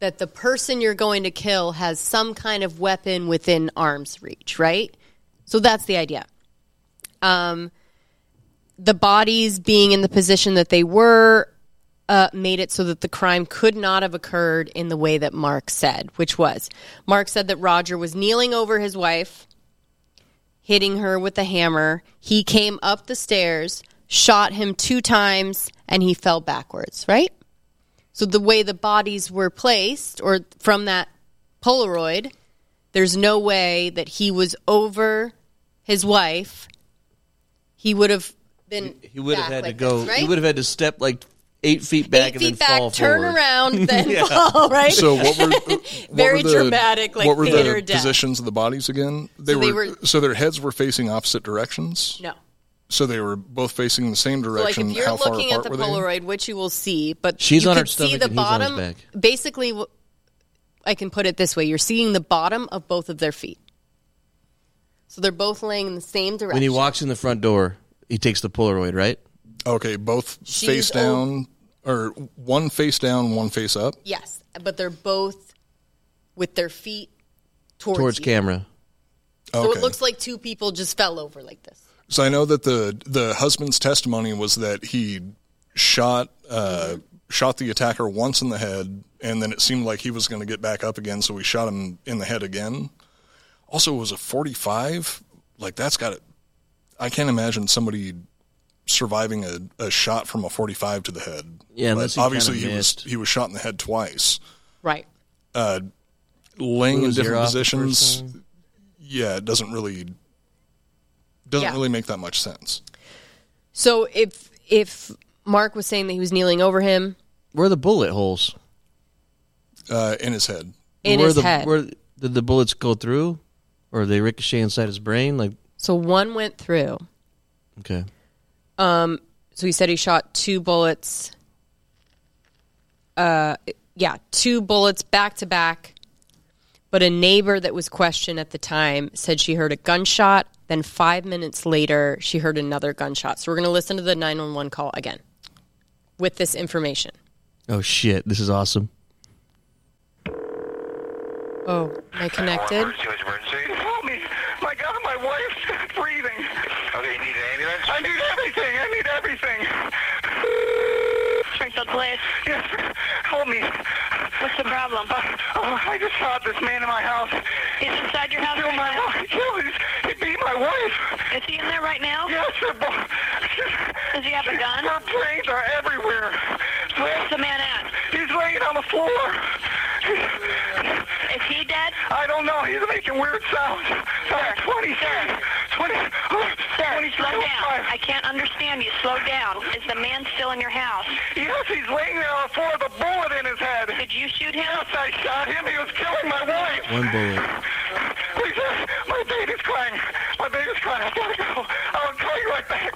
[SPEAKER 6] that the person you're going to kill has some kind of weapon within arm's reach, right? So that's the idea. Um, the bodies being in the position that they were uh, made it so that the crime could not have occurred in the way that Mark said, which was Mark said that Roger was kneeling over his wife, hitting her with a hammer. He came up the stairs, shot him two times, and he fell backwards, right? So the way the bodies were placed, or from that Polaroid, there's no way that he was over his wife. He would have been.
[SPEAKER 8] he would have had to
[SPEAKER 6] like
[SPEAKER 8] go.
[SPEAKER 6] this, right?
[SPEAKER 8] He would have had to step like eight feet back and
[SPEAKER 6] feet
[SPEAKER 8] then
[SPEAKER 6] back,
[SPEAKER 8] fall
[SPEAKER 6] turn
[SPEAKER 8] forward.
[SPEAKER 6] around, then
[SPEAKER 8] Yeah.
[SPEAKER 6] fall. Right?
[SPEAKER 7] So what were what
[SPEAKER 6] very
[SPEAKER 7] were the-
[SPEAKER 6] dramatic, like
[SPEAKER 7] what were
[SPEAKER 6] theater
[SPEAKER 7] the
[SPEAKER 6] death.
[SPEAKER 7] positions of the bodies again? They,
[SPEAKER 6] So
[SPEAKER 7] were,
[SPEAKER 6] they were-
[SPEAKER 7] so their heads were facing opposite directions.
[SPEAKER 6] No.
[SPEAKER 7] So they were both facing the same
[SPEAKER 6] So, like,
[SPEAKER 7] direction.
[SPEAKER 6] if you're
[SPEAKER 7] How far
[SPEAKER 6] looking at
[SPEAKER 7] apart
[SPEAKER 6] the
[SPEAKER 7] were they?
[SPEAKER 6] Polaroid, which you will see, but
[SPEAKER 7] She's
[SPEAKER 6] you
[SPEAKER 7] on her
[SPEAKER 6] could see
[SPEAKER 7] stomach
[SPEAKER 6] the
[SPEAKER 7] and he's on his
[SPEAKER 6] bottom.
[SPEAKER 8] back.
[SPEAKER 6] Basically, w- I can put it this way: you're seeing the bottom of both of their feet. So they're both laying in the same direction.
[SPEAKER 8] When he walks in the front door, he takes the Polaroid, right?
[SPEAKER 7] Okay, both
[SPEAKER 6] She's
[SPEAKER 7] face down or one face down, one face up.
[SPEAKER 6] yes, but they're both with their feet towards,
[SPEAKER 8] towards
[SPEAKER 6] you.
[SPEAKER 8] camera.
[SPEAKER 6] So
[SPEAKER 7] Okay.
[SPEAKER 6] it looks like two people just fell over like this.
[SPEAKER 7] So I know that the the husband's testimony was that he shot uh, shot the attacker once in the head, and then it seemed like he was going to get back up again, so we shot him in the head again. Also, it was a forty five. Like that's got it. I can't imagine somebody surviving a, a shot from a forty five to the head.
[SPEAKER 8] Yeah,
[SPEAKER 7] But
[SPEAKER 8] unless he
[SPEAKER 7] obviously
[SPEAKER 8] kinda
[SPEAKER 7] he was he was shot in the head twice.
[SPEAKER 6] Right.
[SPEAKER 7] Uh, laying in
[SPEAKER 8] Blew his ear
[SPEAKER 7] different
[SPEAKER 8] off the first
[SPEAKER 7] positions.
[SPEAKER 8] time.
[SPEAKER 7] Yeah, it doesn't really doesn't
[SPEAKER 6] Yeah.
[SPEAKER 7] really make that much sense.
[SPEAKER 6] So if if Mark was saying that he was kneeling over him,
[SPEAKER 8] Where are the bullet holes?
[SPEAKER 7] Uh, in his head.
[SPEAKER 6] In
[SPEAKER 8] where
[SPEAKER 6] his
[SPEAKER 8] the,
[SPEAKER 6] head.
[SPEAKER 8] Where did the bullets go through, or they ricochet inside his brain? Like
[SPEAKER 6] so one went through.
[SPEAKER 8] okay,
[SPEAKER 6] Um, so he said he shot two bullets. Uh, yeah, two bullets back to back. But a neighbor that was questioned at the time said she heard a gunshot. Then five minutes later, she heard another gunshot. So we're going to listen to the 911 call again with this information.
[SPEAKER 8] oh shit, this is awesome.
[SPEAKER 6] Oh, am I connected?
[SPEAKER 9] Help me. My God, my wife's breathing. Okay, you need an ambulance? I need everything. I need everything. Springfield Police. Yes, help me. What's the problem? Oh, I just saw this man in my house. He's inside your house? Killed my wife. He killed- He beat my wife. Is he in there right now? Yes, they're both, man? Her brains are everywhere. Where's the man at? He's laying on the floor. Is he dead? I don't know. He's making weird sounds. Uh, Sir, 20, sir. 20, sir, slow down. I can't understand you. Slow down. Is the man still in your house? Yes, he's laying there on the floor with a bullet in his head. Did you shoot him? Yes, I shot him. He was killing my wife.
[SPEAKER 8] One bullet.
[SPEAKER 9] Please, uh, my baby's crying. My baby's crying. I gotta go. I'll call you right back.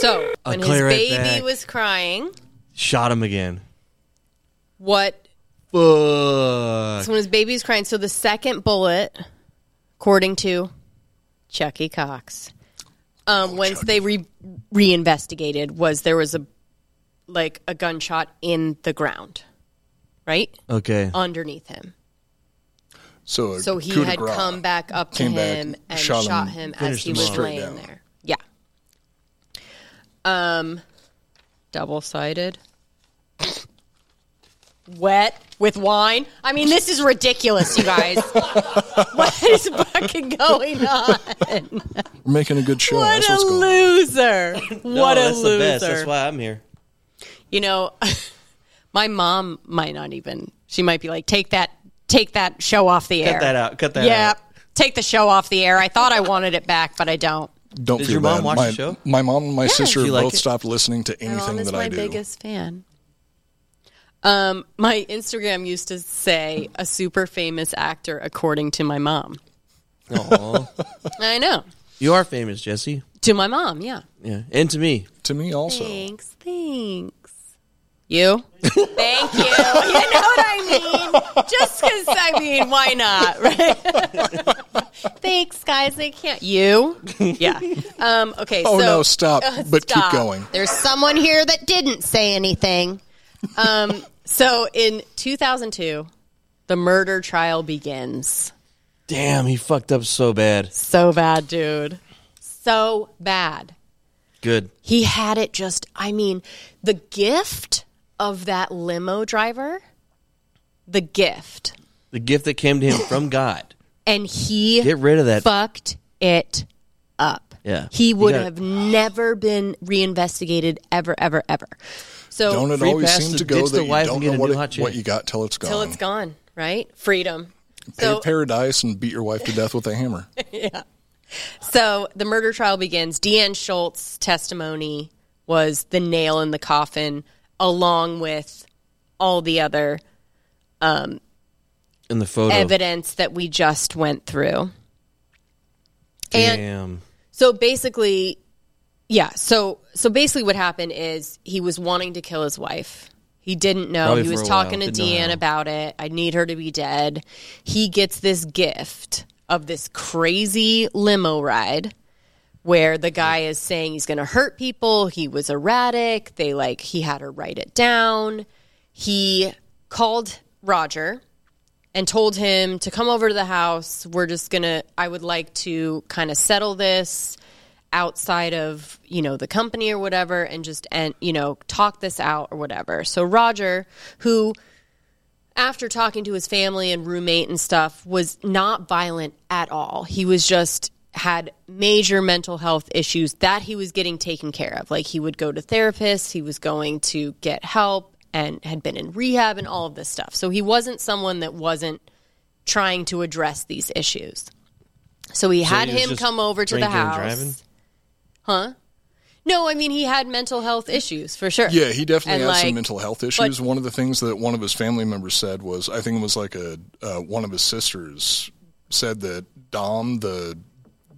[SPEAKER 6] So
[SPEAKER 8] I'll
[SPEAKER 6] when his
[SPEAKER 8] clear it
[SPEAKER 6] baby
[SPEAKER 8] back.
[SPEAKER 6] was crying,
[SPEAKER 8] Shot him again.
[SPEAKER 6] what
[SPEAKER 8] Fuck.
[SPEAKER 6] So when his baby's crying, so the second bullet, according to Chucky Cox, um, once they re- reinvestigated, was there was a like a gunshot in the ground, right?
[SPEAKER 8] Okay.
[SPEAKER 6] underneath him.
[SPEAKER 7] So, a
[SPEAKER 6] So he
[SPEAKER 7] coup de
[SPEAKER 6] had
[SPEAKER 7] grace.
[SPEAKER 6] come back up to
[SPEAKER 7] Came back,
[SPEAKER 6] him and
[SPEAKER 7] shot
[SPEAKER 6] shot,
[SPEAKER 7] him,
[SPEAKER 6] him as
[SPEAKER 7] finished
[SPEAKER 6] he
[SPEAKER 7] him
[SPEAKER 6] was
[SPEAKER 7] straight
[SPEAKER 6] laying
[SPEAKER 7] down.
[SPEAKER 6] there. Yeah. Um, double sided. Wet with wine. I mean, this is ridiculous, you guys. what is fucking going on?
[SPEAKER 7] We're making a good show.
[SPEAKER 6] What
[SPEAKER 7] That's
[SPEAKER 6] a
[SPEAKER 7] what's going on.
[SPEAKER 6] loser! what a
[SPEAKER 8] that's
[SPEAKER 6] loser!
[SPEAKER 8] the best. That's why I'm here.
[SPEAKER 6] you know, my mom might not even. She might be like, "Take that, take that show off the
[SPEAKER 8] Cut
[SPEAKER 6] air.
[SPEAKER 8] that out. Cut that
[SPEAKER 6] yeah,
[SPEAKER 8] out.
[SPEAKER 6] take the show off the air. I thought I wanted it back, but I don't.
[SPEAKER 7] Don't
[SPEAKER 8] Does
[SPEAKER 7] feel
[SPEAKER 8] your mom
[SPEAKER 7] bad.
[SPEAKER 8] watch
[SPEAKER 7] my,
[SPEAKER 8] the show?
[SPEAKER 7] My mom and my
[SPEAKER 6] Yeah.
[SPEAKER 7] sister
[SPEAKER 8] She like
[SPEAKER 7] both
[SPEAKER 8] it?
[SPEAKER 7] stopped listening to
[SPEAKER 6] my
[SPEAKER 7] anything
[SPEAKER 6] mom is
[SPEAKER 7] that
[SPEAKER 6] my
[SPEAKER 7] I do.
[SPEAKER 6] biggest fan. Um, my Instagram used to say a super famous actor, according to my mom.
[SPEAKER 8] Aw.
[SPEAKER 6] I know.
[SPEAKER 8] you are famous, Jesse.
[SPEAKER 6] To my mom, yeah.
[SPEAKER 8] Yeah, and to me.
[SPEAKER 7] To me also.
[SPEAKER 6] Thanks, thanks. You? Thank you. You know what I mean? Just because, I mean, why not, right? thanks, guys. They can't. You? Yeah. Um, okay,
[SPEAKER 7] Oh,
[SPEAKER 6] so. uh,
[SPEAKER 7] no, stop. But keep
[SPEAKER 6] stop.
[SPEAKER 7] going.
[SPEAKER 6] There's someone here that didn't say anything. Um, so in 2002, the murder trial begins.
[SPEAKER 8] Damn, he fucked up so bad.
[SPEAKER 6] So bad, dude. So bad.
[SPEAKER 8] Good.
[SPEAKER 6] He had it just, I mean, the gift of that limo driver, the gift.
[SPEAKER 8] The gift that came to him from God.
[SPEAKER 6] And he
[SPEAKER 8] Get rid of that.
[SPEAKER 6] fucked it up.
[SPEAKER 8] Yeah.
[SPEAKER 6] He
[SPEAKER 8] You
[SPEAKER 6] would
[SPEAKER 8] gotta-
[SPEAKER 6] have never been reinvestigated ever, ever, ever. So
[SPEAKER 7] Don't it
[SPEAKER 8] Free
[SPEAKER 7] always
[SPEAKER 8] pass
[SPEAKER 7] seem
[SPEAKER 8] to
[SPEAKER 7] to go
[SPEAKER 8] ditch the
[SPEAKER 7] that you
[SPEAKER 8] wife
[SPEAKER 7] don't
[SPEAKER 8] and
[SPEAKER 7] know
[SPEAKER 8] get a
[SPEAKER 7] what,
[SPEAKER 8] new
[SPEAKER 7] it-
[SPEAKER 8] hot chick.
[SPEAKER 7] what you got till it's gone?
[SPEAKER 6] till it's gone, right? Freedom.
[SPEAKER 7] Pay
[SPEAKER 6] So
[SPEAKER 7] paradise and beat your wife to death with a hammer.
[SPEAKER 6] yeah. So the murder trial begins. Deanne Schultz's testimony was the nail in the coffin, along with all the other um,
[SPEAKER 8] In the photo.
[SPEAKER 6] evidence that we just went through.
[SPEAKER 8] Damn.
[SPEAKER 6] And so basically, yeah. So so basically, what happened is he was wanting to kill his wife. He didn't know.
[SPEAKER 8] Probably
[SPEAKER 6] he was
[SPEAKER 8] for a while.
[SPEAKER 6] talking to
[SPEAKER 8] Didn't know
[SPEAKER 6] Deanne
[SPEAKER 8] how.
[SPEAKER 6] about it. I need her to be dead. He gets this gift of this crazy limo ride where the guy is saying he's going to hurt people. He was erratic. They like he had her write it down. He called Roger and told him to come over to the house. We're just going to I would like to kind of settle this outside of, you know, the company or whatever and just and you know, talk this out or whatever. So Roger, who after talking to his family and roommate and stuff was not violent at all he was just had major mental health issues that he was getting taken care of like he would go to therapists he was going to get help and had been in rehab and all of this stuff so he wasn't someone that wasn't trying to address these issues so he
[SPEAKER 8] So
[SPEAKER 6] had
[SPEAKER 8] he was
[SPEAKER 6] him
[SPEAKER 8] just
[SPEAKER 6] come over to the
[SPEAKER 8] drinking and
[SPEAKER 6] house
[SPEAKER 8] driving?
[SPEAKER 6] huh no i mean he had mental health issues for sure
[SPEAKER 7] Yeah, he
[SPEAKER 6] And,
[SPEAKER 7] definitely has
[SPEAKER 6] like,
[SPEAKER 7] some mental health issues. one of the things that one of his family members said was, I think it was like a uh, one of his sisters said that Dom, the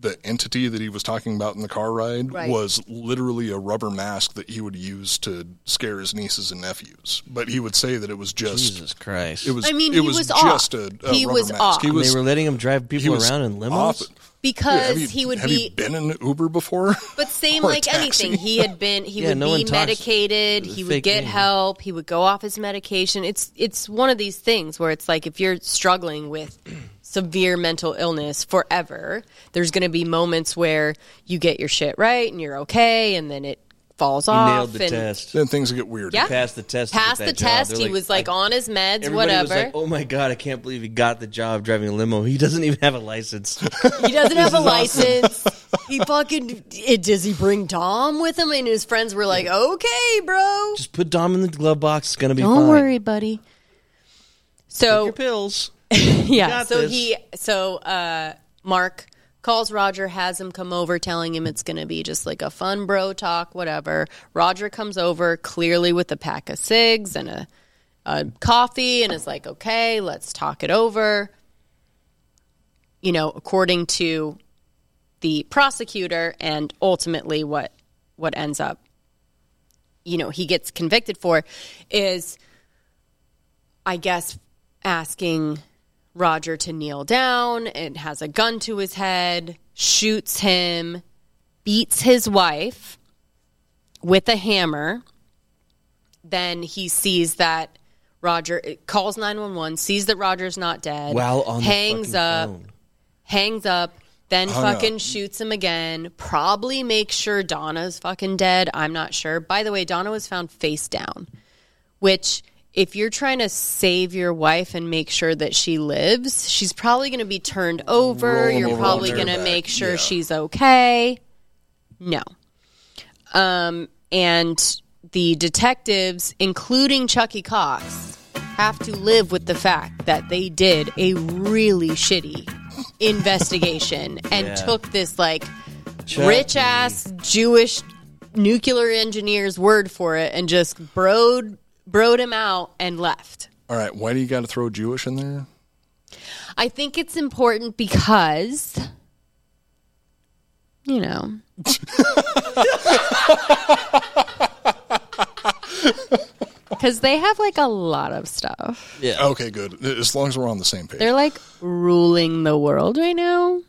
[SPEAKER 7] the entity that he was talking about in the car ride,
[SPEAKER 6] Right.
[SPEAKER 7] was literally a rubber mask that he would use to scare his nieces and nephews. But he would say that it was just
[SPEAKER 8] Jesus Christ.
[SPEAKER 7] It was.
[SPEAKER 6] I mean,
[SPEAKER 7] it
[SPEAKER 6] he
[SPEAKER 7] was,
[SPEAKER 6] was
[SPEAKER 7] just
[SPEAKER 6] off.
[SPEAKER 7] a, a
[SPEAKER 6] He
[SPEAKER 7] rubber
[SPEAKER 6] was
[SPEAKER 7] mask.
[SPEAKER 6] off.
[SPEAKER 7] He
[SPEAKER 8] And
[SPEAKER 7] was
[SPEAKER 8] they were letting him drive
[SPEAKER 7] he
[SPEAKER 8] people
[SPEAKER 7] was
[SPEAKER 8] around in limos.
[SPEAKER 7] off.
[SPEAKER 6] because
[SPEAKER 7] Yeah, have you-
[SPEAKER 6] he would
[SPEAKER 7] have
[SPEAKER 6] be
[SPEAKER 7] you been in an Uber before?
[SPEAKER 6] But same
[SPEAKER 7] Or a
[SPEAKER 6] like
[SPEAKER 7] taxi.
[SPEAKER 6] anything, he had been he
[SPEAKER 8] Yeah,
[SPEAKER 6] would
[SPEAKER 8] no
[SPEAKER 6] be
[SPEAKER 8] one talks
[SPEAKER 6] medicated. He would
[SPEAKER 8] fake
[SPEAKER 6] get
[SPEAKER 8] name.
[SPEAKER 6] help. He would go off his medication. It's it's one of these things where it's like if you're struggling with severe mental illness forever, there's going to be moments where you get your shit right and you're okay, and then it falls
[SPEAKER 8] He
[SPEAKER 6] off.
[SPEAKER 8] nailed the
[SPEAKER 6] and
[SPEAKER 8] test.
[SPEAKER 7] then things get weird.
[SPEAKER 6] Yeah.
[SPEAKER 8] Passed the test. to
[SPEAKER 6] Passed
[SPEAKER 8] get
[SPEAKER 6] the
[SPEAKER 8] that job.
[SPEAKER 6] test.
[SPEAKER 8] They're
[SPEAKER 6] He was like on his meds,
[SPEAKER 8] everybody
[SPEAKER 6] whatever.
[SPEAKER 8] was like, "Oh my god, I can't believe he got the job driving a limo. He doesn't even have a license."
[SPEAKER 6] he doesn't have a license. He fucking it, does he bring Dom with him? And his friends were like, "Okay, bro,
[SPEAKER 8] Just put Dom in the glove box. It's gonna be
[SPEAKER 6] don't
[SPEAKER 8] fine.
[SPEAKER 6] worry, buddy." So
[SPEAKER 8] pills.
[SPEAKER 6] yeah.
[SPEAKER 8] got
[SPEAKER 6] So
[SPEAKER 8] this.
[SPEAKER 6] he so uh, Mark calls Roger, has him come over, telling him it's going to be just like a fun bro talk, whatever. Roger comes over clearly with a pack of cigs and a, a coffee, and is like, "Okay, let's talk it over." You know, according to the prosecutor, and ultimately what what ends up, you know, he gets convicted for is. I guess, asking Roger to kneel down and has a gun to his head, shoots him, beats his wife with a hammer. Then he sees that Roger calls 911, sees that Roger's not dead,
[SPEAKER 8] While on the
[SPEAKER 6] hangs
[SPEAKER 8] fucking
[SPEAKER 6] up,
[SPEAKER 8] phone.
[SPEAKER 6] hangs up, then
[SPEAKER 8] Hung up.
[SPEAKER 6] fucking shoots him again, probably makes sure Donna's fucking dead. I'm not sure. By the way, Donna was found face down which if you're trying to save your wife and make sure that she lives, she's probably going to be turned over.
[SPEAKER 3] Roll
[SPEAKER 6] you're
[SPEAKER 3] over
[SPEAKER 6] probably
[SPEAKER 3] on
[SPEAKER 6] going
[SPEAKER 3] her
[SPEAKER 6] to
[SPEAKER 3] back,
[SPEAKER 6] make sure
[SPEAKER 3] yeah.
[SPEAKER 6] she's okay. No. Um, and the detectives, including Chucky Cox, have to live with the fact that they did a really shitty investigation and
[SPEAKER 3] Yeah.
[SPEAKER 6] took this like
[SPEAKER 3] Chucky.
[SPEAKER 6] rich ass Jewish nuclear engineer's word for it and just broed broed him out and left.
[SPEAKER 7] All right, why do you got to throw Jewish in there?
[SPEAKER 6] I think it's important because you know. Cuz they have like a lot of stuff.
[SPEAKER 8] Yeah.
[SPEAKER 7] Okay, good. As long as we're on the same page.
[SPEAKER 6] They're like ruling the world right now. And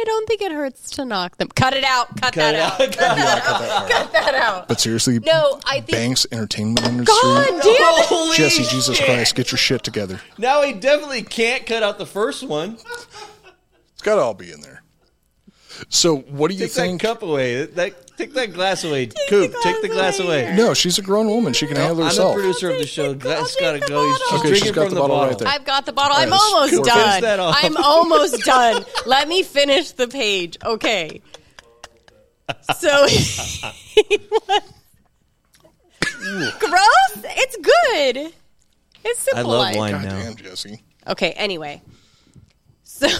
[SPEAKER 6] I don't think it hurts to knock them. Cut it out. Cut, that, out. Cut, that out. Cut that out.
[SPEAKER 7] But seriously,
[SPEAKER 6] No, I think
[SPEAKER 7] Banks entertainment industry.
[SPEAKER 6] God damn it! Holy
[SPEAKER 7] Jesse, Jesus
[SPEAKER 8] shit.
[SPEAKER 7] Christ, get your shit together.
[SPEAKER 8] Now he definitely can't cut out the first one.
[SPEAKER 7] It's got to all be in there. So, what do you
[SPEAKER 8] Take
[SPEAKER 7] think?
[SPEAKER 8] that cup away. That take that glass away. Coop, take the glass away.
[SPEAKER 7] No, she's a grown woman. She can handle
[SPEAKER 8] I'm the
[SPEAKER 7] herself.
[SPEAKER 8] producer of the show. Glass gotta go. He's,
[SPEAKER 7] Okay,
[SPEAKER 8] drinking
[SPEAKER 7] she's got
[SPEAKER 8] from
[SPEAKER 7] the
[SPEAKER 8] the
[SPEAKER 7] bottle
[SPEAKER 8] bottle.
[SPEAKER 7] right there.
[SPEAKER 6] I've got the bottle. I'm
[SPEAKER 8] All right,
[SPEAKER 6] almost
[SPEAKER 8] cool. Finish that
[SPEAKER 6] done.
[SPEAKER 8] off.
[SPEAKER 6] I'm almost done. Let me finish the page. Okay. So gross. It's good. It's simple. like.
[SPEAKER 7] Damn, Jesse.
[SPEAKER 6] Okay, anyway. So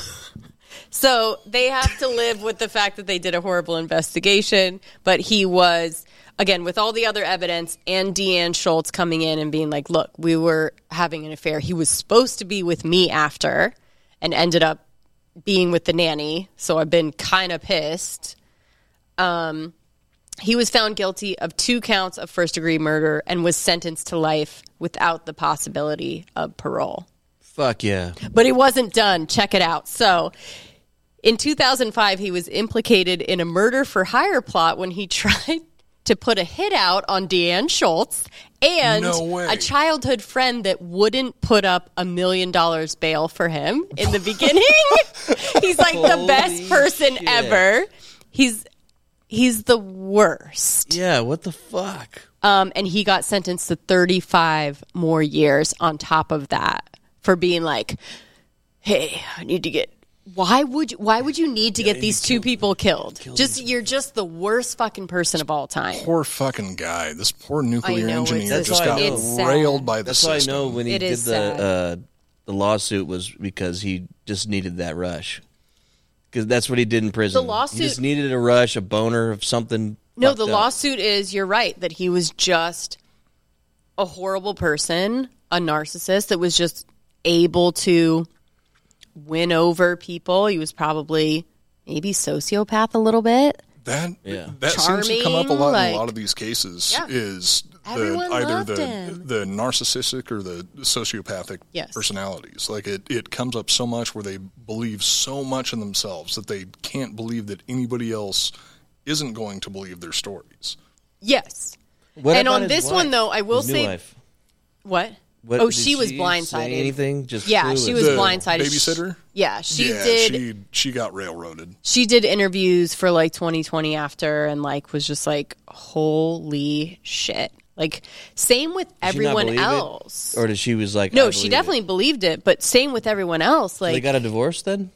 [SPEAKER 6] so they have to live with the fact that they did a horrible investigation, but he was again with all the other evidence and Deanne Schultz coming in and being like, "Look, we were having an affair. He was supposed to be with me after and ended up being with the nanny, so I've been kind of pissed." Um he was found guilty of two counts of first degree murder and was sentenced to life without the possibility of parole
[SPEAKER 8] Fuck yeah.
[SPEAKER 6] but he wasn't done. Check it out. So, in 2005, he was implicated in a murder for hire plot when he tried to put a hit out on Deanne Schultz and
[SPEAKER 3] No way.
[SPEAKER 6] a childhood friend that wouldn't put up a million dollars bail for him in the beginning. He's like the best
[SPEAKER 8] Holy
[SPEAKER 6] person
[SPEAKER 8] shit.
[SPEAKER 6] ever. He's he's the worst.
[SPEAKER 8] Yeah, what the fuck?
[SPEAKER 6] Um, and he got sentenced to 35 more years on top of that for being like, "Hey, I need to get." Why would you, why would you need to get these two people killed? just you're just the worst fucking person of all time.
[SPEAKER 7] Poor fucking guy. This poor nuclear
[SPEAKER 6] I know, it's
[SPEAKER 7] engineer
[SPEAKER 6] just-
[SPEAKER 7] just got
[SPEAKER 6] It's sad.
[SPEAKER 7] railed by the
[SPEAKER 8] That's why I
[SPEAKER 7] system.
[SPEAKER 8] know when he
[SPEAKER 6] It
[SPEAKER 8] did
[SPEAKER 6] is
[SPEAKER 8] the
[SPEAKER 6] sad.
[SPEAKER 8] uh, the lawsuit was because he just needed that rush. Because that's what he did in prison.
[SPEAKER 6] lawsuit-
[SPEAKER 8] he just needed a rush, a boner of something.
[SPEAKER 6] No,
[SPEAKER 8] fucked
[SPEAKER 6] the
[SPEAKER 8] up.
[SPEAKER 6] lawsuit is you're right that he was just a horrible person, a narcissist that was just able to win over people. He was probably maybe sociopath a little bit.
[SPEAKER 7] That that seems to come up a
[SPEAKER 6] Charming,
[SPEAKER 7] lot
[SPEAKER 6] like-
[SPEAKER 7] in a lot of these cases.
[SPEAKER 6] Yeah.
[SPEAKER 7] Is the,
[SPEAKER 6] Everyone
[SPEAKER 7] either
[SPEAKER 6] loved
[SPEAKER 7] the
[SPEAKER 6] him.
[SPEAKER 7] the narcissistic or the sociopathic
[SPEAKER 6] Yes.
[SPEAKER 7] personalities? Like it, it comes up so much where they believe so much in themselves that they can't believe that anybody else isn't going to believe their stories.
[SPEAKER 6] Yes.
[SPEAKER 8] What
[SPEAKER 6] and
[SPEAKER 8] about
[SPEAKER 6] on
[SPEAKER 8] his
[SPEAKER 6] this one
[SPEAKER 8] wife?
[SPEAKER 6] though, I will
[SPEAKER 8] His new
[SPEAKER 6] say
[SPEAKER 8] wife.
[SPEAKER 6] what?
[SPEAKER 8] What-
[SPEAKER 6] oh,
[SPEAKER 8] did
[SPEAKER 6] she was
[SPEAKER 8] she
[SPEAKER 6] blindsided.
[SPEAKER 8] say anything? Just
[SPEAKER 6] yeah, she
[SPEAKER 8] clueless.
[SPEAKER 6] was
[SPEAKER 8] The
[SPEAKER 6] blindsided.
[SPEAKER 7] babysitter?
[SPEAKER 6] She- yeah, she
[SPEAKER 7] yeah,
[SPEAKER 6] did. She,
[SPEAKER 7] She she got railroaded.
[SPEAKER 6] did interviews for like 2020 after, and like was just like, holy shit! Like same with
[SPEAKER 8] Did she not
[SPEAKER 6] everyone
[SPEAKER 8] believe it?
[SPEAKER 6] else.
[SPEAKER 8] Or did she was like, I
[SPEAKER 6] no, she
[SPEAKER 8] believe it.
[SPEAKER 6] definitely believed it, but same with everyone else.
[SPEAKER 8] So
[SPEAKER 6] Like
[SPEAKER 8] they got a divorce then.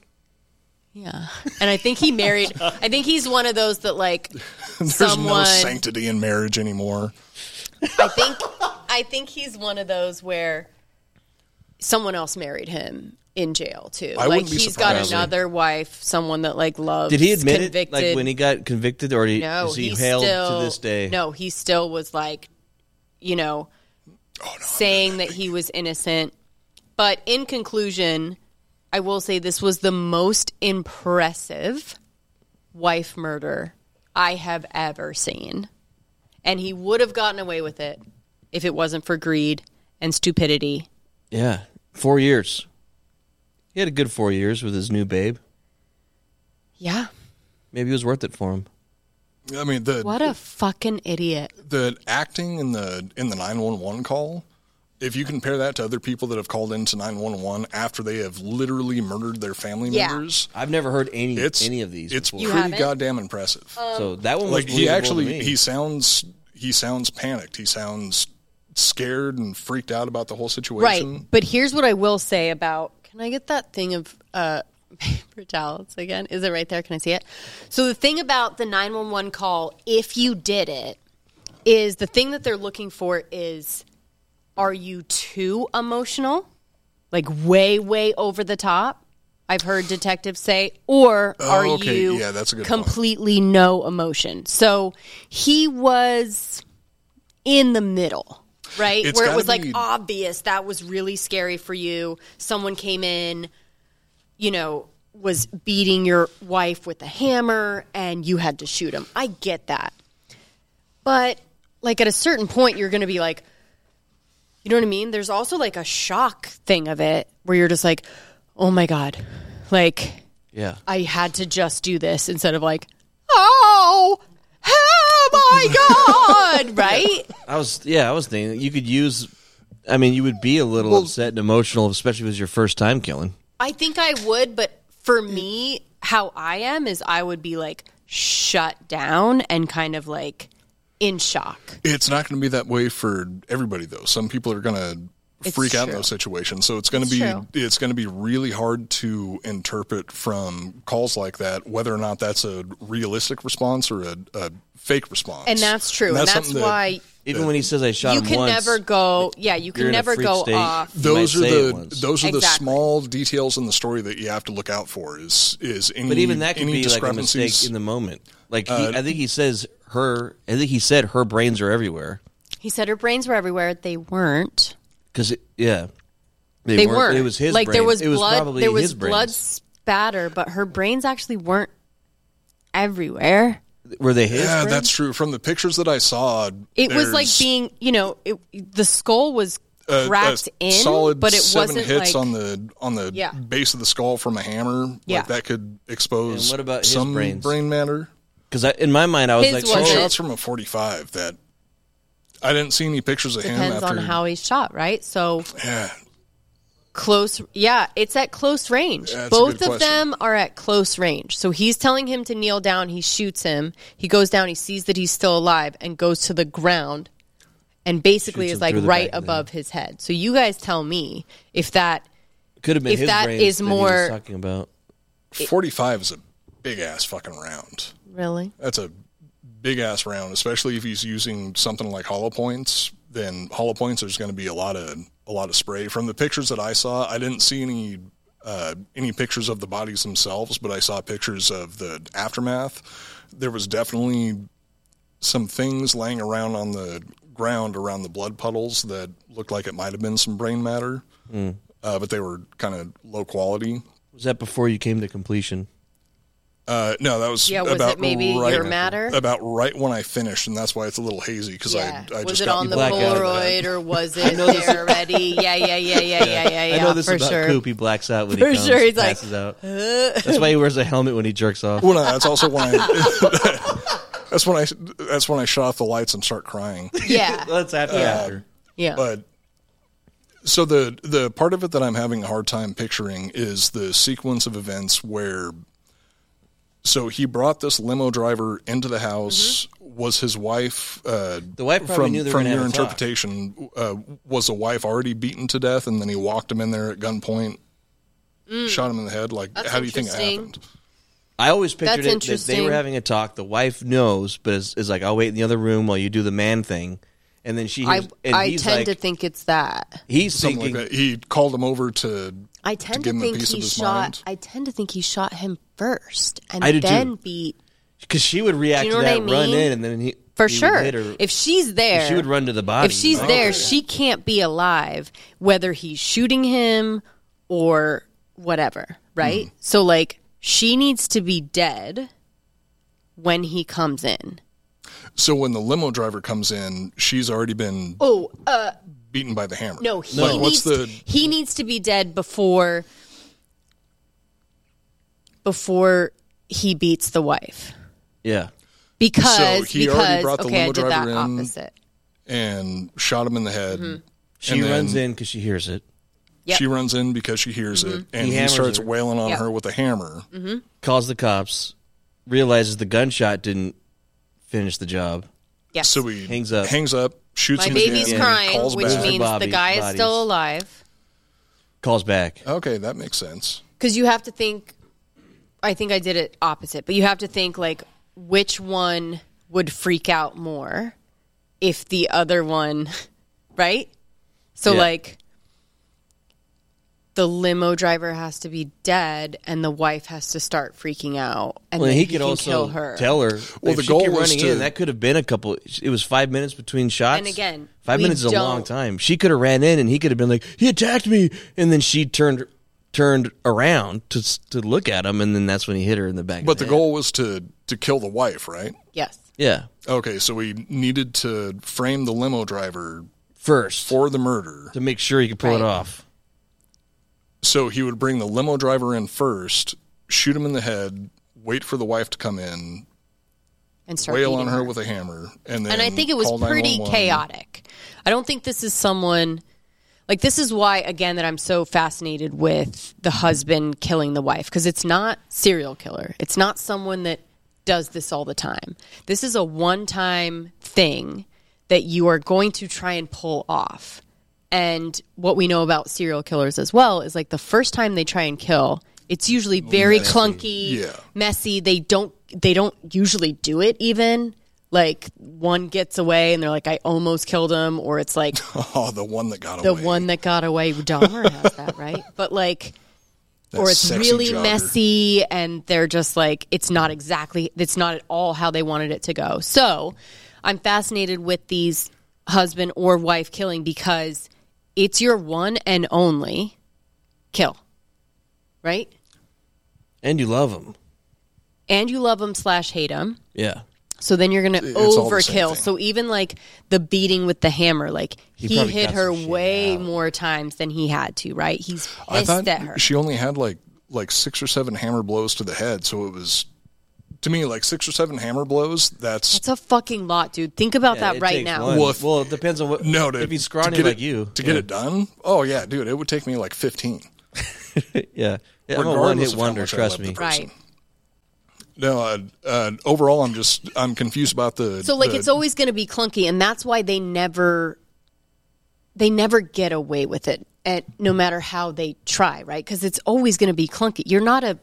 [SPEAKER 6] Yeah. And I think he married. I think he's one of those that like
[SPEAKER 7] There's
[SPEAKER 6] someone.
[SPEAKER 7] no sanctity in marriage anymore.
[SPEAKER 6] I think. I think he's one of those where someone else married him in jail too.
[SPEAKER 8] I
[SPEAKER 6] like
[SPEAKER 8] wouldn't be
[SPEAKER 6] he's got
[SPEAKER 8] surprised.
[SPEAKER 6] another wife, someone that like loves.
[SPEAKER 8] Did he admit it?
[SPEAKER 6] convicted.
[SPEAKER 8] Like when he got convicted, or he,
[SPEAKER 6] no,
[SPEAKER 8] is he
[SPEAKER 6] he's
[SPEAKER 8] held
[SPEAKER 6] still,
[SPEAKER 8] to this day?
[SPEAKER 6] No, he still was like, you know,
[SPEAKER 7] Oh,
[SPEAKER 6] saying that he was innocent. But in conclusion, I will say this was the most impressive wife murder I have ever seen. And he would have gotten away with it if it wasn't for greed and stupidity.
[SPEAKER 8] Yeah, four years. He had a good four years with his new babe.
[SPEAKER 6] Yeah.
[SPEAKER 8] Maybe it was worth it for him.
[SPEAKER 7] I mean, the
[SPEAKER 6] What a fucking idiot.
[SPEAKER 7] the acting in the in the 911 call if you compare that to other people that have called into 911 after they have literally murdered their family
[SPEAKER 6] Yeah.
[SPEAKER 7] members
[SPEAKER 8] i've never heard any
[SPEAKER 7] it's,
[SPEAKER 8] any of these
[SPEAKER 7] it's
[SPEAKER 8] before.
[SPEAKER 6] You
[SPEAKER 7] pretty
[SPEAKER 6] haven't?
[SPEAKER 7] goddamn impressive
[SPEAKER 6] Um,
[SPEAKER 8] So that one was
[SPEAKER 7] like he
[SPEAKER 8] believable to
[SPEAKER 7] actually
[SPEAKER 8] me.
[SPEAKER 7] he sounds he sounds panicked he sounds scared and freaked out about the whole situation
[SPEAKER 6] Right. But here's what I will say about can I get that thing of uh, paper towels again? Is it right there? Can I see it? So the thing about the 911 call, if you did it, is the thing that they're looking for is are you too emotional? Like way, way over the top? I've heard detectives say, or
[SPEAKER 9] Oh,
[SPEAKER 6] are
[SPEAKER 9] okay.
[SPEAKER 6] you
[SPEAKER 9] Yeah, that's a good point.
[SPEAKER 6] completely no emotion? So he was in the middle, right?
[SPEAKER 9] It's
[SPEAKER 6] Where it
[SPEAKER 9] gotta
[SPEAKER 6] was like
[SPEAKER 9] be-
[SPEAKER 6] obvious that was really scary for you. Someone came in, you know, was beating your wife with a hammer and you had to shoot him. I get that. But like at a certain point, you're going to be like, you know what I mean? There's also like a shock thing of it where you're just like, oh my God, like
[SPEAKER 8] Yeah.
[SPEAKER 6] I had to just do this instead of like, oh, oh my God, right?
[SPEAKER 8] I was yeah, I was thinking you could use. I mean, you would be a little upset and emotional, especially if it was your first time killing.
[SPEAKER 6] I think I would, but for me, how I am is I would be like shut down and kind of like in shock.
[SPEAKER 7] it's not going to be that way for everybody though some people are going to
[SPEAKER 6] It's
[SPEAKER 7] freak out in
[SPEAKER 6] true.
[SPEAKER 7] those situations so it's going to
[SPEAKER 6] It's
[SPEAKER 7] be
[SPEAKER 6] true.
[SPEAKER 7] it's going to be really hard to interpret from calls like that whether or not that's a realistic response or a, a fake response
[SPEAKER 6] And that's true, and that's
[SPEAKER 7] something that-
[SPEAKER 6] why-
[SPEAKER 8] Even when he says I shot
[SPEAKER 6] you
[SPEAKER 8] him
[SPEAKER 6] can
[SPEAKER 8] once,
[SPEAKER 6] never go, yeah, you
[SPEAKER 8] you're
[SPEAKER 6] can
[SPEAKER 8] in a
[SPEAKER 6] never
[SPEAKER 8] freak
[SPEAKER 6] go
[SPEAKER 8] state.
[SPEAKER 6] off.
[SPEAKER 8] You
[SPEAKER 7] those are
[SPEAKER 8] might say it
[SPEAKER 7] the
[SPEAKER 8] once.
[SPEAKER 7] those are the
[SPEAKER 6] Exactly.
[SPEAKER 7] small details in the story that you have to look out for is is any
[SPEAKER 8] but even that could
[SPEAKER 7] any
[SPEAKER 8] be like a mistake
[SPEAKER 7] discrepancies
[SPEAKER 8] in the moment. Like
[SPEAKER 7] Uh,
[SPEAKER 8] he, I think he says her. I think he said her brains are everywhere
[SPEAKER 6] He said her brains were everywhere. They weren't.
[SPEAKER 8] because yeah,
[SPEAKER 6] They,
[SPEAKER 8] weren't.
[SPEAKER 6] weren't.
[SPEAKER 8] It was his
[SPEAKER 6] like
[SPEAKER 8] brains.
[SPEAKER 6] there was
[SPEAKER 8] it was
[SPEAKER 6] blood.
[SPEAKER 8] probably
[SPEAKER 6] there was
[SPEAKER 8] his brains.
[SPEAKER 6] blood spatter, but her brains actually weren't everywhere.
[SPEAKER 8] were they his
[SPEAKER 7] yeah
[SPEAKER 8] brains?
[SPEAKER 7] that's true from the pictures that I saw
[SPEAKER 6] It was like
[SPEAKER 7] there's
[SPEAKER 6] being, you know, it, the skull was
[SPEAKER 7] a- a
[SPEAKER 6] cracked in,
[SPEAKER 7] solid
[SPEAKER 6] but it
[SPEAKER 7] seven
[SPEAKER 6] wasn't like
[SPEAKER 7] hits on the on the
[SPEAKER 6] Yeah.
[SPEAKER 7] base of the skull from a hammer
[SPEAKER 6] Yeah.
[SPEAKER 7] like that could expose
[SPEAKER 8] And what about his
[SPEAKER 7] some
[SPEAKER 8] brains?
[SPEAKER 7] brain matter
[SPEAKER 8] Because in my mind, I was
[SPEAKER 6] His
[SPEAKER 8] like,
[SPEAKER 6] wasn't.
[SPEAKER 8] oh,
[SPEAKER 7] shots from a 45 that I didn't see any pictures of
[SPEAKER 6] depends
[SPEAKER 7] him after
[SPEAKER 6] on how he's shot, right? So
[SPEAKER 7] yeah
[SPEAKER 6] close yeah it's at close range
[SPEAKER 7] Yeah, that's a
[SPEAKER 6] both of
[SPEAKER 7] good question.
[SPEAKER 6] them are at close range so he's telling him to kneel down he shoots him he goes down he sees that he's still alive and goes to the ground and basically
[SPEAKER 8] Shoots
[SPEAKER 6] is
[SPEAKER 8] him
[SPEAKER 6] like
[SPEAKER 8] through the
[SPEAKER 6] right
[SPEAKER 8] back of the
[SPEAKER 6] above his head so you guys tell me if that
[SPEAKER 8] could have been
[SPEAKER 6] if
[SPEAKER 8] his
[SPEAKER 6] that
[SPEAKER 8] brains
[SPEAKER 6] is
[SPEAKER 8] he was
[SPEAKER 6] more-
[SPEAKER 8] talking about.
[SPEAKER 7] 45 is a big ass fucking round
[SPEAKER 6] really
[SPEAKER 7] That's a big ass round, especially if he's using something like hollow points. Then hollow points, there's going to be a lot of a lot of spray. From the pictures that I saw, I didn't see any uh, any pictures of the bodies themselves, but I saw pictures of the aftermath. There was definitely some things laying around on the ground around the blood puddles that looked like it might have been some brain matter,
[SPEAKER 8] Mm.
[SPEAKER 7] uh, but they were kind of low quality.
[SPEAKER 8] Was that before you came to completion?
[SPEAKER 7] Uh, no, that was
[SPEAKER 6] Yeah, was it
[SPEAKER 7] about
[SPEAKER 6] maybe
[SPEAKER 7] right,
[SPEAKER 6] your matter?
[SPEAKER 7] About right when I finished, and that's why it's a little hazy because
[SPEAKER 6] yeah
[SPEAKER 7] I, I
[SPEAKER 6] was
[SPEAKER 7] just
[SPEAKER 6] it
[SPEAKER 7] got
[SPEAKER 6] on the
[SPEAKER 8] blacked out.
[SPEAKER 6] polaroid or was it there already yeah yeah yeah yeah yeah yeah yeah
[SPEAKER 8] I know this
[SPEAKER 6] for
[SPEAKER 8] about
[SPEAKER 6] sure
[SPEAKER 8] Coop. He blacks out when
[SPEAKER 6] For
[SPEAKER 8] he comes,
[SPEAKER 6] sure, he's like,
[SPEAKER 8] passes out. That's why he wears a helmet when he jerks off.
[SPEAKER 7] Well, no, that's also when I. that's when I. That's when I shut off the lights and start crying.
[SPEAKER 6] yeah
[SPEAKER 8] That's after.
[SPEAKER 7] Uh,
[SPEAKER 8] after.
[SPEAKER 6] yeah
[SPEAKER 7] But so the the part of it that I'm having a hard time picturing is the sequence of events where so he brought this limo driver into the house. Was his wife? Uh, the
[SPEAKER 8] Mm-hmm. wife probably
[SPEAKER 7] from
[SPEAKER 8] knew they were
[SPEAKER 7] from
[SPEAKER 8] gonna
[SPEAKER 7] your
[SPEAKER 8] have a talk.
[SPEAKER 7] interpretation uh, was the wife already beaten to
[SPEAKER 8] Mm.
[SPEAKER 7] death, and then he walked him in there at gunpoint, shot him in the head. Like,
[SPEAKER 6] That's
[SPEAKER 7] how do you think it
[SPEAKER 6] interesting.
[SPEAKER 7] happened?
[SPEAKER 8] I always pictured
[SPEAKER 6] That's
[SPEAKER 8] it that they
[SPEAKER 6] interesting.
[SPEAKER 8] were having a talk. The wife knows, but is, is like, "I'll wait in the other room while you do the man thing," and then she.
[SPEAKER 6] I
[SPEAKER 8] hears- and
[SPEAKER 6] I
[SPEAKER 8] he's
[SPEAKER 6] tend
[SPEAKER 8] like,
[SPEAKER 6] to think it's that.
[SPEAKER 8] He's
[SPEAKER 7] Something
[SPEAKER 8] thinking
[SPEAKER 7] like that. He called him over to.
[SPEAKER 6] I tend to,
[SPEAKER 7] give him a
[SPEAKER 6] think
[SPEAKER 7] piece of
[SPEAKER 6] he
[SPEAKER 7] his
[SPEAKER 6] shot.
[SPEAKER 7] mind.
[SPEAKER 6] I tend to think he shot him first, and
[SPEAKER 8] I do too.
[SPEAKER 6] then beat
[SPEAKER 8] because she would react
[SPEAKER 6] you know
[SPEAKER 8] to
[SPEAKER 6] what
[SPEAKER 8] that
[SPEAKER 6] I
[SPEAKER 8] run
[SPEAKER 6] mean?
[SPEAKER 8] in, and then he
[SPEAKER 6] for
[SPEAKER 8] he would
[SPEAKER 6] sure.
[SPEAKER 8] hit her.
[SPEAKER 6] If she's there,
[SPEAKER 8] she would run Oh, to the body.
[SPEAKER 6] If she's there, she can't be alive, whether he's shooting him or whatever, right?
[SPEAKER 7] Hmm.
[SPEAKER 8] Mhm.
[SPEAKER 6] So, like, she needs to be dead when he comes in.
[SPEAKER 7] So when the limo driver comes in, she's already been
[SPEAKER 6] Oh, uh,
[SPEAKER 7] beaten by the hammer.
[SPEAKER 6] no, he
[SPEAKER 7] Like,
[SPEAKER 6] needs
[SPEAKER 7] what's the
[SPEAKER 6] he needs to be dead before before he beats the wife
[SPEAKER 8] yeah.
[SPEAKER 6] because
[SPEAKER 7] So he
[SPEAKER 6] because
[SPEAKER 7] already brought the
[SPEAKER 6] okay, I
[SPEAKER 7] limo
[SPEAKER 6] did that
[SPEAKER 7] driver in.
[SPEAKER 6] opposite.
[SPEAKER 7] and shot him in the head.
[SPEAKER 6] Mhm.
[SPEAKER 8] She runs in because she hears it.
[SPEAKER 6] Yep.
[SPEAKER 7] She runs in because she hears it,
[SPEAKER 6] Mm-hmm.
[SPEAKER 7] and
[SPEAKER 8] He
[SPEAKER 7] he,
[SPEAKER 8] hammers
[SPEAKER 7] starts
[SPEAKER 8] her.
[SPEAKER 7] wailing on
[SPEAKER 6] Yep.
[SPEAKER 7] her with a hammer.
[SPEAKER 6] Mm-hmm.
[SPEAKER 8] calls the cops, realizes the gunshot didn't finish the job.
[SPEAKER 6] Yes.
[SPEAKER 7] So he
[SPEAKER 8] hangs up,
[SPEAKER 7] hangs up, shoots.
[SPEAKER 6] My
[SPEAKER 8] him
[SPEAKER 6] baby's
[SPEAKER 8] again,
[SPEAKER 6] crying,
[SPEAKER 8] calls
[SPEAKER 6] which
[SPEAKER 8] back.
[SPEAKER 6] means
[SPEAKER 8] Bobby-
[SPEAKER 6] the guy is
[SPEAKER 8] bodies.
[SPEAKER 6] still alive.
[SPEAKER 8] Calls back.
[SPEAKER 7] Okay, that makes sense.
[SPEAKER 6] because you have to think i think i did it opposite but you have to think like which one would freak out more if the other one right so
[SPEAKER 12] Yeah.
[SPEAKER 6] like the limo driver has to be dead and the wife has to start freaking out and
[SPEAKER 8] well,
[SPEAKER 6] then
[SPEAKER 8] he,
[SPEAKER 6] he,
[SPEAKER 8] could
[SPEAKER 6] can
[SPEAKER 8] also
[SPEAKER 6] kill her
[SPEAKER 8] tell her.
[SPEAKER 7] Well,
[SPEAKER 8] if
[SPEAKER 7] the
[SPEAKER 8] she
[SPEAKER 7] goal
[SPEAKER 8] kept
[SPEAKER 7] was
[SPEAKER 8] running
[SPEAKER 7] to-
[SPEAKER 8] in. That could have been a couple. It was five minutes between shots.
[SPEAKER 6] And again,
[SPEAKER 8] five
[SPEAKER 6] we
[SPEAKER 8] minutes is a long
[SPEAKER 6] don't-
[SPEAKER 8] time. She could have ran in, and he could have been like, "He attacked me," and then she turned turned around to s- to look at him, and then that's when he hit her in the back.
[SPEAKER 7] But
[SPEAKER 8] of the,
[SPEAKER 7] the goal was to to kill the wife, right?
[SPEAKER 6] yes
[SPEAKER 8] yeah,
[SPEAKER 7] Okay, so we needed to frame the limo driver
[SPEAKER 8] first
[SPEAKER 7] for the murder
[SPEAKER 8] to make sure he could pull it off.
[SPEAKER 7] So he would bring the limo driver in first, shoot him in the head, wait for the wife to come in,
[SPEAKER 6] and start
[SPEAKER 7] wail
[SPEAKER 6] beating
[SPEAKER 7] on her
[SPEAKER 6] her.
[SPEAKER 7] with a hammer, and then
[SPEAKER 6] and I think it was
[SPEAKER 7] call
[SPEAKER 6] pretty
[SPEAKER 7] 911.
[SPEAKER 6] chaotic. I don't think this is someone like this is why again that I'm so fascinated with the husband killing the wife because it's not serial killer. It's not someone that does this all the time. This is a one-time thing that you are going to try and pull off. And what we know about serial killers as well is like the first time they try and kill, it's usually very
[SPEAKER 13] Messy.
[SPEAKER 6] clunky,
[SPEAKER 13] Yeah.
[SPEAKER 6] messy. They don't they don't usually do it even. Like one gets away and they're like, I almost killed him, or it's like
[SPEAKER 7] Oh, the one that got
[SPEAKER 6] the
[SPEAKER 7] away.
[SPEAKER 6] one that got away. Dahmer has that, right? But like
[SPEAKER 7] That
[SPEAKER 6] or it's
[SPEAKER 7] sexy
[SPEAKER 6] really
[SPEAKER 7] jogger.
[SPEAKER 6] messy and they're just like it's not exactly it's not at all how they wanted it to go so i'm fascinated with these husband or wife killing because it's your one and only kill right
[SPEAKER 8] And you love him,
[SPEAKER 6] and you love them slash hate them
[SPEAKER 8] yeah.
[SPEAKER 6] so then you're gonna
[SPEAKER 8] It's all the same
[SPEAKER 6] overkill so even like the beating with the hammer like
[SPEAKER 7] He
[SPEAKER 6] he,
[SPEAKER 7] probably
[SPEAKER 6] hit
[SPEAKER 7] got
[SPEAKER 6] her way more times than he had to right he's
[SPEAKER 7] I
[SPEAKER 6] pissed
[SPEAKER 7] thought
[SPEAKER 6] at her
[SPEAKER 7] she only had like like six or seven hammer blows to the head, so it was to me like six or seven hammer blows. That's
[SPEAKER 6] it's a fucking lot dude think about
[SPEAKER 7] Yeah,
[SPEAKER 6] that
[SPEAKER 7] it
[SPEAKER 6] right
[SPEAKER 7] takes
[SPEAKER 6] now
[SPEAKER 7] one. Well, if-
[SPEAKER 8] Well, it depends on what.
[SPEAKER 7] No, to,
[SPEAKER 8] if he's
[SPEAKER 7] to
[SPEAKER 8] scrawny
[SPEAKER 7] get
[SPEAKER 8] like
[SPEAKER 7] it,
[SPEAKER 8] you,
[SPEAKER 7] to get
[SPEAKER 8] yeah.
[SPEAKER 7] it done. Oh yeah, dude, it would take me like fifteen.
[SPEAKER 8] yeah, I'm a
[SPEAKER 7] Regardless
[SPEAKER 8] one-hit
[SPEAKER 7] of how
[SPEAKER 8] wonder.
[SPEAKER 7] much I
[SPEAKER 8] Trust
[SPEAKER 7] love
[SPEAKER 8] me.
[SPEAKER 7] the person. No, uh, uh, overall, I'm just I'm confused about the.
[SPEAKER 6] So like
[SPEAKER 7] the-
[SPEAKER 6] it's always going to be clunky, and that's why they never they never get away with it, at, no matter how they try, right? Because it's always going to be clunky. You're not a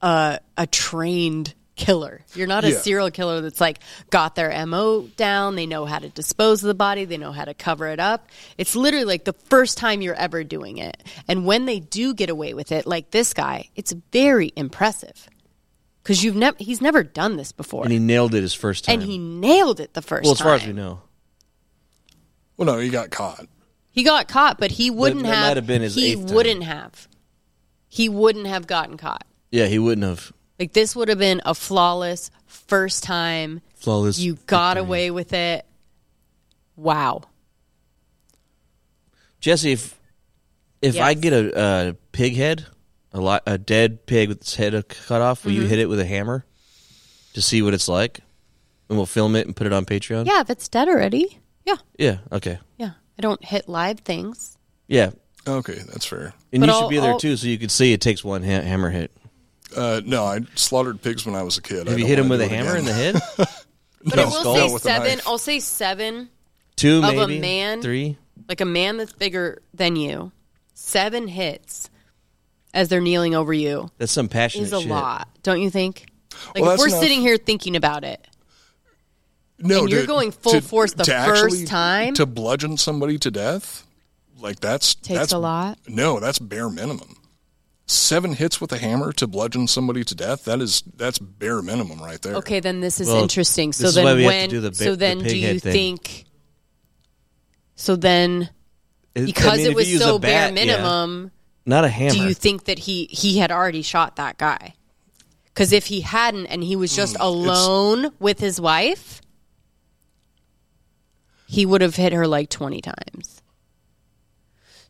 [SPEAKER 6] a, a trained killer. You're not a
[SPEAKER 13] Yeah.
[SPEAKER 6] serial killer that's like got their mo down. They know how to dispose of the body. They know how to cover it up. It's literally like the first time you're ever doing it, and when they do get away with it, like this guy, it's very impressive because you've never he's never done this before.
[SPEAKER 8] And he nailed it his first time.
[SPEAKER 6] And he nailed it the first
[SPEAKER 8] well, as far as
[SPEAKER 6] time.
[SPEAKER 8] we know,
[SPEAKER 7] well, no, he got caught.
[SPEAKER 6] He got caught, but he wouldn't
[SPEAKER 8] that
[SPEAKER 6] have.
[SPEAKER 8] might have been his
[SPEAKER 6] he
[SPEAKER 8] eighth time.
[SPEAKER 6] wouldn't have. He wouldn't have gotten caught.
[SPEAKER 8] yeah, he wouldn't have
[SPEAKER 6] Like this would have been a flawless first time.
[SPEAKER 8] flawless.
[SPEAKER 6] You got away with it. Wow.
[SPEAKER 8] Jesse, if if I
[SPEAKER 6] Yes.
[SPEAKER 8] get a, a pig head, a lot, a dead pig with its head cut off, will you
[SPEAKER 6] Mhm.
[SPEAKER 8] hit it with a hammer to see what it's like? And we'll film it and put it on Patreon.
[SPEAKER 6] Yeah, if it's dead already. Yeah,
[SPEAKER 8] Yeah. Okay.
[SPEAKER 6] yeah. I don't hit live things.
[SPEAKER 8] Yeah.
[SPEAKER 7] Okay, that's fair.
[SPEAKER 8] And
[SPEAKER 6] But
[SPEAKER 8] you should
[SPEAKER 6] I'll-
[SPEAKER 8] be there
[SPEAKER 6] I'll-
[SPEAKER 8] too, so you could see it takes one ha- hammer hit.
[SPEAKER 7] Uh, no, I slaughtered pigs when I was a kid.
[SPEAKER 8] Have
[SPEAKER 7] I
[SPEAKER 8] you
[SPEAKER 7] don't
[SPEAKER 8] hit him
[SPEAKER 7] wanna
[SPEAKER 8] with a
[SPEAKER 7] do it
[SPEAKER 8] hammer in the
[SPEAKER 7] again.
[SPEAKER 8] head?
[SPEAKER 6] But I
[SPEAKER 7] No,
[SPEAKER 6] will
[SPEAKER 7] skull.
[SPEAKER 6] say
[SPEAKER 7] Not with a
[SPEAKER 6] seven.
[SPEAKER 7] knife.
[SPEAKER 6] I'll say seven.
[SPEAKER 8] Two,
[SPEAKER 6] of
[SPEAKER 8] maybe?
[SPEAKER 6] a man,
[SPEAKER 8] Three?
[SPEAKER 6] like a man that's bigger than you. Seven hits as they're kneeling over you
[SPEAKER 8] That's some passionate
[SPEAKER 6] is a
[SPEAKER 8] shit.
[SPEAKER 6] lot, don't you think? Like
[SPEAKER 7] Well,
[SPEAKER 6] if
[SPEAKER 7] that's
[SPEAKER 6] we're
[SPEAKER 7] enough.
[SPEAKER 6] sitting here thinking about it.
[SPEAKER 7] No,
[SPEAKER 6] And you're
[SPEAKER 7] to-
[SPEAKER 6] going full
[SPEAKER 7] to-
[SPEAKER 6] force the
[SPEAKER 7] to
[SPEAKER 6] first
[SPEAKER 7] actually-
[SPEAKER 6] time?
[SPEAKER 7] to bludgeon somebody to death. Like that's
[SPEAKER 6] Takes
[SPEAKER 7] that's,
[SPEAKER 6] a lot.
[SPEAKER 7] No, that's bare minimum. Seven hits with a hammer to bludgeon somebody to death. That is that's bare minimum right there.
[SPEAKER 6] Okay, then this is
[SPEAKER 7] Well,
[SPEAKER 6] interesting. So
[SPEAKER 7] this is
[SPEAKER 6] then
[SPEAKER 7] why we have
[SPEAKER 6] when
[SPEAKER 7] to do the ba-
[SPEAKER 6] so
[SPEAKER 7] the
[SPEAKER 6] then do
[SPEAKER 7] pig
[SPEAKER 6] you
[SPEAKER 7] head thing.
[SPEAKER 6] think so then
[SPEAKER 8] It- I
[SPEAKER 6] because
[SPEAKER 8] mean,
[SPEAKER 6] it
[SPEAKER 8] if
[SPEAKER 6] was
[SPEAKER 8] you use a
[SPEAKER 6] so bare
[SPEAKER 8] bat, yeah.
[SPEAKER 6] minimum
[SPEAKER 8] Not a hammer.
[SPEAKER 6] do you think that he he had already shot that guy? Cuz if he hadn't and he
[SPEAKER 7] Hmm,
[SPEAKER 6] was just alone with his wife he would have hit her like 20 times.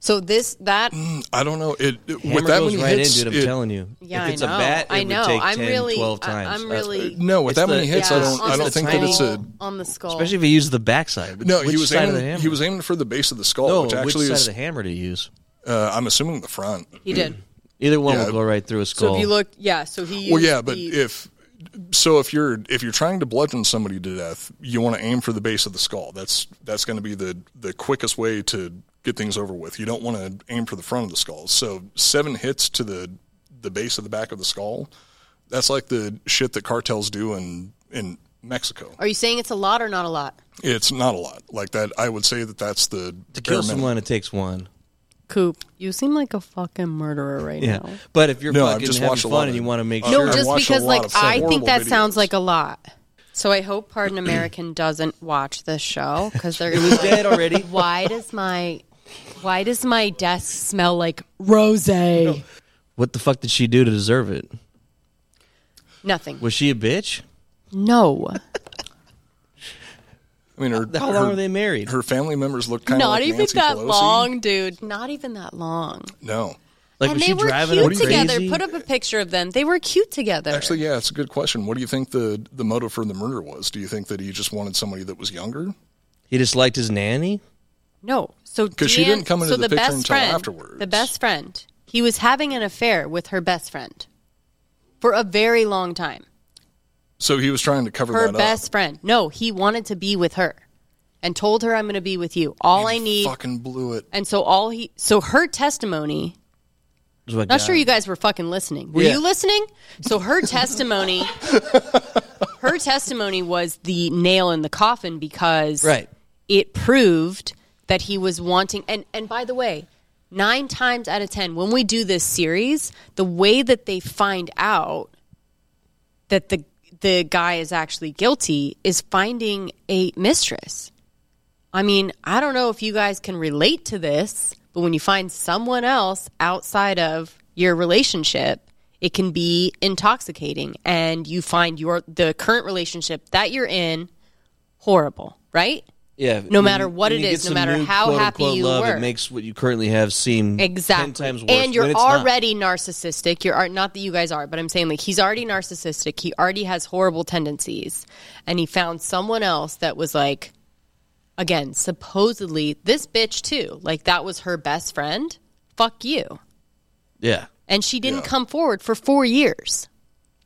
[SPEAKER 6] So this that
[SPEAKER 7] I don't know. It, it-
[SPEAKER 8] Hammer
[SPEAKER 7] with that
[SPEAKER 8] goes
[SPEAKER 7] many
[SPEAKER 8] right
[SPEAKER 7] hits,
[SPEAKER 8] into it, I'm telling you.
[SPEAKER 6] Yeah,
[SPEAKER 8] if it's
[SPEAKER 6] I know.
[SPEAKER 8] a bat, it
[SPEAKER 6] I
[SPEAKER 8] would
[SPEAKER 6] know.
[SPEAKER 8] take
[SPEAKER 6] I'm
[SPEAKER 8] 10,
[SPEAKER 6] really-
[SPEAKER 8] 12
[SPEAKER 6] I-
[SPEAKER 8] times.
[SPEAKER 6] I'm
[SPEAKER 8] That's-
[SPEAKER 6] really-
[SPEAKER 7] No, with
[SPEAKER 8] It's
[SPEAKER 7] that
[SPEAKER 8] the-
[SPEAKER 7] many hits, I
[SPEAKER 8] it's
[SPEAKER 7] don't-
[SPEAKER 8] the
[SPEAKER 7] I don't think that
[SPEAKER 8] tiny-
[SPEAKER 7] it's a-
[SPEAKER 6] on the skull.
[SPEAKER 8] Especially if you use the backside.
[SPEAKER 7] No,
[SPEAKER 8] Which
[SPEAKER 7] he was
[SPEAKER 8] side
[SPEAKER 7] aiming,
[SPEAKER 8] of the hammer?
[SPEAKER 7] he was aiming for the base of the skull,
[SPEAKER 8] No,
[SPEAKER 7] which
[SPEAKER 8] which
[SPEAKER 7] actually
[SPEAKER 8] side
[SPEAKER 7] is
[SPEAKER 8] of the hammer to use.
[SPEAKER 7] Uh, I'm assuming the front.
[SPEAKER 6] He did.
[SPEAKER 8] Either one
[SPEAKER 7] Yeah.
[SPEAKER 8] will go right through a
[SPEAKER 6] So
[SPEAKER 8] skull.
[SPEAKER 6] if you look yeah, so he
[SPEAKER 7] Well,
[SPEAKER 6] used
[SPEAKER 7] yeah, but
[SPEAKER 6] the-
[SPEAKER 7] if so, if you're if you're trying to bludgeon somebody to death, you want to aim for the base of the skull. That's that's going to be the the quickest way to get things over with. You don't want to aim for the front of the skull. So seven hits to the the base of the back of the skull. That's like the shit that cartels do in in Mexico.
[SPEAKER 6] Are you saying it's a lot or not a lot?
[SPEAKER 7] It's not a lot like that. I would say that that's the
[SPEAKER 8] to kill someone, it takes one.
[SPEAKER 6] Coop, you seem like a fucking murderer right
[SPEAKER 8] Yeah,
[SPEAKER 6] now.
[SPEAKER 8] but if you're
[SPEAKER 7] No, I've
[SPEAKER 8] fucking
[SPEAKER 7] just
[SPEAKER 8] having
[SPEAKER 7] watched a
[SPEAKER 8] fun
[SPEAKER 7] lot
[SPEAKER 8] and
[SPEAKER 7] of-
[SPEAKER 8] you want to make
[SPEAKER 7] uh,
[SPEAKER 8] sure,
[SPEAKER 6] No, just
[SPEAKER 7] watched a
[SPEAKER 6] because
[SPEAKER 7] lot
[SPEAKER 6] like
[SPEAKER 7] of
[SPEAKER 6] I think
[SPEAKER 7] horrible
[SPEAKER 6] that
[SPEAKER 7] videos.
[SPEAKER 6] sounds like a lot. So I hope Pardon American doesn't watch this show because they're
[SPEAKER 8] It was dead already.
[SPEAKER 6] Why does my why does my desk smell like rose?
[SPEAKER 8] what the fuck did she do to deserve it?
[SPEAKER 6] Nothing.
[SPEAKER 8] Was she a bitch?
[SPEAKER 6] No.
[SPEAKER 7] I mean, her,
[SPEAKER 8] How long were they married?
[SPEAKER 7] Her family members look kind of
[SPEAKER 6] Not
[SPEAKER 7] like
[SPEAKER 6] even
[SPEAKER 7] Nancy
[SPEAKER 6] that
[SPEAKER 7] Pelosi.
[SPEAKER 6] long, dude. Not even that long.
[SPEAKER 7] No,
[SPEAKER 6] and they were
[SPEAKER 7] What
[SPEAKER 6] cute
[SPEAKER 7] do you think-
[SPEAKER 6] together. Put up a picture of them. They were cute together.
[SPEAKER 7] Actually, yeah, it's a good question. What do you think the the motive for the murder was? Do you think that he just wanted somebody that was younger?
[SPEAKER 8] He just liked his nanny.
[SPEAKER 6] No. So
[SPEAKER 7] 'Cause she
[SPEAKER 6] Deanne-
[SPEAKER 7] didn't come into
[SPEAKER 6] so
[SPEAKER 7] the picture
[SPEAKER 6] best
[SPEAKER 7] until
[SPEAKER 6] friend,
[SPEAKER 7] afterwards.
[SPEAKER 6] The best friend. He was having an affair with her best friend for a very long time.
[SPEAKER 7] So he was trying to cover
[SPEAKER 6] her
[SPEAKER 7] that
[SPEAKER 6] best friend. No, he wanted to be with her and told her I'm going to be with you. All I
[SPEAKER 7] up.
[SPEAKER 6] need.
[SPEAKER 7] Fucking blew it.
[SPEAKER 6] And so all he so her testimony not sure you guys were fucking listening. Were
[SPEAKER 8] Yeah.
[SPEAKER 6] you listening? So her testimony, her testimony was the nail in the coffin because
[SPEAKER 8] Right.
[SPEAKER 6] it proved that he was wanting. And and by the way, nine times out of ten, when we do this series, the way that they find out that the the guy is actually guilty is finding a mistress. I mean, I don't know if you guys can relate to this, but when you find someone else outside of your relationship, it can be intoxicating and you find your the current relationship that you're in horrible, right?
[SPEAKER 8] Yeah.
[SPEAKER 6] No matter what
[SPEAKER 8] when
[SPEAKER 6] it
[SPEAKER 8] you
[SPEAKER 6] is,
[SPEAKER 8] get
[SPEAKER 6] no
[SPEAKER 8] some
[SPEAKER 6] matter how happy
[SPEAKER 8] quote-unquote
[SPEAKER 6] you
[SPEAKER 8] love,
[SPEAKER 6] were.
[SPEAKER 8] it makes what you currently have seem
[SPEAKER 6] Exactly.
[SPEAKER 8] ten times worse. when
[SPEAKER 6] And you're
[SPEAKER 8] it's not.
[SPEAKER 6] already narcissistic. You're ar- not that you guys are, but I'm saying like he's already narcissistic. He already has horrible tendencies, and he found someone else that was like, again, supposedly this bitch too. Like that was her best friend. Fuck you.
[SPEAKER 8] yeah.
[SPEAKER 6] And she didn't
[SPEAKER 8] Yeah.
[SPEAKER 6] come forward for four years.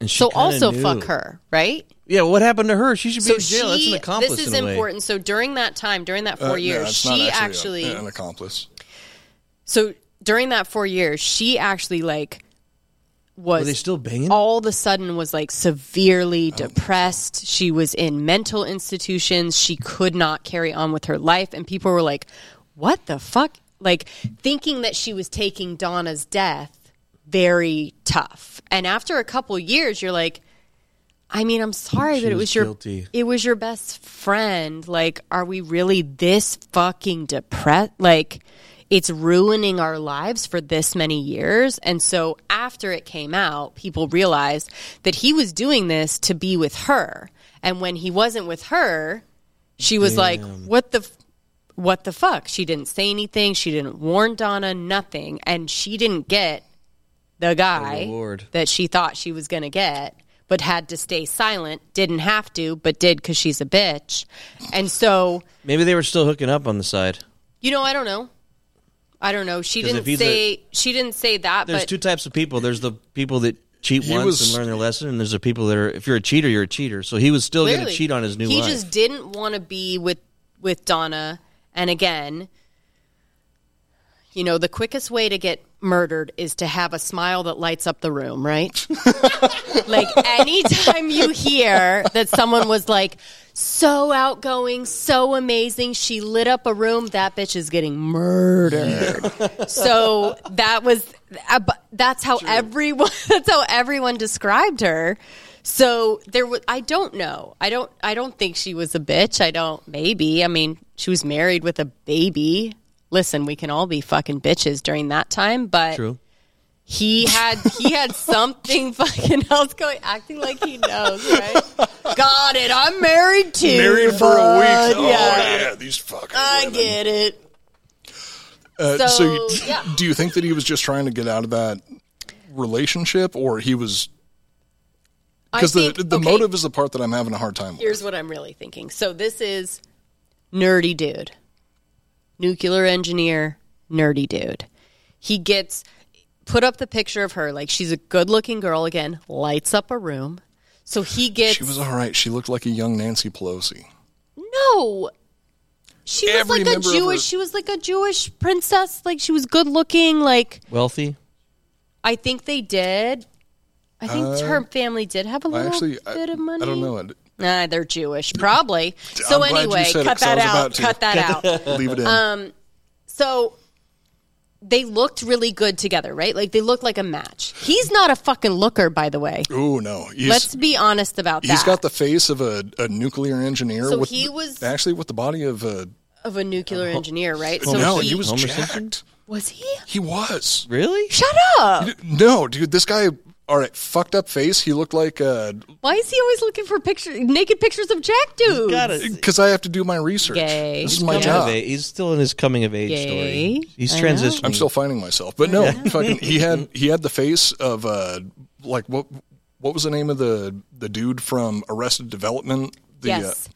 [SPEAKER 8] And she
[SPEAKER 6] so
[SPEAKER 8] kinda
[SPEAKER 6] also
[SPEAKER 8] knew.
[SPEAKER 6] fuck her, right?
[SPEAKER 8] Yeah. What happened to her? She should be
[SPEAKER 6] so
[SPEAKER 8] in jail. That's
[SPEAKER 6] she-
[SPEAKER 8] an accomplice.
[SPEAKER 6] This is
[SPEAKER 8] in a way.
[SPEAKER 6] important. So during that time, during that
[SPEAKER 7] Uh,
[SPEAKER 6] four
[SPEAKER 7] no,
[SPEAKER 6] years,
[SPEAKER 7] it's not
[SPEAKER 6] she
[SPEAKER 7] actually,
[SPEAKER 6] actually,
[SPEAKER 7] a- an accomplice.
[SPEAKER 6] So during that four years, she actually like was
[SPEAKER 8] Were they still banging? Oh.
[SPEAKER 6] All of a sudden, was like severely depressed. She was in mental institutions. She could not carry on with her life, and people were like, "What the fuck?" Like thinking that she was taking Donna's death very tough. And after a couple years, you're like, I mean, I'm sorry
[SPEAKER 8] She
[SPEAKER 6] that it
[SPEAKER 8] was
[SPEAKER 6] was, your
[SPEAKER 8] guilty.
[SPEAKER 6] it was your best friend. Like, are we really this fucking depressed? Like, it's ruining our lives for this many years. And so after it came out, people realized that he was doing this to be with her. And when he wasn't with her, she was like, "What the f- what the fuck?" She didn't say anything. She didn't warn Donna nothing, and she didn't get the guy
[SPEAKER 8] reward.
[SPEAKER 6] that she thought she was going to get, but had to stay silent. Didn't have to, but did because she's a bitch. And so,
[SPEAKER 8] Maybe they were still hooking up on the side.
[SPEAKER 6] you know, I don't know. I don't know. She
[SPEAKER 8] 'Cause if
[SPEAKER 6] didn't
[SPEAKER 8] he's a-
[SPEAKER 6] say she didn't say that,
[SPEAKER 8] There's
[SPEAKER 6] but
[SPEAKER 8] two types of people. There's the people that cheat
[SPEAKER 7] He
[SPEAKER 8] once
[SPEAKER 7] was-
[SPEAKER 8] and learn their lesson, and there's the people that are. If you're a cheater, you're a cheater. So he was still going to
[SPEAKER 6] Clearly.
[SPEAKER 8] cheat on his new
[SPEAKER 6] he
[SPEAKER 8] wife.
[SPEAKER 6] just didn't want to be with with Donna. And again, you know, the quickest way to get murdered is to have a smile that lights up the room, right? like anytime you hear that someone was like so outgoing, so amazing, she lit up a room, that bitch is getting murdered. so that was uh, but that's how everyone that's how everyone described her. So there was I don't know. I don't I don't think she was a bitch. I don't maybe. I mean, she was married with a baby. Listen, we can all be fucking bitches during that time, but
[SPEAKER 8] True.
[SPEAKER 6] he had he had something fucking else going, acting like he knows, right? Got it. I'm married too.
[SPEAKER 7] Married for a
[SPEAKER 6] bud.
[SPEAKER 7] week. Oh yeah,
[SPEAKER 6] yeah.
[SPEAKER 7] these fucking.
[SPEAKER 6] I get it.
[SPEAKER 7] Uh, so,
[SPEAKER 6] So,
[SPEAKER 7] you-
[SPEAKER 6] yeah.
[SPEAKER 7] do you think that he was just trying to get out of that relationship, or he was?
[SPEAKER 6] I
[SPEAKER 7] Because the
[SPEAKER 6] think-
[SPEAKER 7] the
[SPEAKER 6] okay.
[SPEAKER 7] motive is the part that I'm having a hard time with.
[SPEAKER 6] Here's what I'm really thinking. So this is nerdy dude, nuclear engineer, nerdy dude. He gets put up the picture of her like she's a good-looking girl again, lights up a room. So he gets
[SPEAKER 7] She was all right. She looked like a young Nancy Pelosi.
[SPEAKER 6] No. She was
[SPEAKER 7] Every
[SPEAKER 6] like a
[SPEAKER 7] member of
[SPEAKER 6] Jewish.
[SPEAKER 7] her-
[SPEAKER 6] She was like a Jewish princess. Like she was good looking. Like
[SPEAKER 8] Wealthy.
[SPEAKER 6] I think they did. I think
[SPEAKER 7] Uh,
[SPEAKER 6] her family did have a
[SPEAKER 7] I
[SPEAKER 6] little
[SPEAKER 7] actually, I,
[SPEAKER 6] bit of money.
[SPEAKER 7] I don't know. I-
[SPEAKER 6] Nah, they're Jewish, probably. so
[SPEAKER 7] glad you
[SPEAKER 6] anyway,
[SPEAKER 7] said it,
[SPEAKER 6] cut
[SPEAKER 7] 'cause I
[SPEAKER 6] that
[SPEAKER 7] was
[SPEAKER 6] out.
[SPEAKER 7] about to.
[SPEAKER 6] Cut that
[SPEAKER 7] Cut
[SPEAKER 6] out.
[SPEAKER 7] that- Leave it in.
[SPEAKER 6] Um, so they looked really good together, right? Like they looked like a match. He's not a fucking looker, by the way.
[SPEAKER 7] Ooh, no. He's,
[SPEAKER 6] Let's be honest about
[SPEAKER 7] he's
[SPEAKER 6] that.
[SPEAKER 7] got the face of a, a nuclear engineer.
[SPEAKER 6] So
[SPEAKER 7] with,
[SPEAKER 6] he was-
[SPEAKER 7] actually with the body of a.
[SPEAKER 6] of a nuclear engineer, right?
[SPEAKER 7] Oh, no, he, was
[SPEAKER 8] Homer
[SPEAKER 7] jacked.
[SPEAKER 6] Was he?
[SPEAKER 7] He was.
[SPEAKER 8] Really?
[SPEAKER 6] Shut up!
[SPEAKER 7] No, dude. This guy. All right, fucked up face. He looked like uh
[SPEAKER 6] Why is he always looking for pictures, naked pictures of Jack dudes?
[SPEAKER 7] Because I have to do my research.
[SPEAKER 6] Gay.
[SPEAKER 7] This is
[SPEAKER 6] He's
[SPEAKER 7] my
[SPEAKER 8] Coming
[SPEAKER 7] job.
[SPEAKER 8] of a- he's still in his coming of age
[SPEAKER 6] Gay.
[SPEAKER 8] story. He's
[SPEAKER 6] I know.
[SPEAKER 8] transitioning.
[SPEAKER 7] I'm still finding myself, but no, fucking, he had he had the face of uh, like what what was the name of the the dude from Arrested Development? The, uh,
[SPEAKER 6] yes,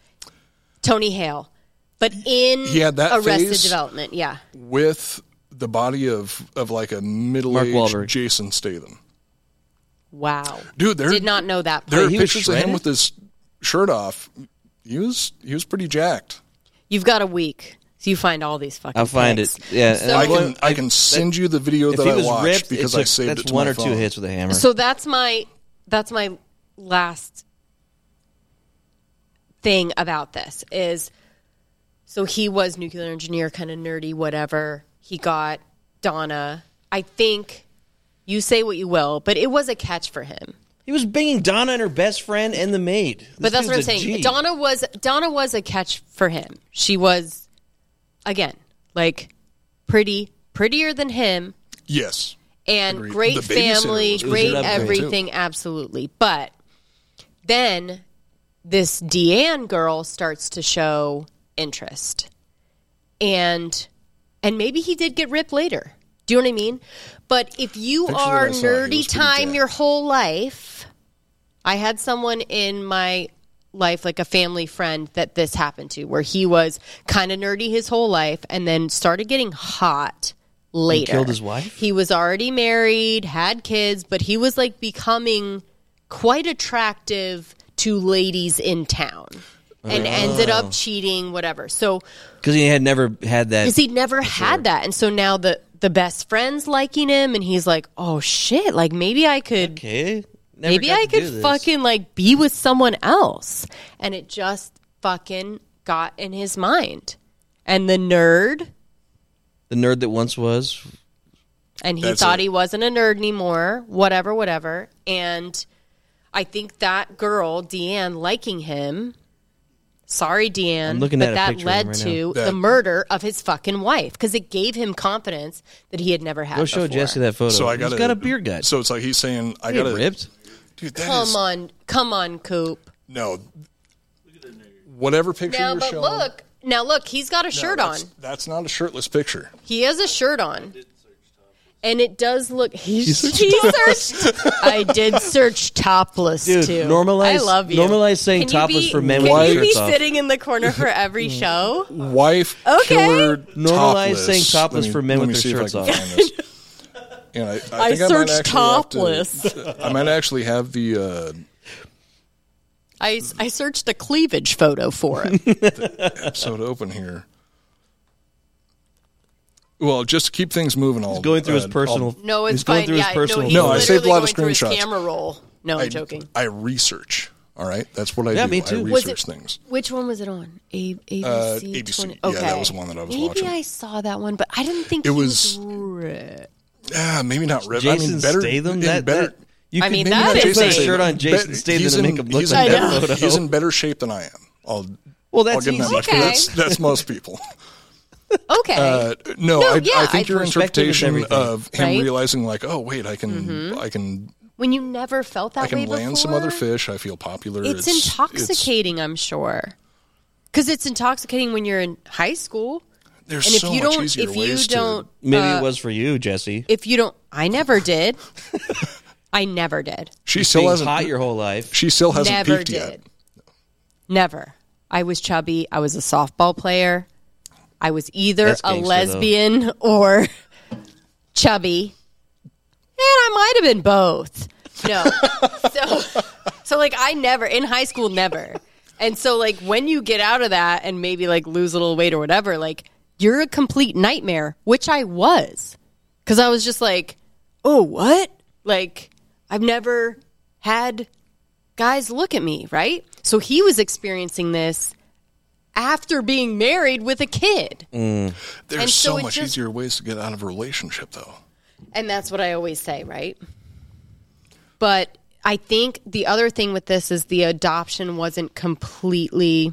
[SPEAKER 6] Tony Hale, but in
[SPEAKER 7] He had that
[SPEAKER 6] Arrested
[SPEAKER 7] face?
[SPEAKER 6] Development, yeah.
[SPEAKER 7] uh, with the body of of like a middle
[SPEAKER 8] Wahlberg.
[SPEAKER 7] aged Jason Statham.
[SPEAKER 6] Wow,
[SPEAKER 7] Dude, there
[SPEAKER 6] did not know that.
[SPEAKER 7] there are
[SPEAKER 6] part.
[SPEAKER 7] pictures of him with his shirt off. He was he was pretty jacked.
[SPEAKER 6] You've got a week, so you find all these fucking.
[SPEAKER 8] I'll find
[SPEAKER 6] pics.
[SPEAKER 8] it. Yeah,
[SPEAKER 6] So-
[SPEAKER 7] I can I can send you the video
[SPEAKER 8] if
[SPEAKER 7] that
[SPEAKER 8] he
[SPEAKER 7] I
[SPEAKER 8] was
[SPEAKER 7] watched
[SPEAKER 8] ripped, it
[SPEAKER 7] because I
[SPEAKER 8] took-
[SPEAKER 7] saved
[SPEAKER 8] that's
[SPEAKER 7] it to
[SPEAKER 8] one
[SPEAKER 7] my
[SPEAKER 8] or two
[SPEAKER 7] phone.
[SPEAKER 8] hits with a hammer.
[SPEAKER 6] So that's my that's my last thing about this is so he was nuclear engineer, kind of nerdy, whatever. He got Donna. I think you say what you will, but it was a catch for him.
[SPEAKER 8] He was banging Donna and her best friend and the maid.
[SPEAKER 6] But
[SPEAKER 8] This
[SPEAKER 6] that's what I'm
[SPEAKER 8] dude's a
[SPEAKER 6] saying.
[SPEAKER 8] G.
[SPEAKER 6] Donna was Donna was a catch for him. She was again like pretty, prettier than him,
[SPEAKER 7] Yes.
[SPEAKER 6] and
[SPEAKER 7] Agreed.
[SPEAKER 6] great
[SPEAKER 7] The babysitter
[SPEAKER 6] family,
[SPEAKER 7] was
[SPEAKER 6] great
[SPEAKER 7] good up there, too.
[SPEAKER 6] everything, absolutely. But then this Deanne girl starts to show interest, and and maybe he did get ripped later. Do you know what I mean? But if you
[SPEAKER 7] Picture that I
[SPEAKER 6] are
[SPEAKER 7] saw, he was
[SPEAKER 6] nerdy
[SPEAKER 7] pretty
[SPEAKER 6] time
[SPEAKER 7] jacked.
[SPEAKER 6] your whole life, I had someone in my life, like a family friend, that this happened to, where he was kind of nerdy his whole life and then started getting hot later.
[SPEAKER 8] killed his wife?
[SPEAKER 6] He was already married, had kids, but he was like becoming quite attractive to ladies in town
[SPEAKER 7] Oh.
[SPEAKER 6] and ended up cheating, whatever. So,
[SPEAKER 8] because he had never had that.
[SPEAKER 6] because he never had that. And so now the, the best friend's liking him, and he's like, oh shit, like maybe I could
[SPEAKER 8] okay, never
[SPEAKER 6] maybe
[SPEAKER 8] got
[SPEAKER 6] I
[SPEAKER 8] to
[SPEAKER 6] could
[SPEAKER 8] do this.
[SPEAKER 6] fucking like be with someone else. And it just fucking got in his mind. And the nerd,
[SPEAKER 8] the nerd that once was.
[SPEAKER 6] and he
[SPEAKER 8] That's
[SPEAKER 6] thought
[SPEAKER 8] it.
[SPEAKER 6] he wasn't a nerd anymore, whatever, whatever. And I think that girl, Deanne, liking him. Sorry, Deanne,
[SPEAKER 8] I'm looking
[SPEAKER 6] but
[SPEAKER 8] at a
[SPEAKER 6] that
[SPEAKER 8] picture of
[SPEAKER 6] led
[SPEAKER 8] him right now.
[SPEAKER 6] to
[SPEAKER 8] That-
[SPEAKER 6] the murder of his fucking wife because it gave him confidence that he had never had.
[SPEAKER 8] Go show
[SPEAKER 6] before.
[SPEAKER 8] Jesse that photo.
[SPEAKER 7] So I
[SPEAKER 8] He's
[SPEAKER 7] got
[SPEAKER 8] got a beer gut.
[SPEAKER 7] So it's like he's saying I
[SPEAKER 8] He ain't
[SPEAKER 7] got
[SPEAKER 8] ripped.
[SPEAKER 7] Dude, that
[SPEAKER 6] Come
[SPEAKER 7] is-
[SPEAKER 6] on, come on, Coop.
[SPEAKER 7] no. Whatever picture
[SPEAKER 6] Now,
[SPEAKER 7] you're
[SPEAKER 6] but
[SPEAKER 7] showing,
[SPEAKER 6] look, now look, he's got a
[SPEAKER 7] No,
[SPEAKER 6] shirt on.
[SPEAKER 7] that's- That's not a shirtless picture.
[SPEAKER 6] He has a shirt on. And it does look. He, he searched. I did search topless
[SPEAKER 8] Dude,
[SPEAKER 6] too. I
[SPEAKER 8] normalize-
[SPEAKER 6] love you.
[SPEAKER 8] normalize saying
[SPEAKER 6] Can you
[SPEAKER 8] topless
[SPEAKER 6] be-
[SPEAKER 8] for men
[SPEAKER 6] Can
[SPEAKER 8] with
[SPEAKER 6] you be
[SPEAKER 8] shirts off.
[SPEAKER 6] sitting in the corner for every show?
[SPEAKER 7] Wife
[SPEAKER 6] Okay.
[SPEAKER 7] killer.
[SPEAKER 8] Normalize
[SPEAKER 7] topless.
[SPEAKER 8] saying topless
[SPEAKER 7] Let me-
[SPEAKER 8] for men
[SPEAKER 7] let
[SPEAKER 8] with
[SPEAKER 7] me
[SPEAKER 8] their
[SPEAKER 7] see if I
[SPEAKER 8] shirts
[SPEAKER 7] can find this. And I, I, think I might
[SPEAKER 6] searched
[SPEAKER 7] actually have to-
[SPEAKER 6] topless.
[SPEAKER 7] I might actually have the. Uh,
[SPEAKER 6] I, I searched a cleavage photo for him.
[SPEAKER 7] episode open here. Well, just to keep things moving, uh, all
[SPEAKER 8] going through his personal-
[SPEAKER 6] No, it's fine. yeah, no, he's
[SPEAKER 7] No, I saved a lot of
[SPEAKER 6] literally going through
[SPEAKER 7] screenshots.
[SPEAKER 6] His camera roll. No, I'm
[SPEAKER 7] I-
[SPEAKER 6] joking.
[SPEAKER 7] I research. All right, that's what I
[SPEAKER 8] Yeah,
[SPEAKER 7] do.
[SPEAKER 8] me too.
[SPEAKER 7] I
[SPEAKER 8] Was
[SPEAKER 7] research
[SPEAKER 8] it-
[SPEAKER 7] things.
[SPEAKER 12] Which one was it on? A- ABC.
[SPEAKER 7] Uh, ABC.
[SPEAKER 12] 20
[SPEAKER 7] Yeah,
[SPEAKER 12] okay.
[SPEAKER 7] that was the one that I was
[SPEAKER 12] Maybe
[SPEAKER 7] watching.
[SPEAKER 12] I saw that one, but I didn't think
[SPEAKER 7] It
[SPEAKER 12] he
[SPEAKER 7] was-
[SPEAKER 12] was. Rick.
[SPEAKER 7] Ah, maybe not Rip. I
[SPEAKER 8] Jason
[SPEAKER 7] mean, better
[SPEAKER 8] Statham?
[SPEAKER 7] in
[SPEAKER 8] That-
[SPEAKER 7] better.
[SPEAKER 8] that- you I could mean, maybe that not is Jason a- Statham. shirt on Jason
[SPEAKER 7] Bet-
[SPEAKER 8] Statham
[SPEAKER 7] he's
[SPEAKER 8] and
[SPEAKER 7] in-
[SPEAKER 8] make him look
[SPEAKER 7] he's
[SPEAKER 8] like
[SPEAKER 7] in
[SPEAKER 8] that
[SPEAKER 7] better-
[SPEAKER 8] photo.
[SPEAKER 7] He's in better shape than I am. I'll.
[SPEAKER 8] Well,
[SPEAKER 7] I'll
[SPEAKER 8] that's
[SPEAKER 7] give him that
[SPEAKER 8] easy.
[SPEAKER 7] much.
[SPEAKER 8] Okay.
[SPEAKER 7] That's, that's most people.
[SPEAKER 12] Okay.
[SPEAKER 7] Uh, no,
[SPEAKER 6] No,
[SPEAKER 7] I,
[SPEAKER 6] yeah,
[SPEAKER 7] I think
[SPEAKER 6] I-
[SPEAKER 7] your
[SPEAKER 6] Perspective is
[SPEAKER 7] interpretation
[SPEAKER 6] everything.
[SPEAKER 7] of him
[SPEAKER 6] Right?
[SPEAKER 7] realizing, like, oh wait, I can,
[SPEAKER 6] Mhm.
[SPEAKER 7] I can,
[SPEAKER 6] When you never felt that
[SPEAKER 7] I
[SPEAKER 6] way
[SPEAKER 7] can land
[SPEAKER 6] before,
[SPEAKER 7] some other fish. I feel popular.
[SPEAKER 6] it's,
[SPEAKER 7] it's-
[SPEAKER 6] intoxicating. I'm sure because it's intoxicating when you're in high school.
[SPEAKER 7] There's
[SPEAKER 6] and if
[SPEAKER 7] so
[SPEAKER 6] you
[SPEAKER 7] much
[SPEAKER 6] don't,
[SPEAKER 7] easier
[SPEAKER 6] if
[SPEAKER 7] ways
[SPEAKER 6] you
[SPEAKER 7] to-
[SPEAKER 6] don't,
[SPEAKER 8] Maybe
[SPEAKER 6] uh,
[SPEAKER 8] it was for you, Jesse.
[SPEAKER 6] If you don't, I never did. I never did.
[SPEAKER 7] She
[SPEAKER 8] still hasn't hot your whole life.
[SPEAKER 7] She still
[SPEAKER 6] never did. Never. I was chubby. I was a softball player. I was either
[SPEAKER 8] That's
[SPEAKER 6] a
[SPEAKER 8] gangster, though.
[SPEAKER 6] lesbian or chubby. And I might have been both. No. so so like I never in high school never. And so like when you get out of that and maybe like lose a little weight or whatever, like you're a complete nightmare, which I was. Cuz I was just like, "Oh, what?" Like I've never had guys look at me, right? So he was experiencing this after being married with a kid.
[SPEAKER 7] There's
[SPEAKER 6] And
[SPEAKER 7] so,
[SPEAKER 6] so it
[SPEAKER 7] much
[SPEAKER 6] just-
[SPEAKER 7] easier ways to get out of a relationship, though.
[SPEAKER 6] And that's what I always say, right? But I think the other thing with this is the adoption wasn't completely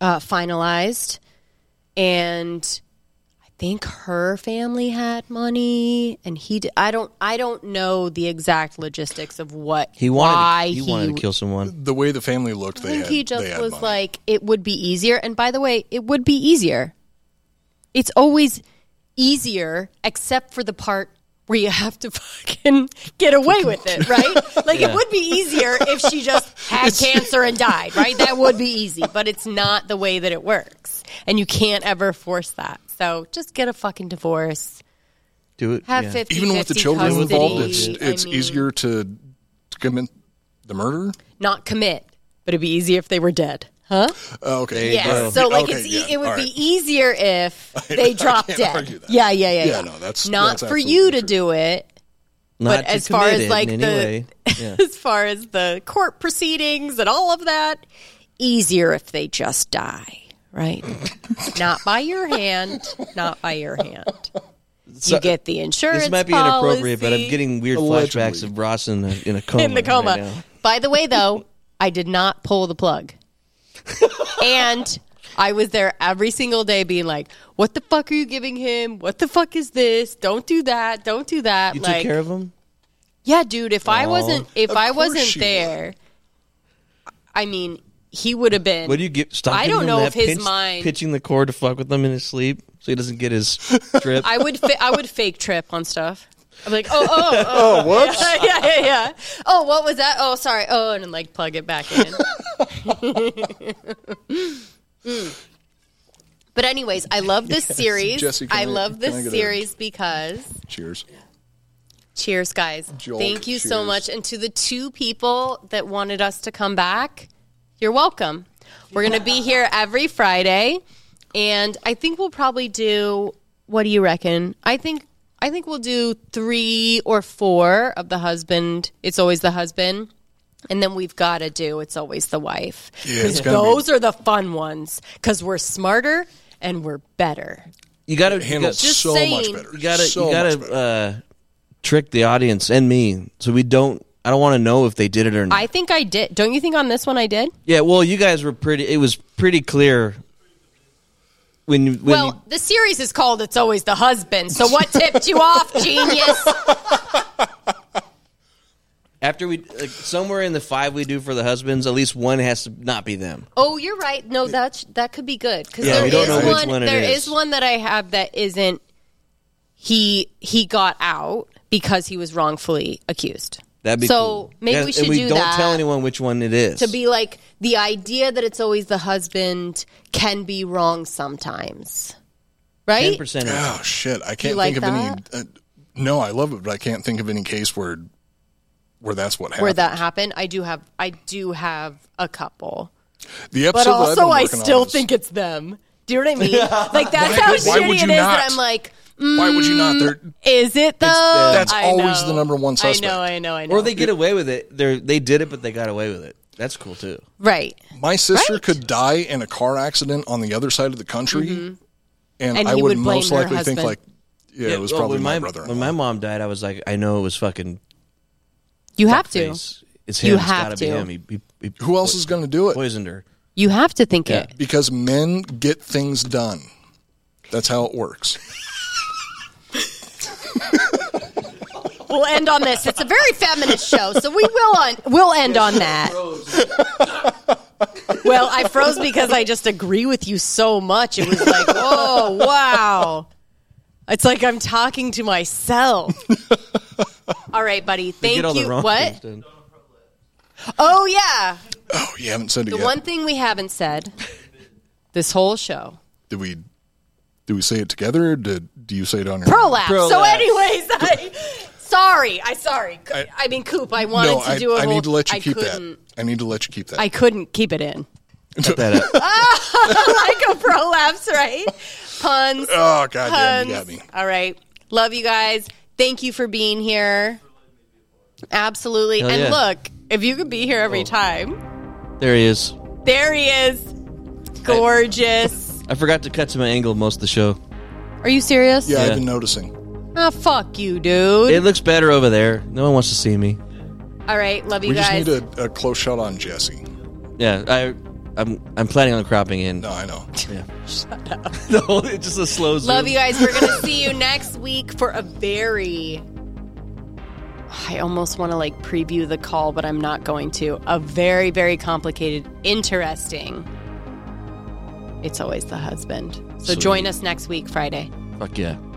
[SPEAKER 6] uh, finalized. And I think her family had money and he did. I don't I don't know the exact logistics of what
[SPEAKER 8] He wanted.
[SPEAKER 6] why
[SPEAKER 8] he wanted to kill someone.
[SPEAKER 7] The way the family looked,
[SPEAKER 6] I think he just was like, it would be easier. And by the way, it would be easier. It's always easier, except for the part where you have to fucking get away with it, right? Like
[SPEAKER 9] Yeah.
[SPEAKER 6] it would be easier if she just had cancer and died, right? That would be easy, but it's not the way that it works. And you can't ever force that. So just get a fucking divorce.
[SPEAKER 8] Do it.
[SPEAKER 6] Have 50,
[SPEAKER 7] Even with the
[SPEAKER 6] 50
[SPEAKER 7] children
[SPEAKER 6] custody,
[SPEAKER 7] involved, it's,
[SPEAKER 6] I
[SPEAKER 7] it's
[SPEAKER 6] mean-
[SPEAKER 7] easier to, to commit the murder.
[SPEAKER 6] Not commit, but it'd be easier if they were dead. Huh?
[SPEAKER 7] Oh, okay.
[SPEAKER 6] Yeah.
[SPEAKER 7] Uh,
[SPEAKER 6] So like
[SPEAKER 7] okay,
[SPEAKER 6] it's
[SPEAKER 7] yeah,
[SPEAKER 6] e- it would
[SPEAKER 7] all right.
[SPEAKER 6] be easier if
[SPEAKER 7] I
[SPEAKER 6] they
[SPEAKER 7] can't
[SPEAKER 6] dropped dead.
[SPEAKER 7] argue that.
[SPEAKER 6] Yeah, yeah, yeah,
[SPEAKER 7] Yeah,
[SPEAKER 6] yeah.
[SPEAKER 7] no, that's-
[SPEAKER 6] not
[SPEAKER 7] that's
[SPEAKER 6] for
[SPEAKER 7] absolutely
[SPEAKER 6] you to do it.
[SPEAKER 8] Not
[SPEAKER 6] but
[SPEAKER 8] to
[SPEAKER 6] as far
[SPEAKER 8] commit
[SPEAKER 6] as
[SPEAKER 8] it
[SPEAKER 6] like
[SPEAKER 8] in
[SPEAKER 6] the
[SPEAKER 8] any way. Yeah.
[SPEAKER 6] as far as the court proceedings and all of that, easier if they just die, right? not by your hand. Not by your hand.
[SPEAKER 8] So- uh,
[SPEAKER 6] you get the insurance.
[SPEAKER 8] This might be inappropriate, but I'm getting weird flashbacks of Ross in a, in a coma.
[SPEAKER 6] in the coma.
[SPEAKER 8] right now.
[SPEAKER 6] By the way, though, I did not pull the plug, and I was there every single day, being like, "What the fuck are you giving him? What the fuck is this? Don't do that! Don't do that!"
[SPEAKER 8] You
[SPEAKER 6] like,
[SPEAKER 8] took care of him.
[SPEAKER 6] yeah, dude. If I
[SPEAKER 8] Aw.
[SPEAKER 6] wasn't, if
[SPEAKER 8] Of
[SPEAKER 6] I
[SPEAKER 8] course
[SPEAKER 6] wasn't
[SPEAKER 8] you
[SPEAKER 6] there, I mean, he would have been.
[SPEAKER 8] What do you get? Stop.
[SPEAKER 6] I
[SPEAKER 8] giving
[SPEAKER 6] don't
[SPEAKER 8] him
[SPEAKER 6] know
[SPEAKER 8] that
[SPEAKER 6] if his
[SPEAKER 8] pinch-
[SPEAKER 6] mind.
[SPEAKER 8] pitching the cord to fuck with him in his sleep, so he doesn't get his trip.
[SPEAKER 6] I would. Fa- I would fake trip on stuff. I'm like, oh, oh, oh,
[SPEAKER 8] Oh, whoops.
[SPEAKER 6] yeah, yeah, yeah. Oh, what was that? Oh, sorry. Oh, and then like plug it back in. Mm. But anyways, I love this
[SPEAKER 7] Yes.
[SPEAKER 6] series.
[SPEAKER 7] Jesse, can
[SPEAKER 6] I
[SPEAKER 7] I-
[SPEAKER 6] love
[SPEAKER 7] can I
[SPEAKER 6] this
[SPEAKER 7] get a-
[SPEAKER 6] series because
[SPEAKER 7] Cheers.
[SPEAKER 6] cheers, guys.
[SPEAKER 7] Jolt,
[SPEAKER 6] Thank you so
[SPEAKER 7] cheers.
[SPEAKER 6] much, and to the two people that wanted us to come back, you're welcome. We're gonna be here every Friday, and I think we'll probably do. What do you reckon? I think I think we'll do three or four of the husband. It's always the husband, and then we've got to do. It's always the wife.
[SPEAKER 8] Yeah,
[SPEAKER 6] 'Cause
[SPEAKER 8] it's gotta be-
[SPEAKER 6] those are the fun ones because we're smarter and we're better.
[SPEAKER 8] You got to
[SPEAKER 6] handled so much saying. better.
[SPEAKER 8] You got to
[SPEAKER 6] So
[SPEAKER 8] you got
[SPEAKER 6] much
[SPEAKER 8] to uh, trick the audience and me, so we don't. I don't want to know if they did it or not.
[SPEAKER 6] I think I did. Don't you think on this one I did?
[SPEAKER 8] yeah, well, you guys were pretty. It was pretty clear when you- when you-
[SPEAKER 6] well, the series is called "It's Always the Husband." So, what tipped you off, genius?
[SPEAKER 8] after we like, somewhere in the five we do for the husbands, at least one has to not be them.
[SPEAKER 6] Oh, you're right. No, that that could be good because
[SPEAKER 8] Yeah,
[SPEAKER 6] there
[SPEAKER 8] we
[SPEAKER 6] is
[SPEAKER 8] don't know which
[SPEAKER 6] one.
[SPEAKER 8] one it
[SPEAKER 6] there
[SPEAKER 8] is.
[SPEAKER 6] is one that I have that isn't. He he got out because he was wrongfully accused.
[SPEAKER 8] That'd be
[SPEAKER 6] so.
[SPEAKER 8] cool.
[SPEAKER 6] Maybe
[SPEAKER 8] Yeah,
[SPEAKER 6] we should
[SPEAKER 8] and we
[SPEAKER 6] do
[SPEAKER 8] not
[SPEAKER 6] that
[SPEAKER 8] tell anyone which one it is.
[SPEAKER 6] to be like the idea that it's always the husband can be wrong sometimes, right?
[SPEAKER 8] percent.
[SPEAKER 7] Oh shit! I can't
[SPEAKER 6] like
[SPEAKER 7] think of any. Uh, no, I love it, but I can't think of any case where where that's what happened.
[SPEAKER 6] Where that happened, I do have I do have a couple.
[SPEAKER 7] the
[SPEAKER 6] but
[SPEAKER 7] episode that I've
[SPEAKER 6] also
[SPEAKER 7] been
[SPEAKER 6] I
[SPEAKER 7] working on
[SPEAKER 6] still
[SPEAKER 7] is-
[SPEAKER 6] think it's them. Do you know what I mean?
[SPEAKER 12] Yeah.
[SPEAKER 6] Like that's
[SPEAKER 12] Why
[SPEAKER 6] how
[SPEAKER 12] would-
[SPEAKER 7] why
[SPEAKER 6] shitty
[SPEAKER 7] would
[SPEAKER 6] it
[SPEAKER 7] you
[SPEAKER 6] is that
[SPEAKER 7] not?
[SPEAKER 6] I'm like,
[SPEAKER 7] Why would you not?
[SPEAKER 6] mm,
[SPEAKER 7] They're-
[SPEAKER 6] Is it though?
[SPEAKER 7] that's
[SPEAKER 6] I
[SPEAKER 7] always
[SPEAKER 6] know.
[SPEAKER 7] the number one suspect.
[SPEAKER 6] I know, I know, I know.
[SPEAKER 8] Or they get away with it. They they did it, but they got away with it. That's cool too.
[SPEAKER 6] right.
[SPEAKER 7] My sister could die in a car accident on the other side of the country, and,
[SPEAKER 6] Mm-hmm. And
[SPEAKER 7] I
[SPEAKER 6] he
[SPEAKER 7] would,
[SPEAKER 6] would blame
[SPEAKER 7] most
[SPEAKER 6] her
[SPEAKER 7] likely think
[SPEAKER 6] husband.
[SPEAKER 7] like, yeah, it was
[SPEAKER 8] well,
[SPEAKER 7] probably
[SPEAKER 8] when
[SPEAKER 7] my, brother.
[SPEAKER 8] When my mom died, I was like, I know it was fucking.
[SPEAKER 6] You have to.
[SPEAKER 8] It's, it's him.
[SPEAKER 6] You
[SPEAKER 8] It's
[SPEAKER 6] have
[SPEAKER 8] gotta
[SPEAKER 6] to.
[SPEAKER 8] be him. He, he, he
[SPEAKER 7] Who else is going to do it?
[SPEAKER 8] Poisoned her.
[SPEAKER 6] You have to think it.
[SPEAKER 7] because men get things done. That's how it works.
[SPEAKER 6] We'll end on this. It's a very feminist show, so we will on we'll end on that. Well, I froze because I just agree with you so much. It was like, oh wow. It's like I'm talking to myself. All right, buddy.
[SPEAKER 8] They
[SPEAKER 6] Thank
[SPEAKER 8] get all
[SPEAKER 6] you.
[SPEAKER 8] The wrong
[SPEAKER 6] what?
[SPEAKER 8] things done.
[SPEAKER 6] Oh yeah.
[SPEAKER 7] Oh, you haven't said it
[SPEAKER 6] The
[SPEAKER 7] yet.
[SPEAKER 6] one thing we haven't said this whole show.
[SPEAKER 7] Did we? Do we say it together? Or did do you say it on your
[SPEAKER 6] Prolapse.
[SPEAKER 7] Own?
[SPEAKER 6] So anyways, I sorry. I sorry. C- I,
[SPEAKER 7] I-
[SPEAKER 6] mean Coop, I wanted
[SPEAKER 7] no,
[SPEAKER 6] to
[SPEAKER 7] I,
[SPEAKER 6] do a
[SPEAKER 7] I
[SPEAKER 6] whole
[SPEAKER 7] need to let you
[SPEAKER 6] I
[SPEAKER 7] keep
[SPEAKER 6] couldn't.
[SPEAKER 7] that. I need to let you keep that.
[SPEAKER 6] I couldn't keep it in.
[SPEAKER 8] Cut that out.
[SPEAKER 6] like a prolapse, right? Puns.
[SPEAKER 7] Oh, goddamn, you got
[SPEAKER 6] puns.
[SPEAKER 7] me.
[SPEAKER 6] All right. Love you guys. Thank you for being here. Absolutely.
[SPEAKER 8] Hell
[SPEAKER 6] and
[SPEAKER 8] yeah.
[SPEAKER 6] look, if you could be here
[SPEAKER 7] Oh.
[SPEAKER 6] every time.
[SPEAKER 8] There he is.
[SPEAKER 6] There he is. Gorgeous.
[SPEAKER 8] I forgot to cut to my angle most of the show.
[SPEAKER 6] Are you serious?
[SPEAKER 7] yeah, I've
[SPEAKER 8] Yeah.
[SPEAKER 7] been noticing.
[SPEAKER 6] Ah, fuck you, dude.
[SPEAKER 8] It looks better over there. No one wants to see me.
[SPEAKER 6] All right. Love you
[SPEAKER 7] We just
[SPEAKER 6] guys.
[SPEAKER 7] need a, a close shot on Jesse.
[SPEAKER 8] Yeah, I, I'm I'm planning on cropping in.
[SPEAKER 7] No, I know.
[SPEAKER 8] Yeah. Shut up. no, it's just a slow zoom.
[SPEAKER 6] Love you guys. We're going to see you next week for a very. I almost want to like preview the call, but I'm not going to. A very, very complicated, interesting. It's always the husband. So
[SPEAKER 8] Sweet.
[SPEAKER 6] join us next week, Friday.
[SPEAKER 8] Fuck yeah.